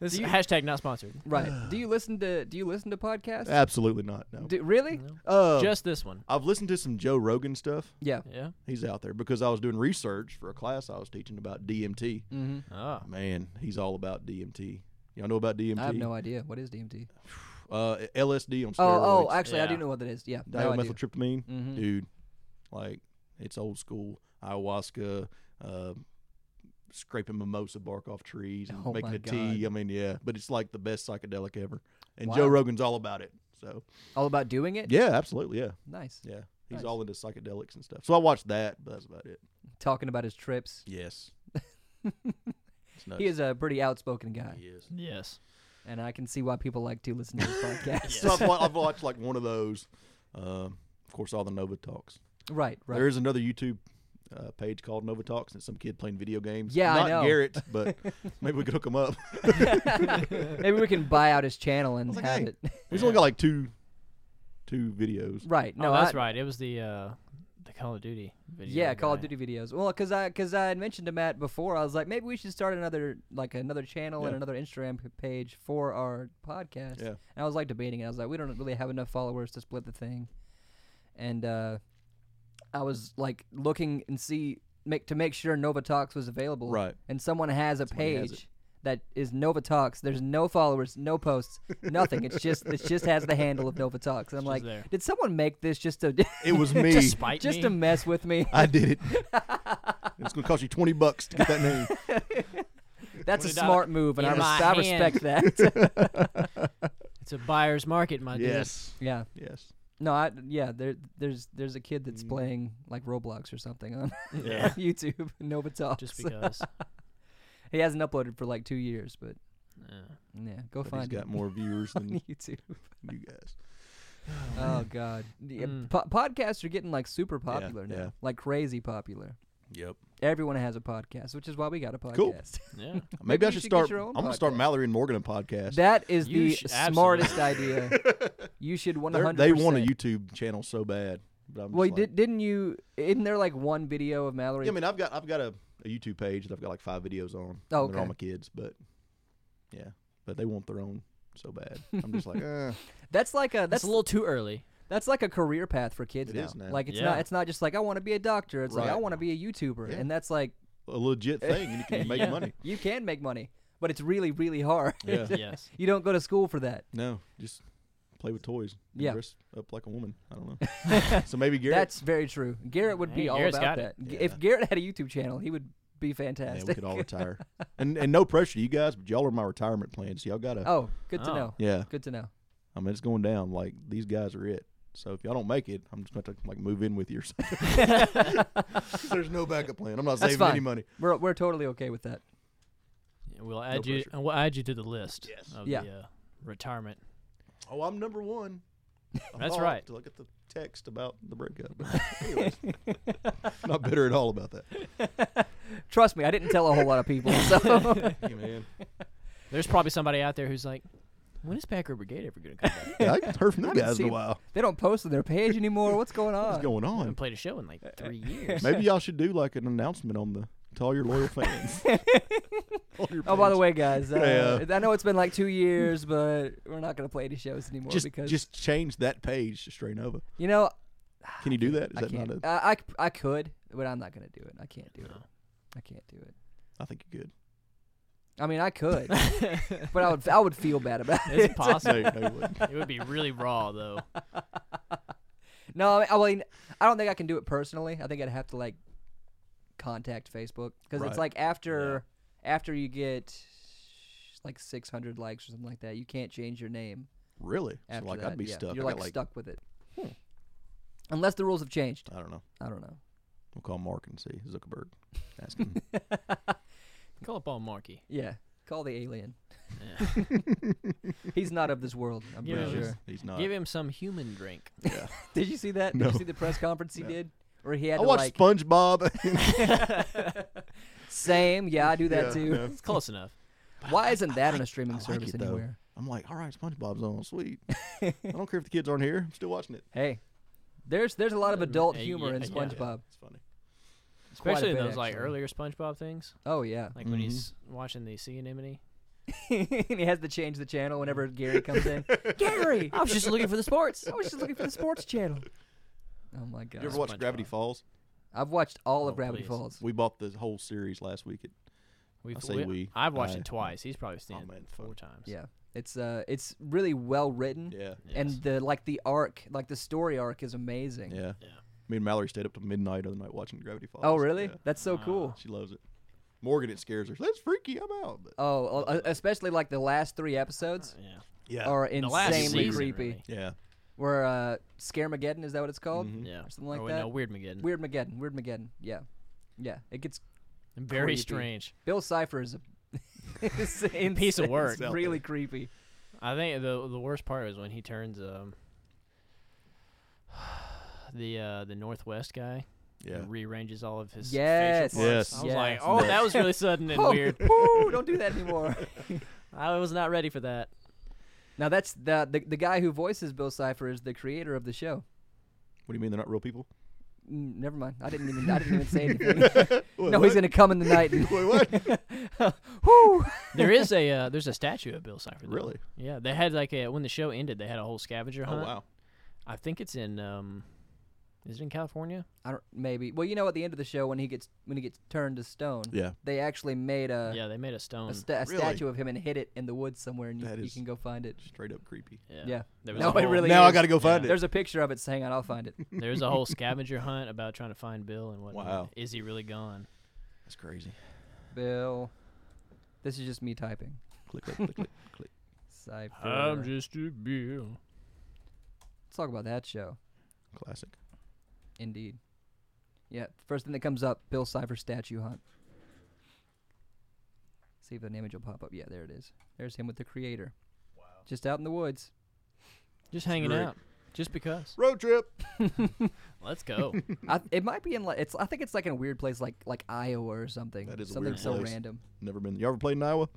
S1: This hashtag not sponsored.
S2: Right? Do you listen to Do you listen to podcasts?
S3: Absolutely not. Uh, No.
S2: Do, really?
S3: Uh,
S1: Just this one.
S3: I've listened to some Joe Rogan stuff.
S2: Yeah.
S1: Yeah.
S3: He's out there because I was doing research for a class I was teaching about DMT.
S2: Mm-hmm.
S1: Oh,
S3: Man, he's all about DMT. Y'all know about DMT?
S2: I have no idea what is DMT.
S3: uh, LSD on steroids.
S2: Oh, oh, actually, I do
S1: Yeah.
S2: know what that is. Yeah, now I do.
S3: dimethyltryptamine,
S2: Mhm.
S3: dude. Like it's old school ayahuasca, uh, scraping mimosa bark off trees and
S2: Oh
S3: making
S2: my
S3: a tea. I mean, yeah, but it's like the best psychedelic ever. And
S2: Wow.
S3: Joe Rogan's all about it. So
S2: All about doing it.
S3: yeah, absolutely, yeah,
S2: Nice.
S3: yeah. He's
S2: Nice.
S3: all into psychedelics and stuff. So I watched that, but that's about it.
S2: Talking about his trips.
S3: Yes, it's nuts.
S2: He is a pretty outspoken guy,
S3: He is.
S1: yes.
S2: and I can see why people like to listen to his podcast.
S3: So I've, wa- I've watched like one of those. Um, of course, all the Nova Talks.
S2: Right. Right.
S3: There is another YouTube uh, page called Nova Talks, and it's some kid playing video games.
S2: Yeah, I
S3: not
S2: know.
S3: Garrett, but maybe we could hook him up.
S2: Maybe we can buy out his channel and
S3: was like,
S2: have
S3: "Hey."
S2: it.
S3: He's only got like two, two videos.
S2: Right. No,
S1: oh, that's
S2: I-
S1: right. It was the uh, the Call of Duty video.
S2: yeah, Call of
S1: guy.
S2: Duty videos. Well, because I because I had mentioned to Matt before, I was like, maybe we should start another like another channel and
S3: Yeah.
S2: another Instagram p- page for our podcast.
S3: Yeah.
S2: And I was like debating it. I was like, we don't really have enough followers to split the thing, and uh, I was like looking and see make to make sure Nova Talks was available.
S3: Right.
S2: And someone has a
S3: Somebody has it.
S2: page. that is Nova Talks. There's no followers, no posts, nothing. It's just it just has the handle of Nova Talks. And I'm
S1: Just
S2: like,
S1: there.
S2: did someone make this just to
S3: It was me.
S1: to spite
S2: just
S1: me.
S2: to mess with me?
S3: I did it. it's gonna cost you twenty bucks to get that name.
S2: That's a
S1: $20
S2: smart move, and I,
S1: in
S2: res-
S1: my
S2: I respect that.
S1: it's a buyer's market, my dude.
S3: yes.
S2: yeah,
S3: Yes.
S2: no, I yeah. There, there's there's a kid that's
S3: Mm.
S2: playing like Roblox or something on
S3: Yeah.
S2: YouTube. Nova Talks.
S1: Just because.
S2: he hasn't uploaded for like two years, but
S1: Yeah.
S2: yeah, go
S3: But he's
S2: find
S3: got
S2: it
S3: more viewers
S2: on
S3: than
S2: YouTube.
S3: you guys.
S2: Oh God, yeah,
S1: Mm.
S2: po- podcasts are getting like super popular now,
S3: yeah.
S2: like crazy popular.
S3: Yep.
S2: Everyone has a podcast, which is why we got a podcast.
S3: Cool.
S1: Yeah.
S3: Maybe, I
S2: you
S3: should,
S2: should get
S3: start.
S2: your
S3: I'm
S2: own
S3: gonna start
S2: podcast.
S3: Mallory and Morgan a podcast.
S2: That is
S1: You
S2: the
S1: should-
S2: smartest idea. You should one
S3: They're-
S2: hundred.
S3: they want a YouTube channel so bad. But I'm
S2: Well,
S3: just like-
S2: did, didn't you? Isn't there like one video of Mallory?
S3: Yeah, I mean, I've got I've got a, a YouTube page that I've got like five videos on.
S2: Oh,
S3: They're all
S2: okay.
S3: my kids, but yeah, but they want their own so bad. I'm just like, eh,
S2: that's like a
S1: That's
S2: that's
S1: a little too early.
S2: that's like a career path for kids
S3: It
S2: now.
S3: is now.
S2: Like it's
S1: Yeah.
S2: not it's not just like I want to be a doctor. It's like I
S3: Right.
S2: want to be a YouTuber,
S3: Yeah.
S2: and that's like
S3: a legit thing, and you can make
S1: Yeah.
S3: money.
S2: you can make money, but it's really really hard.
S3: Yeah.
S1: Yes.
S2: you don't go to school for that.
S3: No, just play with toys. and
S2: Yeah.
S3: dress up like a woman. I don't know. so maybe Garrett.
S2: That's very true. Garrett would be
S1: Hey,
S2: all
S1: Garrett's
S2: about
S1: got
S2: that.
S1: it.
S2: G-
S3: Yeah.
S2: If Garrett had a YouTube channel, he would be
S3: man, we
S2: fantastic.
S3: could all retire, and and no pressure, to you guys, but y'all are my retirement plans. Y'all gotta.
S2: oh, good to
S1: Oh.
S2: know.
S3: Yeah,
S2: Good to know.
S3: I mean, it's going down. Like these guys are it. So if y'all don't make it, I'm just going to like move in with you or something. There's no backup plan. I'm not
S2: That's
S3: saving any
S2: fine.
S3: money.
S2: We're we're totally okay with that.
S1: Yeah, We'll add you.
S3: pressure.
S1: and We'll add you to the list
S3: Yes.
S1: of
S2: Yeah.
S1: the uh, retirement.
S3: Oh, I'm number one. I
S1: That's
S3: thought
S1: right.
S3: To look at the text about the breakup. But anyways, not bitter at all about that.
S2: Trust me, I didn't tell a whole lot of people. So
S3: Hey, man.
S1: There's probably somebody out there who's like, when is Packer Brigade ever going to come back?
S3: Yeah, I haven't heard from them
S2: I haven't
S3: guys in a
S2: seen-
S3: while.
S2: they don't post on their page anymore. What's going on?
S3: What's going
S1: I
S3: on?
S1: haven't played a show in like three years.
S3: Maybe y'all should do like an announcement on the to all your loyal fans. All your
S2: Oh, by the
S3: fans.
S2: way, guys, uh,
S3: Yeah.
S2: I know it's been like two years, but we're not going to play any shows anymore
S3: just
S2: because
S3: just change that page to Stray Nova.
S2: you know
S3: Can you do that? Is
S2: I
S3: that not
S2: can't. Uh,
S3: a?
S2: I, I c- I could, but I'm not going to do it. I can't do it.
S1: No.
S2: I can't do it.
S3: I think you could.
S2: I mean, I could, but I would I would feel bad about it.
S1: It's possible.
S3: No, no, you wouldn't.
S1: It would be really raw, though.
S2: No, I mean, I mean, I don't think I can do it personally. I think I'd have to like contact Facebook because
S3: Right.
S2: it's like after after you get like 600 likes or something like that, you can't change your name.
S3: Really? So,
S2: After
S3: like
S2: that,
S3: I'd be
S2: yeah.
S3: stuck.
S2: You're
S3: I
S2: like,
S3: got, like
S2: stuck with it,
S3: Hmm.
S2: unless the rules have changed.
S3: I don't know.
S2: I don't know.
S3: We'll call Mark and see Zuckerberg. Ask him.
S1: Call up on Marky.
S2: Yeah, call the alien.
S1: Yeah.
S2: He's not of this world. I'm
S1: Yeah,
S2: pretty
S1: it was-
S2: sure.
S3: He's not.
S1: Give him some human drink.
S3: Yeah.
S2: Did you see that? Did
S3: No.
S2: you see the press conference he
S3: No.
S2: did? Where he
S3: I
S2: had to like
S3: watched SpongeBob.
S2: same. Yeah, I do that
S3: Yeah,
S2: too.
S3: no.
S1: It's close enough.
S2: Why isn't that on a streaming
S3: I like
S2: service
S3: it, though.
S2: anywhere?
S3: I'm like, all right, SpongeBob's on, sweet. I don't care if the kids aren't here. I'm still watching it.
S2: Hey, there's there's a lot of adult
S1: Uh,
S2: humor
S1: yeah,
S2: in
S1: yeah.
S2: SpongeBob.
S3: it's funny.
S2: Quite a
S1: Especially in
S2: bit,
S1: those like
S2: actually.
S1: earlier SpongeBob things,
S2: Oh yeah,
S1: like when
S3: Mhm.
S1: he's watching the sea anemone.
S2: and he has to change the channel whenever Gary comes in. Gary, I was just looking for the sports. I was just looking for the sports channel. Oh my
S3: you ever
S2: god,
S3: watch
S1: SpongeBob.
S3: Gravity Falls?
S2: I've watched all of
S1: Oh,
S2: Gravity
S1: please.
S2: Falls.
S3: We bought the whole series last week. At,
S1: We've,
S3: say we,
S1: I've watched
S3: I-
S1: it twice. He's probably seen
S3: Oh,
S1: it
S3: man, fuck.
S1: four times.
S2: Yeah, it's uh, it's really well written,
S3: yeah,
S1: Yes.
S2: and the like the arc, like the story arc, is amazing.
S3: yeah.
S1: Yeah.
S3: Me and Mallory stayed up to midnight other night watching Gravity Falls.
S2: Oh really?
S3: Yeah.
S2: That's so
S1: Wow.
S2: cool.
S3: She loves it. Morgan, it scares her. That's freaky. I'm out. But
S2: Oh, uh, especially like the last three episodes
S1: yeah.
S3: Uh, yeah,
S2: are
S1: The last
S2: insanely
S1: season,
S2: creepy.
S1: really.
S3: yeah.
S2: Where uh, Scaremageddon is that what it's called?
S3: Mhm.
S1: Yeah.
S2: something like
S1: or,
S2: that.
S1: Oh, No, Weird Mageddon.
S2: Weird Mageddon. Weird Mageddon. Yeah, yeah. It gets
S1: Very
S2: creepy.
S1: strange.
S2: Bill Cipher is a is in-
S1: Piece of
S2: is
S1: work.
S2: Really creepy.
S1: I think the the worst part is when he turns um the uh the Northwest guy
S3: Yeah.
S1: and rearranges all of his
S2: Yes.
S1: facial parts.
S3: Yes.
S1: I was like,
S2: Yes.
S1: oh,
S3: Yes.
S1: that was really sudden and
S2: Oh,
S1: weird.
S2: woo, don't do that anymore.
S1: I was not ready for that.
S2: now that's the, the the guy who voices Bill Cipher is the creator of the show.
S3: What do you mean they're not real people?
S2: Mm, Never mind. I didn't even. I didn't even say anything. no, he's gonna come in the night. And,
S3: Wait, what?
S2: whew.
S1: there is a uh, there's a statue of Bill Cipher. though.
S3: Really?
S1: Yeah, they had like a when the show ended, they had a whole scavenger
S3: Oh
S1: hunt.
S3: wow.
S1: I think it's in um, is it in California?
S2: I don't, maybe. Well, you know, at the end of the show, when he gets when he gets turned to stone,
S3: Yeah.
S2: they actually made a
S1: yeah, they made a stone.
S2: a, sta- a
S3: Really?
S2: statue of him and hid it in the woods somewhere, and you,
S3: That
S2: you
S3: is-
S2: can go find it.
S3: Straight up creepy.
S1: yeah,
S2: yeah.
S1: There was
S2: No,
S1: a
S2: it
S1: whole,
S2: really
S3: now I
S2: is.
S3: got to go find
S1: Yeah.
S3: it.
S2: There's a picture of it. So hang on, I'll find it.
S1: There was a whole scavenger hunt about trying to find Bill and whatnot.
S3: Wow.
S1: Is he really gone?
S3: That's crazy.
S2: Bill, this is just me typing.
S3: Click, click, click, click, click.
S2: Cypher.
S1: just a Bill.
S2: Let's talk about that show.
S3: Classic.
S2: Indeed. Yeah, first thing that comes up, Bill Cipher statue hunt. See if an image will pop up. Yeah, there it is. There's him with the creator. Wow. Just out in the woods.
S1: Just hanging
S3: great.
S1: out, just because.
S3: Road trip.
S1: Let's go.
S2: I, it might be in like it's. I think it's like in a weird place, like like Iowa or something.
S3: That is a
S2: something
S3: weird
S2: so
S3: place.
S2: random.
S3: Never been. You ever played in Iowa?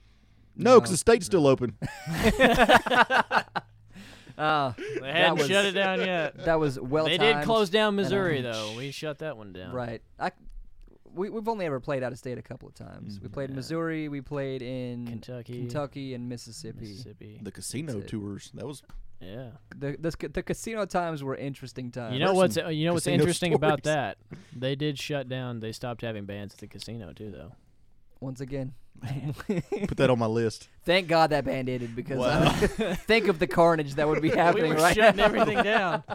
S3: No, because
S2: No.
S3: the state's still open.
S2: Uh,
S1: they hadn't
S2: was-
S1: shut it down yet.
S2: that was well.
S1: they did close down Missouri
S2: um,
S1: though. We shut that one down.
S2: Right. I, we we've only ever played out of state a couple of times.
S3: Mm-hmm.
S2: We played in
S1: Yeah.
S2: Missouri. We played in
S1: Kentucky,
S2: Kentucky and Mississippi.
S1: Mississippi.
S3: The casino
S2: That's it.
S3: tours. That was
S1: Yeah.
S2: The, the sc- the casino times were interesting times.
S1: You know
S3: There's
S1: what's
S3: some
S1: you know what's
S3: casino
S1: interesting about
S3: stories.
S1: that? They did shut down. They stopped having bands at the casino too, though.
S2: Once again,
S3: put that on my list.
S2: thank God that band ended because I- think of the carnage that would be happening
S1: we were
S2: right
S1: shutting
S2: now.
S1: everything down.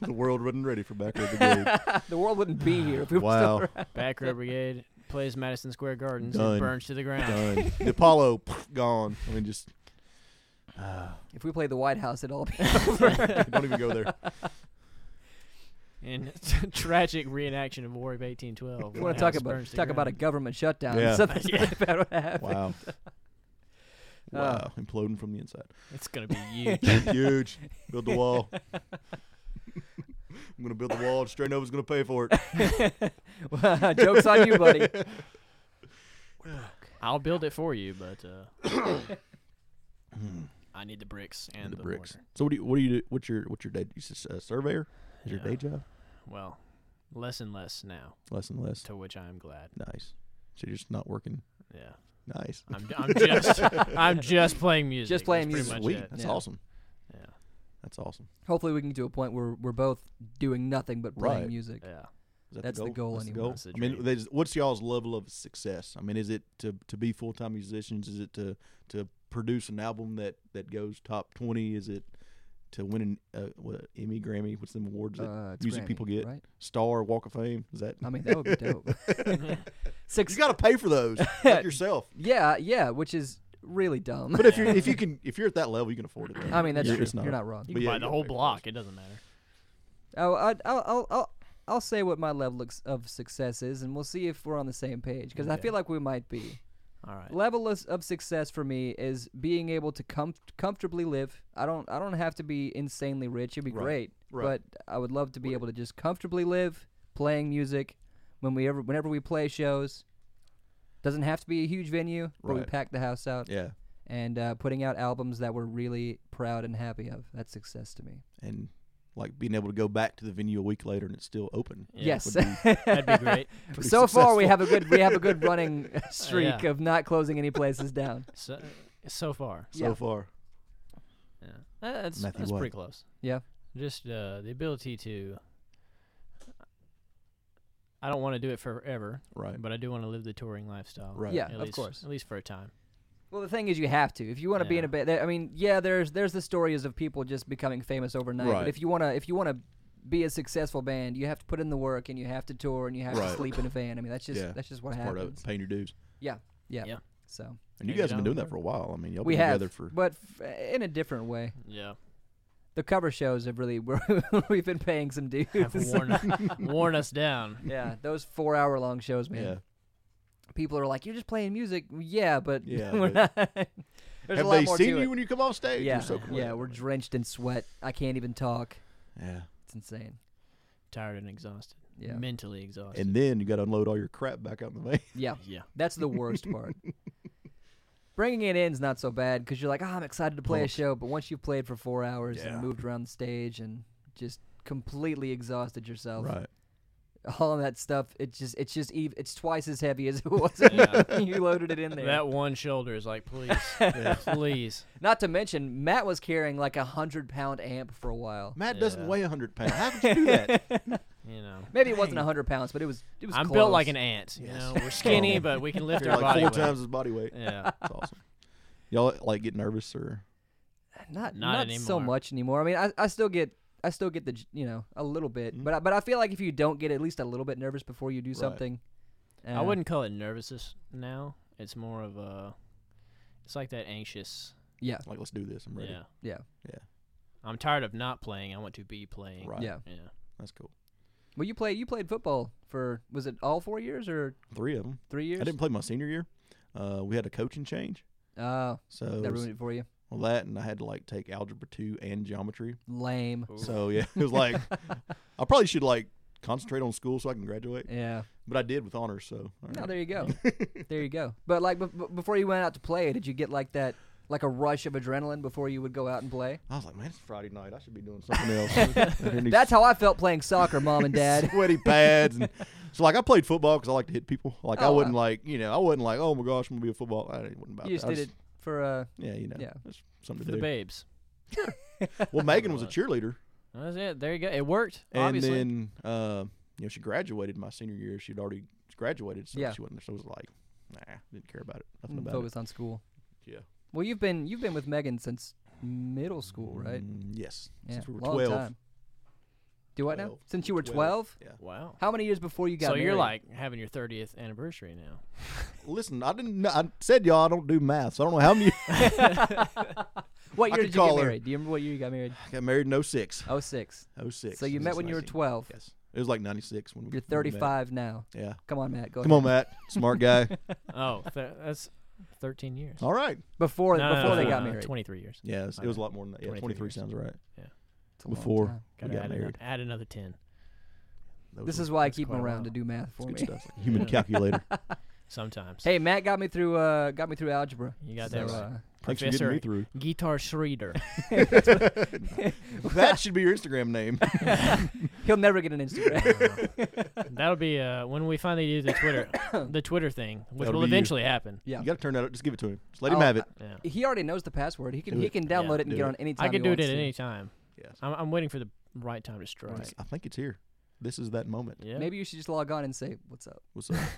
S3: The world wasn't ready for Back Road Brigade.
S2: the world wouldn't be here if we were still
S3: Wow.
S2: around.
S1: Back Row Brigade plays Madison Square Gardens
S3: Done.
S1: and burns to the ground.
S3: Done. The Apollo pff, gone. I mean, just ah,
S2: If we played the White House, it'd all be.
S3: don't even go there.
S1: And it's a tragic reenaction of War of 1812.
S2: We
S1: when the
S2: want to talk
S1: house
S2: about
S1: burns to
S2: talk
S1: the
S2: about a
S1: ground.
S2: government shutdown.
S3: Yeah.
S2: Something
S1: Yeah.
S2: like that would happen.
S3: Wow.
S2: Oh.
S3: Wow. Imploding from the inside.
S1: It's gonna be huge.
S3: Huge. Build the wall. I'm gonna build the wall. and Straight Nova's gonna pay for it.
S2: Wow, Jokes on you, buddy.
S1: I'll build it for you, but uh, I need the bricks and,
S3: And Hmm. the
S1: the
S3: bricks.
S1: mortar.
S3: So what do you? What do you? do- What's your? What's your day? You s- uh, surveyor? Is your
S1: Yeah.
S3: day job?
S1: Well, less and less now,
S3: Less and less.
S1: to which I am glad.
S3: Nice. So you're just not working.
S1: Yeah,
S3: Nice.
S1: I'm, I'm just I'm just playing music.
S2: Just playing
S1: That's
S2: music.
S1: Pretty
S3: Sweet.
S1: much it.
S3: That's
S2: Yeah.
S3: awesome.
S1: Yeah.
S3: That's awesome.
S2: Hopefully, we can get to a point where we're both doing nothing but playing
S3: Right.
S2: music.
S1: Yeah.
S3: Is that
S2: That's the goal
S3: That's the
S2: anyway.
S3: goal?
S1: That's the
S3: I mean,
S1: dream.
S3: there's, what's y'all's level of success? I mean, is it to, to be full time musicians? Is it to to produce an album that, that goes top twenty? Is it to win an uh, what, Emmy, Grammy? What's them awards that
S2: Uh, it's
S3: music
S2: Grammy,
S3: people get?
S2: right.
S3: Star, Walk of Fame? Is that
S2: I mean, that would be dope. Six.
S3: you got to pay for those like yourself?
S2: yeah, yeah, which is really dumb.
S3: But if you if you can if you're at that level, you can afford it. though.
S2: I mean, that's
S3: You're-
S2: true.
S3: it's not-
S2: You're not wrong.
S1: You
S3: But
S1: can
S3: yeah,
S1: buy
S3: you
S1: the
S3: gotta
S1: whole
S3: pay for those.
S1: block. It doesn't matter.
S2: Oh, I, I'll, I'll, I'll, I'll say what my level ex- of success is, and we'll see if we're on the same page because I
S1: Okay.
S2: feel like we might be.
S1: All right.
S2: Level of, of success for me is being able to com- comfortably live. I don't, I don't have to be insanely rich. It'd be
S3: Right,
S2: great,
S3: right.
S2: but I would love to be able to just comfortably live, playing music, when we ever, whenever we play shows. Doesn't have to be a huge venue, but we
S3: Right.
S2: pack the house out
S3: Yeah,
S2: and uh, putting out albums that we're really proud and happy of. That's success to me.
S3: and like being able to go back to the venue a week later and it's still open.
S1: Yeah,
S2: yes.
S3: would
S1: That'd be great.
S2: so
S3: Pretty
S2: far we
S3: successful.
S2: have a good we have a good running streak
S1: Yeah.
S2: of not closing any places down.
S1: So, so far.
S3: so
S2: Yeah.
S3: far.
S1: Yeah. Uh, That's,
S3: Matthew
S1: that's
S3: White.
S1: pretty close.
S2: Yeah.
S1: Just uh, the ability to. I don't want to do it forever,
S3: Right.
S1: but I do want to live the touring lifestyle.
S3: Right.
S2: Yeah,
S1: At
S2: of
S1: least,
S2: course.
S1: At least for a time.
S2: Well, the thing is, you have to if you want to be in a band. I mean, yeah, there's there's the stories of people just becoming famous overnight. But
S3: Right.
S2: if you wanna if you wanna be a successful band, you have to put in the work and you have to tour and you have to
S3: Right.
S2: sleep in a van. I mean, that's just
S3: Yeah,
S2: that's just what
S3: Part of
S2: happens.
S3: it, paying your dues.
S2: Yeah.
S1: Yeah.
S2: So
S3: And you
S1: Hang it
S3: guys have
S1: down
S3: been doing that
S1: for-
S3: for a while. I mean, y'all
S2: we
S3: been
S2: have,
S3: together for
S2: but f- in a different way.
S1: Yeah.
S2: The cover shows have really we've been paying some dues.
S1: Have worn, worn us down.
S2: yeah, those four hour long shows, man.
S3: yeah.
S2: people are like, "You're just playing music." Yeah, but
S3: Yeah,
S2: we're not. There's
S3: have
S2: a lot
S3: they
S2: more
S3: seen
S2: to it.
S3: you when you come off stage?
S2: yeah,
S3: You're so cool.
S2: yeah, we're drenched in sweat. I can't even talk.
S3: yeah.
S2: It's insane.
S1: Tired and exhausted.
S2: Yeah,
S1: Mentally exhausted.
S3: And then you got to unload all your crap back out in the van.
S2: yeah,
S1: yeah.
S2: that's the worst part. Bringing it in's not so bad because you're like, "Oh, I'm excited to play a
S3: Pumped.
S2: show," but once you've played for four hours
S3: Yeah.
S2: and moved around the stage and just completely exhausted yourself,
S3: Right.
S2: all of that stuff. It's just it's just ev- it's twice as heavy as it was when you loaded it in there.
S1: That one shoulder is like, please, please.
S2: Not to mention Matt was carrying like a hundred pound amp for a while.
S3: Matt
S1: Yeah.
S3: doesn't weigh 100 pounds. How could you do that?
S1: You know,
S2: Maybe it wasn't a hundred pounds, but it was it was.
S1: I'm built like
S2: close.
S1: an ant. You
S3: Yes.
S1: know, we're skinny, but we can lift
S3: You're
S1: our
S3: like
S1: body.
S3: four
S1: weight.
S3: times his body weight.
S1: Yeah.
S3: That's awesome. Y'all like get nervous or
S2: not
S1: Not
S2: not, so
S1: anymore.
S2: much anymore. I mean, I, I still get I still get the j- you know a little bit,
S1: Mm-hmm.
S2: but I, but I feel like if you don't get at least a little bit nervous before you do something,
S1: I
S2: uh,
S1: wouldn't call it nervousness now. It's more of a, it's like that anxious.
S2: Yeah,
S3: like let's do this? I'm ready.
S1: Yeah.
S2: yeah,
S1: I'm tired of not playing. I want to be playing.
S3: Right.
S2: yeah.
S1: Yeah.
S3: That's cool.
S2: Well, you played you played football for was it all four years or
S3: Three of them.
S2: three years?
S3: I didn't play my senior year. Uh, we had a coaching change,
S2: Oh,
S3: so
S2: that
S3: it was,
S2: ruined it for you.
S3: well, that and I had to like take algebra two and geometry.
S2: Lame.
S1: Oh.
S3: So yeah, it was like I probably should like concentrate on school so I can graduate,
S2: Yeah.
S3: but I did with honors. So all
S2: No,
S3: right.
S2: there you go. there you go. But like b- b- before you went out to play, did you get like that like a rush of adrenaline before you would go out and play?
S3: I was like, man, it's Friday night. I should be doing something else. And then these
S2: That's how I felt playing soccer, mom and dad.
S3: sweaty pads and so like I played football because I like to hit people. Like I
S2: Oh,
S3: wouldn't like you know I wasn't like oh my gosh I'm gonna be a football. I didn't wasn't about
S2: you just
S3: that. I
S2: did it for uh
S3: Yeah, you know,
S2: Yeah.
S3: that's something
S1: For
S3: to
S1: the
S3: do.
S1: babes.
S3: Well, Megan was a cheerleader,
S1: That's it. There you go. It worked.
S3: and
S1: obviously.
S3: then uh, you know she graduated my senior year. She'd already graduated, so
S2: Yeah.
S3: she wasn't. So it was like, nah, didn't care about it. Nothing
S2: Mm,
S3: about
S2: focused on school.
S3: it. Yeah.
S2: Well, you've been you've been with Megan since middle school, right?
S3: Mm, yes.
S2: Yeah,
S3: Since we were
S2: long
S3: twelve.
S2: time. Do what now?
S3: 12.
S2: Since you were 12?
S3: Twelve.
S1: wow.
S2: How many years before you got
S1: So
S2: married?
S1: you're like having your 30th anniversary now.
S3: Listen, I didn't. know- I said y'all, I don't do math. So I don't know how many.
S2: What
S3: I
S2: year
S3: could
S2: did you get
S3: call her.
S2: married? Do you remember what year you got married?
S3: I got married in 06.
S2: Oh six.
S3: 06.
S2: So you met when you were
S3: 06,
S2: 12.
S3: Yes. It was like 96 when we
S2: You're
S3: when we met.
S2: 35 now.
S3: Yeah.
S2: Come on, Matt. Go
S3: Come
S2: ahead.
S3: on, Matt. Smart guy.
S1: Oh, th- that's 13 years.
S3: All right.
S2: Before
S1: No, no,
S2: before
S1: no,
S2: they
S1: no,
S2: got
S1: no,
S2: married.
S1: 23 years.
S3: Yeah, it was, it was a lot more than that. Yeah,
S1: 23
S3: 23
S1: years.
S3: sounds right.
S2: It's a long
S3: before.
S2: time.
S3: We
S1: Gotta
S3: got
S1: add,
S3: married.
S1: An, add another 10.
S3: Those
S2: This
S3: were-
S2: is why I
S1: That's
S2: keep him
S1: quite a
S2: around
S1: while.
S2: to do math for
S3: good
S2: me.
S3: stuff. Human
S1: Yeah.
S3: calculator.
S1: Sometimes.
S2: Hey, Matt got me through uh, got me through algebra.
S1: You got
S2: So,
S1: that right.
S2: uh,
S3: Thanks for getting
S1: Professor-
S3: me through.
S1: Guitar Schroeder.
S3: That should be your Instagram name.
S2: he'll never get an Instagram.
S1: That'll be uh, when we finally do the Twitter, the Twitter thing, which
S3: That'll
S1: will
S3: be you.
S1: eventually happen.
S2: yeah.
S3: You got to turn that up. Just give it to him. Just let him
S2: Oh,
S3: have it.
S1: Yeah.
S2: He already knows the password. He can
S3: Do
S2: he
S3: it.
S2: can download
S1: Yeah,
S2: it and
S3: do
S2: get
S3: it.
S2: on any time.
S1: I could
S2: he
S1: do it
S2: wants
S1: at
S2: to.
S1: any time.
S3: Yes.
S1: I'm, I'm waiting for the right time to strike.
S3: It's- I think it's here. This is that moment.
S1: Yeah.
S2: Maybe you should just log on and say what's up.
S3: What's up?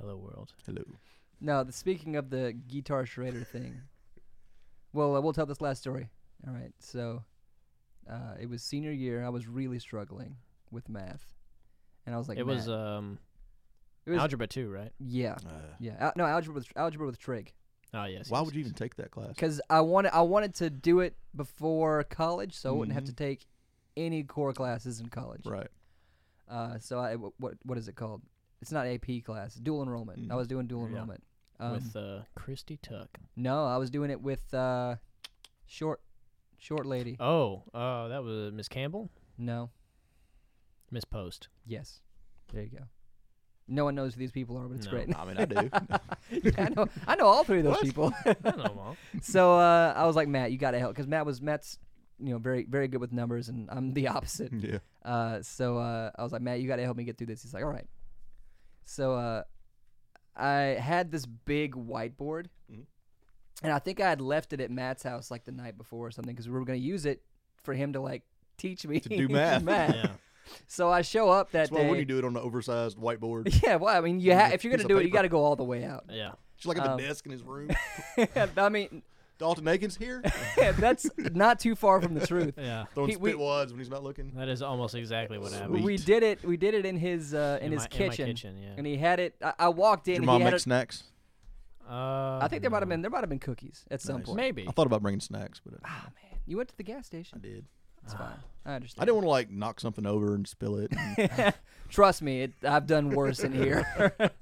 S1: Hello world.
S3: Hello.
S2: No, the, speaking of the guitar shredder thing, well, uh, we'll tell this last story. All right, so uh, it was senior year. I was really struggling with math, and I was like,
S1: it was
S2: "Matt,"
S1: um
S2: It was-
S1: algebra two, right?
S2: yeah,
S3: Uh,
S2: yeah. Al- no, algebra with algebra with trig,
S1: Oh yes.
S3: why
S1: yes,
S3: would you
S1: yes.
S3: even take that class?
S2: because I wanted I wanted to do it before college, so I wouldn't have
S3: Mhm.
S2: to take any core classes in college.
S3: Right.
S2: Uh, so I wh- what what is it called? It's not AP class. Dual enrollment. I
S3: Mm.
S2: was doing dual
S1: Mm-hmm. Yeah.
S2: enrollment. Um,
S1: with uh, Christy Tuck?
S2: no, I was doing it with uh, short short lady.
S1: Oh, uh, that was Miss Campbell,
S2: No.
S1: Miss Post.
S2: Yes. There you go. No one knows who these people are, but it's
S1: No.
S2: great.
S3: I mean, I do.
S2: Yeah, I know. I know all three of those
S3: What?
S2: people.
S1: I don't know. Mom.
S2: so uh, I was like, Matt, you got to help because Matt was Matt's, you know, very very good with numbers, and I'm the opposite.
S3: yeah.
S2: Uh, so uh, I was like, Matt, you got to help me get through this. He's like, all right. So uh, I had this big whiteboard,
S3: Mhm.
S2: and I think I had left it at Matt's house like the night before or something because we were going to use it for him to like teach me
S3: To do math.
S1: yeah.
S2: So I show up that
S3: That's why when
S2: day.
S3: you do it on the oversized whiteboard,
S2: Yeah, well, I mean, you ha-
S3: Just
S2: if you're
S3: piece
S2: gonna
S3: of
S2: do it, you
S3: paper.
S2: got to go all the way out.
S1: Yeah.
S3: she's like at the
S2: Um,
S3: desk in his room.
S2: I mean,
S3: Dalton Aikens here
S2: that's not too far from the truth.
S1: Yeah.
S3: throwing
S2: He-
S3: spit
S2: we-
S3: wads when he's not looking.
S1: That is almost exactly what happened.
S2: We
S3: Sweet.
S2: did it. We did it in his uh, in, his
S1: my,
S2: kitchen,
S1: In my kitchen. Yeah.
S2: and he had it. I, I walked
S3: Did
S2: in.
S3: your
S2: and he
S3: mom
S2: had
S3: make
S2: it,
S3: snacks?
S1: Uh,
S2: I think there might have
S1: no.
S2: been there might have been cookies at some
S3: Nice.
S2: point.
S1: maybe.
S3: I thought about bringing snacks, but I,
S2: Ah man, you went to the gas
S3: I
S2: station.
S3: did.
S2: It's fine. I understand.
S3: I didn't want to like knock something over and spill it. and-
S2: Trust me, it, I've done worse in here.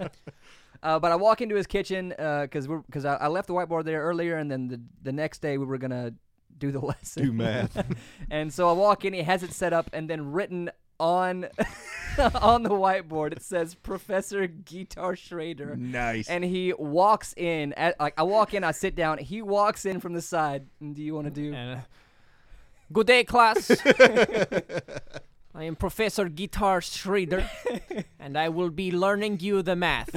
S2: uh, but I walk into his kitchen because we're because I, I left the whiteboard there earlier, and then the the next day we were gonna do the lesson.
S3: do math.
S2: And so I walk in, he has it set up, and then written on on the whiteboard it says Professor Guitar Schrader.
S3: nice.
S2: And he walks in, at, like I walk in, I sit down. He walks in from the
S1: uh,
S2: side. "Mm, Do you want to do?
S1: And, uh, Good day, class. I am Professor Guitar Schrader, and I will be learning you the math.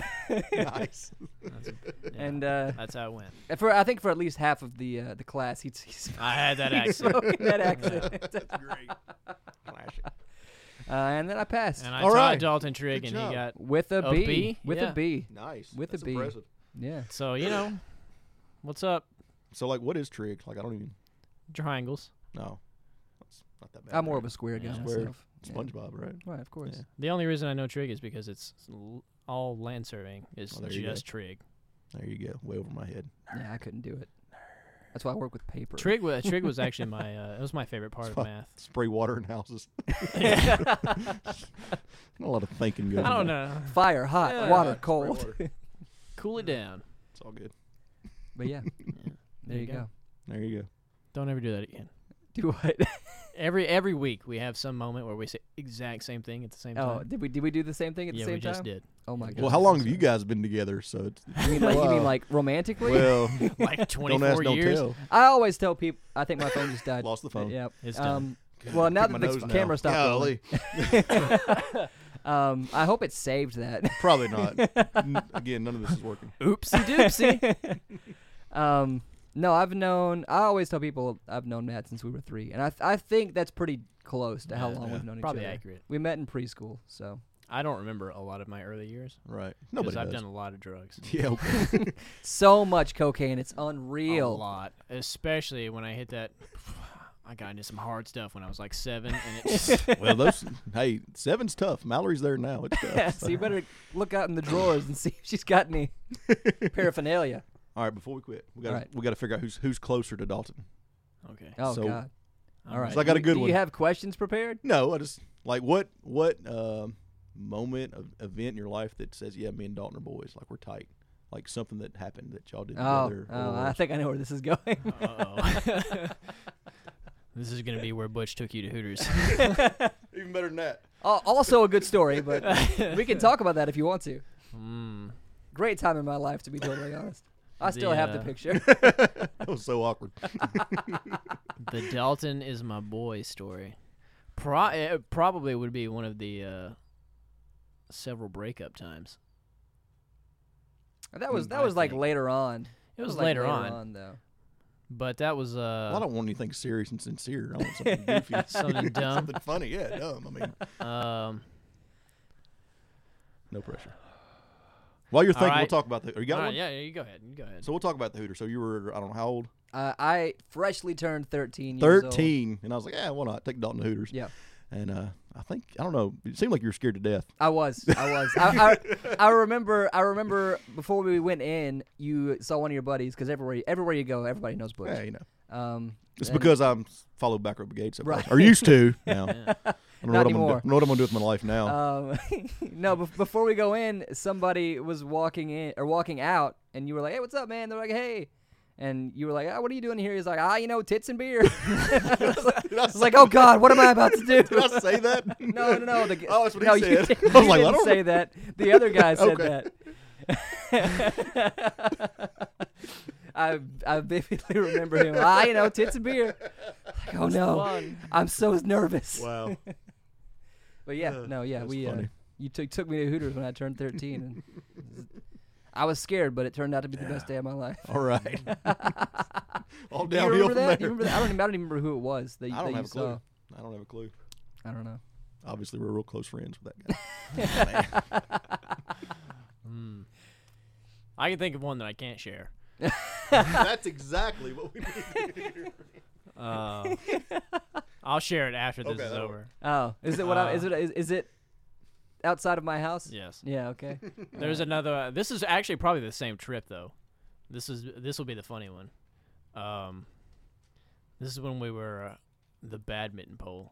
S3: nice.
S1: That's, yeah,
S2: And uh,
S1: that's how it went.
S2: for I think for at least half of the uh, the class, he's, he's
S1: I had that
S2: he's
S1: accent,
S2: smoking that accent.
S3: That's great. Classic.
S2: uh, and then I passed
S1: and I
S3: All
S1: taught
S3: right.
S1: Dalton Trig,
S3: Good
S1: and he
S3: job.
S1: got
S2: with a
S1: A
S2: B,
S1: B?
S2: with
S1: Yeah.
S2: a B.
S3: Nice.
S2: With a
S3: That's
S2: B.
S3: impressive.
S2: Yeah.
S1: so you know. What's up?
S3: So like, what is trig? Like, I don't even.
S1: Triangles.
S3: No. That's not that bad.
S2: I'm more of a square guy
S1: Yeah.
S3: Square.
S2: myself. Yeah.
S3: SpongeBob, right?
S2: Right, of course.
S3: Yeah.
S1: The only reason I know trig is because it's l- all land surveying is
S3: Oh, there you go.
S1: just trig.
S3: There you go. Way over my head.
S2: Yeah. I couldn't do it. That's why I work with paper.
S1: Trig was trig was actually my uh, it was my favorite part of
S3: Fuck.
S1: math.
S3: Spray water in houses. Not a lot of thinking goes.
S1: I don't
S3: into
S1: know.
S2: Fire hot,
S1: Yeah.
S2: water
S3: Spray
S2: cold.
S3: water. It's
S1: Cool it down.
S3: all good.
S2: But yeah, there you go.
S3: There you go.
S1: Don't ever do that again.
S2: Do what?
S1: Every every week we have some moment where we say exact same thing at the same
S2: Oh,
S1: time.
S2: did we did we do the same thing at
S1: yeah,
S2: the same
S1: we just
S2: time?
S1: did.
S2: Oh my god.
S3: Well, how long have you guys been together? So it's
S2: You mean like, you mean
S3: Wow.
S2: like romantically?
S3: well.
S1: Like
S3: Don't
S1: 24
S3: ask, don't
S1: years.
S3: tell.
S2: I always tell people. I think my phone just died.
S3: Lost the phone.
S2: Yep.
S1: It's done.
S2: Um, well, now
S3: Pick my
S2: that the
S3: nose now.
S2: camera stopped. rolling.
S3: Golly.
S2: um, I hope it saved that.
S3: Probably not. N- Again, none of this is working.
S1: Oopsie doopsie.
S2: um, no, I've known. I always tell people I've known Matt since we were three, and I I think that's pretty close to how
S1: Yeah.
S2: long
S3: Yeah.
S2: we've known each
S1: Probably
S2: other.
S1: accurate.
S2: We met in preschool, so
S1: I don't remember a lot of my early years
S3: Right.
S1: because
S3: Nobody
S1: I've
S3: does.
S1: done a lot of drugs.
S3: Yeah. Okay.
S2: so much cocaine, it's
S1: A
S2: unreal.
S1: lot, especially when I hit that. I got into some hard stuff when I was like seven, and it just
S3: well, those. Hey, seven's tough. Mallory's there now. It's tough.
S2: so you better look out in the drawers and see if she's got any paraphernalia.
S3: All right. Before we quit, we got to
S2: Right.
S3: we got to figure out who's who's closer to Dalton.
S1: okay.
S2: Oh
S3: So-
S2: God! All right,
S3: So I got a
S2: Do-
S3: good
S2: do
S3: one.
S2: You have questions prepared?
S3: No, I just like what what um, moment of event in your life that says, yeah, me and Dalton are boys, like we're tight, like something that happened that y'all did
S2: Oh,
S3: together.
S2: oh,
S3: or-
S2: I think I know where this is going.
S1: Uh-oh. this is gonna be where Butch took you to Hooters.
S3: Even better than that.
S2: Al- also a good story, but we can talk about that if you want to.
S1: Mm.
S2: Great time in my life, to be totally honest. I still
S1: The,
S2: have the
S1: uh,
S2: picture.
S3: That was so awkward.
S1: The Dalton is my boy story. Pro- it probably would be one of the uh, several breakup times.
S2: That was
S3: Mm,
S2: that
S3: I
S2: was like
S1: think.
S2: later on.
S1: It was,
S2: like,
S1: later, on,
S2: though.
S1: but that was uh,
S3: I don't want anything serious and sincere. I want something goofy,
S1: something dumb.
S3: something funny. Yeah, dumb. I mean,
S1: Um,
S3: no pressure. While you're
S1: All
S3: thinking, we'll
S1: right.
S3: talk about the. Or you got
S1: all right,
S3: one?
S1: yeah, yeah, you go ahead. You go ahead.
S3: So we'll talk about the Hooter. So you were, I don't know how old,
S2: Uh, I freshly turned thirteen. Years old.
S3: thirteen, and I was like, yeah, why not take Dalton to Hooters?
S2: Yeah.
S3: And uh, I think I don't know. It seemed like you were scared to death.
S2: I was. I was. I, I, I remember. I remember before we went in, you saw one of your buddies because everywhere everywhere you go, everybody knows Butch.
S3: Yeah, you know.
S2: Um,
S3: It's
S2: and-
S3: because I'm followed Back Row Brigade so
S2: Right.
S3: far. Or used to now.
S1: Yeah.
S3: I
S2: Not
S3: don't know what I'm gonna do.
S2: anymore.
S3: I don't know what I'm gonna do with my life now.
S2: Um, no, bef- before we go in, somebody was walking in or walking out, and you were like, "Hey, what's up, man?" They're like, "Hey," and you were like, "Ah, "What are you doing here?" He's like, "Ah, you know, tits and beer." I
S3: Did I
S2: was like, "Oh God, what am I about to
S3: did I
S2: do?"
S3: say that?
S2: No, no, no. The, g-
S3: Oh, that's what
S2: no,
S3: he
S2: you
S3: said.
S2: didn't-
S3: I was
S2: you
S3: like, I
S2: didn't
S3: don't
S2: say that. The other guy said
S3: Okay.
S2: that. I I vividly remember him. Ah, you know, tits and beer. Like, oh no,
S1: Fun.
S2: I'm so nervous.
S3: Wow.
S2: But yeah,
S3: Uh,
S2: no, yeah,
S3: that's
S2: we uh,
S3: funny.
S2: you took took me to Hooters when I turned 13, and I was scared, but it turned out to be the best day of my life.
S3: All right. All
S2: Do you
S3: downhill
S2: remember that? Do You remember
S3: from there.
S2: that? I don't, even- I don't even remember who it was. That,
S3: I
S2: that
S3: don't
S2: you
S3: have a clue.
S2: saw.
S3: I don't have a clue.
S2: I don't know.
S3: Obviously, we're real close friends with that guy.
S1: Mm. I can think of one that I can't share.
S3: That's exactly what we need.
S1: Uh, I'll share it after this
S3: Okay,
S1: is
S3: that'll
S1: over.
S2: Oh, is it what? I, is
S1: Uh,
S2: it is, is it outside of my house?
S1: Yes.
S2: Yeah. Okay.
S1: There's another. uh, this is actually probably the same trip though. This is this will be the funny one. Um, this is when we were uh, the badminton pole,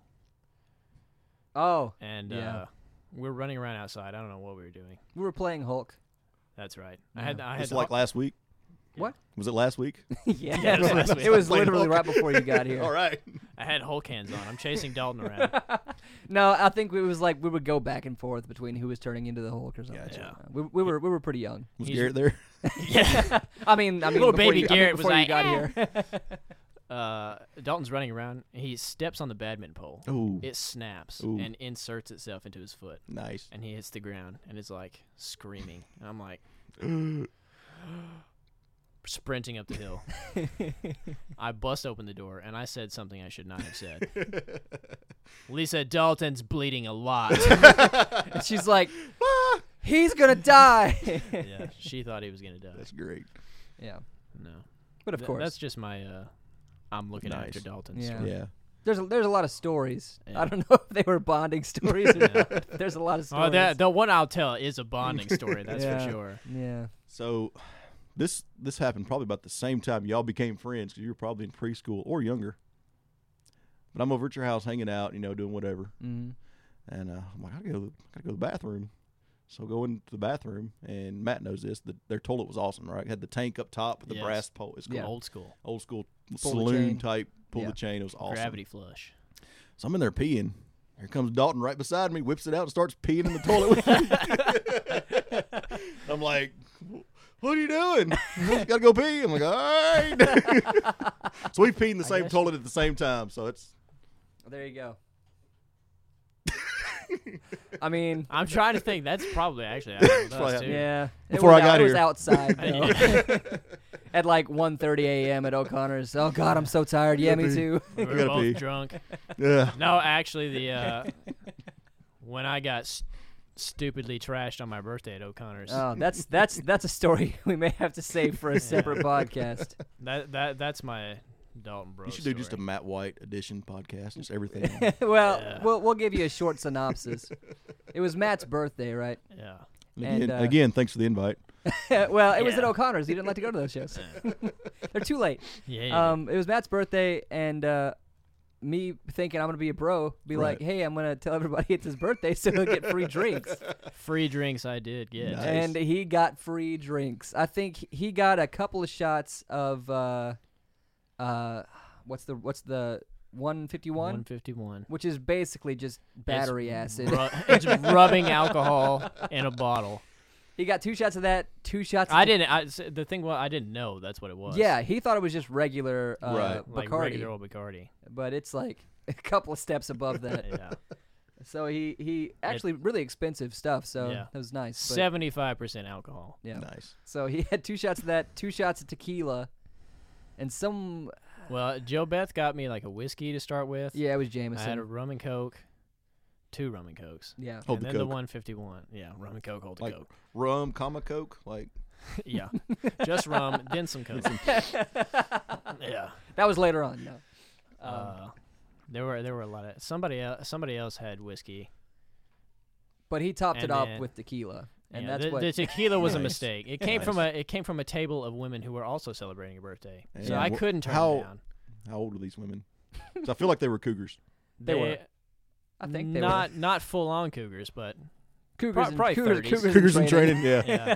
S2: Oh,
S1: and
S2: Yeah.
S1: uh, we're running around outside. I don't know what we were doing.
S2: we were playing Hulk.
S1: That's right. I had I had
S3: It's
S1: the-
S3: like last week.
S2: What?
S3: Was it last week?
S2: yeah.
S1: Yeah, it was last
S2: it was
S3: week.
S2: literally right before you got here.
S3: All right.
S1: I had Hulk hands on. I'm chasing Dalton around.
S2: No, I think it was like we would go back and forth between who was turning into the Hulk or something.
S3: Gotcha.
S1: Yeah.
S2: We, we were we were pretty young.
S3: Was
S1: He's-
S3: Garrett there?
S1: yeah.
S2: I mean, I mean,
S1: Little
S2: before
S1: baby
S2: you, I mean,
S1: Garrett was
S2: before you
S1: like, "Eh."
S2: got
S1: "Ah."
S2: here.
S1: Uh, uh, Dalton's running around. He steps on the badminton pole.
S3: Oh,
S1: It snaps
S3: Ooh.
S1: and inserts itself into his foot,
S3: nice.
S1: and he hits the ground and is like screaming. And I'm like sprinting up the hill. I bust open the door and I said something I should not have said. Lisa Dalton's bleeding a lot.
S2: And she's like, he's gonna die.
S1: yeah, she thought he was gonna die.
S3: That's great.
S2: yeah,
S1: No,
S2: but of
S1: Th-
S2: course,
S1: that's just my. uh I'm looking
S3: Nice.
S1: after Dalton.
S2: Yeah.
S1: story.
S3: Yeah.
S2: there's a, there's a lot of stories.
S1: Yeah.
S2: I don't know if they were bonding stories. or
S1: Yeah.
S2: not. There's a lot of stories.
S1: Oh, that the one I'll tell is a bonding story. That's
S2: Yeah.
S1: for sure.
S2: yeah,
S3: So this this happened probably about the same time y'all became friends because you were probably in preschool or younger. But I'm over at your house hanging out, you know, doing whatever,
S2: mm.
S3: and uh, I'm like, I gotta go, I gotta go to the bathroom. So I go into the bathroom, and Matt knows this. The, their toilet was awesome, right? It had the tank up top with the
S1: Yes.
S3: brass pole. It's cool.
S2: Yeah.
S1: Old school
S3: Old school
S2: Pull the chain.
S3: saloon type. Pull
S2: Yeah.
S3: the chain. It was awesome.
S1: gravity flush.
S3: So I'm in there peeing. Here comes Dalton right beside me, whips it out and starts peeing in the toilet. with me. I'm like, what are you doing? Gotta go pee. I'm like, all right. so we peed in the
S1: I
S3: same
S1: guess-
S3: toilet at the same time. So it's
S2: there you go. I mean,
S1: I'm trying to think. That's probably actually happened with
S3: probably
S1: us too.
S3: happened.
S2: yeah.
S3: Before
S2: it was
S3: I got
S2: out, it was
S3: here.
S2: outside though. at like 1:30 a.m. at O'Connor's. Oh God, I'm so tired. Yeah, me
S3: Gotta be-
S2: too.
S1: We were
S3: gotta
S1: both
S3: pee.
S1: drunk.
S3: yeah.
S1: No, actually, the uh, when I got s stupidly trashed on my birthday at O'Connor's,
S2: Oh, that's that's that's a story we may have to save for a separate podcast.
S1: that that that's my Dalton bro.
S3: You should do just a
S1: story.
S3: Matt White edition podcast, just everything.
S2: well,
S1: Yeah.
S2: we'll we'll give you a short synopsis. it was Matt's birthday, right?
S1: yeah.
S3: And
S2: And,
S3: again,
S2: uh,
S3: again, thanks for the invite.
S2: well, it was at
S1: Yeah.
S2: O'Connor's. You didn't like to go to those shows. They're too late.
S1: Yeah, yeah.
S2: Um, it was Matt's birthday, and uh, me thinking I'm gonna be a bro, be like,
S3: Right.
S2: hey, I'm gonna tell everybody it's his birthday, so he'll get free drinks.
S1: free drinks I did get.
S3: Nice.
S2: And he got free drinks. I think he got a couple of shots of uh, uh, what's the what's the 151,
S1: 151.
S2: which is basically just battery acid.
S1: Ru- it's rubbing alcohol in a bottle.
S2: He got two shots of that, two shots. Of
S1: I didn't. I, s- the thing was, I didn't know that's what it was.
S2: Yeah, he thought it was just regular uh,
S3: Right.
S2: Bacardi,
S1: like regular old Bacardi.
S2: but it's like a couple of steps above that.
S1: Yeah,
S2: so he he actually really expensive stuff. So
S1: Yeah.
S2: that was nice. but-
S1: seventy-five percent alcohol.
S2: yeah.
S3: Nice.
S2: So he had two shots of that, two shots of tequila, and some.
S1: Well, Joe Beth got me like a whiskey to start with.
S2: Yeah, it was
S1: I had a
S2: Jameson.
S1: rum and coke, two rum and cokes,
S2: Yeah.
S3: Hold
S1: and
S3: the
S1: then the
S3: coke.
S1: one fifty-one. Yeah, rum and coke, hold the
S3: Like-
S1: coke.
S3: Rum, comma coke, like
S1: Yeah, just rum, then some coke. yeah.
S2: That was later on. No. Um,
S1: Uh, there were there were a lot of somebody else, somebody else had whiskey.
S2: but he topped it
S1: and
S2: off
S1: then-
S2: with tequila, and
S1: Yeah,
S2: that's
S1: the,
S2: what.
S1: the tequila was a
S3: Nice.
S1: mistake. It
S3: Yeah.
S1: came from a it came from a table of women who were also celebrating a birthday, so
S3: Yeah.
S1: I
S3: Wh-
S1: couldn't turn
S3: how-
S1: it down.
S3: how old are these women? So I feel like they were cougars.
S2: They were. I think they
S1: not not full on cougars, but
S2: were
S1: pro-
S2: cougars, and,
S1: probably
S2: cougers,
S1: 30s.
S2: cougars,
S3: Cougars
S2: in
S3: in training, yeah.
S1: yeah,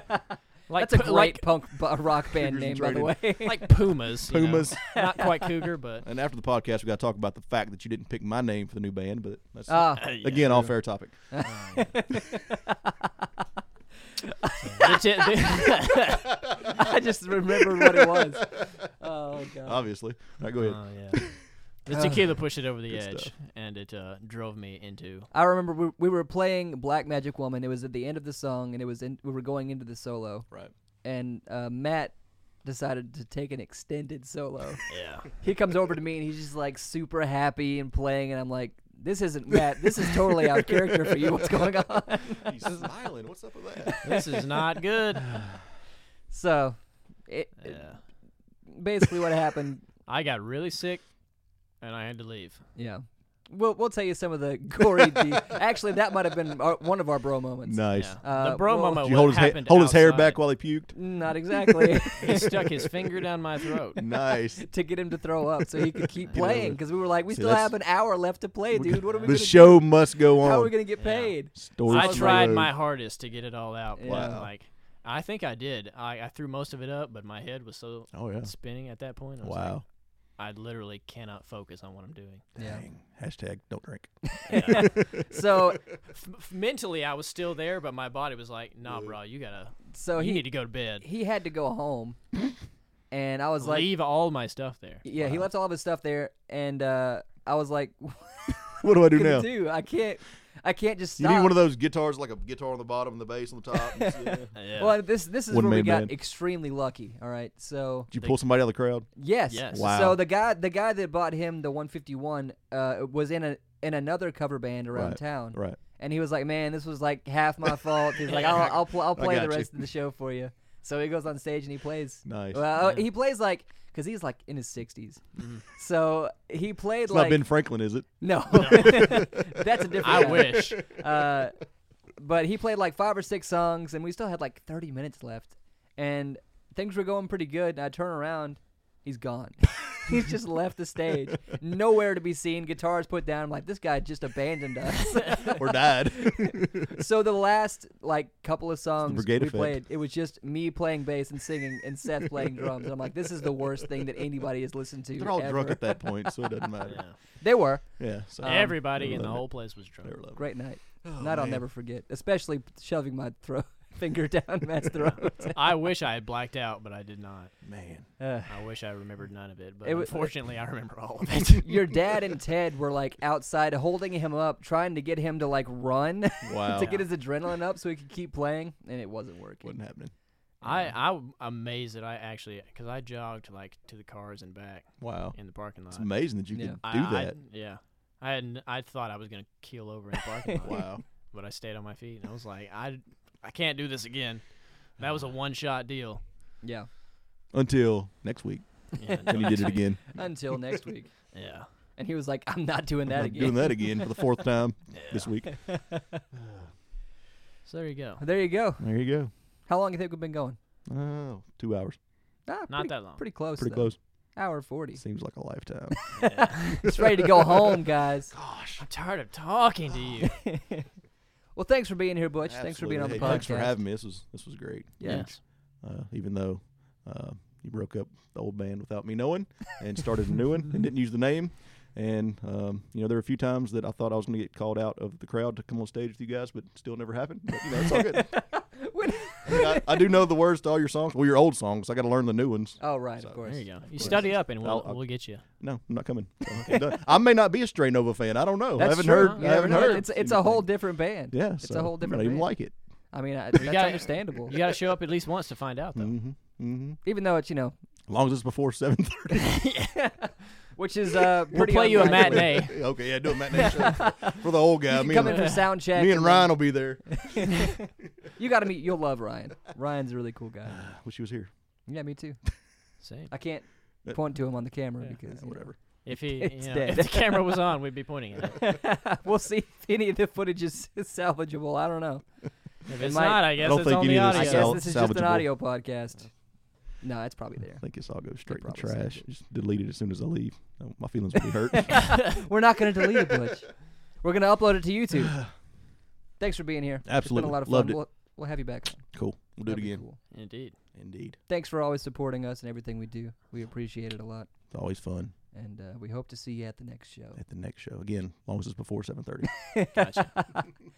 S1: like
S2: That's a
S1: pu-
S2: great
S1: like,
S2: punk bu- rock band
S3: Cougars
S2: name,
S3: and
S2: by the way.
S3: Trading.
S1: like pumas, you know.
S3: Pumas.
S1: not quite cougar, but
S3: And after the podcast, we got to talk about the fact that you didn't pick my name for the new band, but that's
S1: Oh,
S2: Ah,
S3: Uh, again all fair topic.
S1: The ti- the-
S2: I just remember what it was. Oh god.
S3: Obviously, all right, go ahead.
S1: Oh, yeah. The tequila pushed it over the edge, and it uh, drove me into.
S2: I remember we, we were playing Black Magic Woman. It was at the end of the song, and it was in, we were going into the solo,
S3: Right.
S2: and uh, Matt decided to take an extended solo.
S1: Yeah,
S2: he comes over to me, and he's just like super happy and playing, and I'm like. This isn't Matt. This is totally out of character for you. What's going on?
S3: He's smiling. What's up with that?
S1: this is not good.
S2: So, it, it-
S1: Yeah.
S2: basically what happened.
S1: I got really sick, and I had to leave.
S2: Yeah, we'll we'll tell you some of the gory. de- Actually, that might have been our, one of our bro moments.
S3: Nice.
S1: Yeah.
S2: Uh,
S1: the bro
S2: well-
S1: moment
S3: Did you hold his ha-
S1: Oh, happened
S3: hold his hair back
S1: outside.
S3: while he puked?
S2: Not exactly.
S1: he stuck his finger down my throat.
S3: Nice.
S2: to get him to throw up so he could keep
S3: You know,
S2: playing because we were like, we
S3: see,
S2: still
S3: that's-
S2: have an hour left to play, dude. What are we
S3: the
S2: gonna
S3: show must go
S2: do?
S3: on.
S2: How are we gonna get
S1: Yeah.
S2: paid?
S3: Stories
S1: I
S3: from the
S1: tried
S3: road.
S1: my hardest to get it all out. but,
S2: Wow.
S1: Like, I think I did. I, I threw most of it up, but my head was so
S3: Oh yeah.
S1: spinning at that point. I was
S3: Wow.
S1: Like, I literally cannot focus on what I'm doing.
S2: Yeah.
S3: Dang. Hashtag don't drink.
S2: So,
S1: F- f- mentally, I was still there, but my body was like, "Nah, bro, you gotta,
S2: so
S1: you
S2: he
S1: need to go to bed."
S2: he had to go home, and I was like,
S1: Leave all my stuff there.
S2: yeah, he left all of his stuff there, and uh, I was like, what
S3: What do I do
S2: can I
S3: now?
S2: do? I can't, I can't just
S3: You
S2: stop.
S3: need one of those guitars, like a guitar on the bottom and the bass on the top. and just- yeah.
S1: Yeah.
S2: Well, this this is
S3: One
S2: where we
S3: man
S2: got
S3: band.
S2: extremely lucky. All right, so
S3: Did you pull somebody out of the crowd?
S2: yes,
S1: Yes.
S3: Wow.
S2: So the guy the guy that bought him the 151 uh, was in a in another cover band around
S3: Right,
S2: town,
S3: Right.
S2: and he was like, "Man, this was like half my fault." He's like, "I'll I'll, pl- I'll
S3: I
S2: play the
S3: got you.
S2: rest of the show for you." So he goes on stage and he plays.
S3: Nice.
S2: Well, oh,
S1: Yeah.
S2: he plays like because he's like in his 60s,
S1: Mm-hmm.
S2: so he played
S3: it's
S2: like
S3: not Ben Franklin, is it?
S2: no, that's a different.
S1: I
S2: guy.
S1: wish.
S2: Uh, but he played like five or six songs, and we still had like 30 minutes left, and things were going pretty good. And I turn around, he's gone. he's just left the stage, nowhere to be seen. Guitars put down. I'm like, this guy just abandoned us.
S3: Or died.
S2: so the last like couple of songs we
S3: Brigade effect.
S2: played, it was just me playing bass and singing, and Seth playing drums. And I'm like, this is the worst thing that anybody has listened to.
S3: They're all
S2: ever.
S3: drunk at that point, so it doesn't matter.
S1: Yeah.
S2: They were
S3: Yeah. So
S2: Um,
S1: Everybody in the
S3: loved it.
S1: whole place was drunk.
S3: they were loving it.
S2: great night.
S3: Oh,
S2: Not I'll never forget, especially shoving my throat finger down Matt's throat.
S1: I wish I had blacked out, but I did not.
S3: Man.
S2: Uh,
S1: I wish I remembered none of it, but
S2: It wa-
S1: unfortunately, I remember all of it.
S2: your dad and Ted were like outside holding him up, trying to get him to like run
S3: Wow.
S2: to get his adrenaline up so he could keep playing, and it wasn't working.
S3: Oh. Wasn't happening.
S1: I I'm amazed that I actually because I jogged like to the cars and back
S3: Wow.
S1: in the parking lot.
S3: It's amazing that you
S2: Yeah.
S3: could
S1: I-
S3: do
S1: I-
S3: that.
S1: yeah. I hadn't, I thought I was gonna keel over in the parking lot,
S3: wow.
S1: but I stayed on my feet and I was like, I I can't do this again. That
S3: Uh-huh.
S1: was a one shot deal.
S2: Yeah.
S3: Until next week.
S1: Yeah,
S3: And you did it again.
S2: Until next week,
S1: yeah.
S2: and he was like, "I'm not doing that
S3: I'm
S2: again."
S3: Doing that again for the fourth time this week.
S1: So there you go.
S2: There you go.
S3: There you go.
S2: How long do you think we've been going?
S3: Oh, two hours.
S2: Ah,
S1: Not
S2: pretty,
S1: that long.
S2: Pretty close.
S3: Pretty
S2: though.
S3: close.
S2: Hour forty.
S3: Seems like a lifetime.
S2: It's ready to go home, guys.
S3: Gosh.
S1: I'm tired of talking to you.
S2: Well, thanks for being here, Butch. Thanks for being on the
S3: Absolutely.
S2: podcast.
S3: Hey, Thanks for having me. This was this was great.
S2: Yeah.
S3: Uh, even though uh, you broke up the old band without me knowing and started a new one and didn't use the name. And um, you know, there were a few times that I thought I was going to get called out of the crowd to come on stage with you guys, but still never happened. But you know, it's all good.
S2: When-
S3: I, mean, I, I do know the words to all your songs. Well, your old songs. I got to learn the new ones.
S2: oh, right,
S3: So,
S2: of course.
S1: There you go. You
S3: course.
S1: study up and we'll
S3: I'll- I'll-
S1: we'll get you.
S3: No, I'm not coming. So, I'm done. I may not be a Stray Nova fan. I don't know. I
S2: That's
S3: haven't
S2: true.
S3: heard.
S2: You
S3: I
S2: never
S3: haven't
S2: know.
S3: heard.
S2: It's it's a whole different band.
S3: Yeah,
S2: it's
S3: so
S2: a whole
S3: I
S2: different.
S3: don't even
S2: band.
S3: like it.
S2: I mean, I, that's
S1: gotta-
S2: understandable.
S1: You got to show up at least once to find out though.
S3: Mm-hmm. Mm-hmm.
S2: Even though it's you know,
S3: As long as it's before seven thirty.
S2: which is uh,
S1: We'll
S2: pretty
S1: play you a
S2: unlikely.
S1: matinee.
S3: okay, yeah, do a matinee show for- for the old guy.
S2: You
S3: Me
S2: come
S3: and,
S2: in for sound check.
S3: me and
S2: then
S3: Ryan will be there.
S2: You got to meet. You'll love Ryan. Ryan's a really cool guy.
S3: wish he was here.
S2: Yeah, me too.
S1: Same.
S2: I can't
S3: But-
S2: point to him on the camera
S1: Yeah,
S2: because
S3: Yeah, whatever.
S1: If he,
S2: It's
S1: you know,
S2: dead.
S1: if the camera was on, we'd be pointing at it.
S2: we'll see if any of the footage is salvageable. I don't know.
S1: If
S2: It
S1: it's
S2: might-
S1: not, I guess
S3: don't
S1: it's
S3: think
S1: on
S3: you
S1: the
S3: need to
S2: I
S1: audio.
S2: guess
S3: sell-
S2: this is just an
S3: salvageable.
S2: audio podcast. No, it's probably
S3: I
S2: there.
S3: think this all goes straight in the
S2: probably
S3: trash. Just delete it as soon as I leave. Oh, My feelings will be hurt.
S2: We're not going to delete it, Butch. We're going to upload it to YouTube. Thanks for being here. It's
S3: Absolutely.
S2: been a lot of fun.
S3: Loved it.
S2: We'll, we'll have you back. on.
S3: Cool. We'll do
S2: That'd
S3: it
S2: be
S3: again.
S2: cool.
S1: Indeed.
S3: Indeed.
S2: Thanks for always supporting us and everything we do. We appreciate it a lot.
S3: It's always fun
S2: And uh, we hope to see you at the next show.
S3: at the next show. Again, as long as it's before seven thirty.
S1: Gotcha.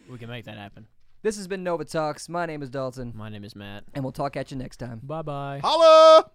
S1: we can make that happen.
S2: This has been Nova Talks. My name is Dalton,
S1: My name is Matt.
S2: and we'll talk at you next time.
S1: Bye bye.
S3: Holla!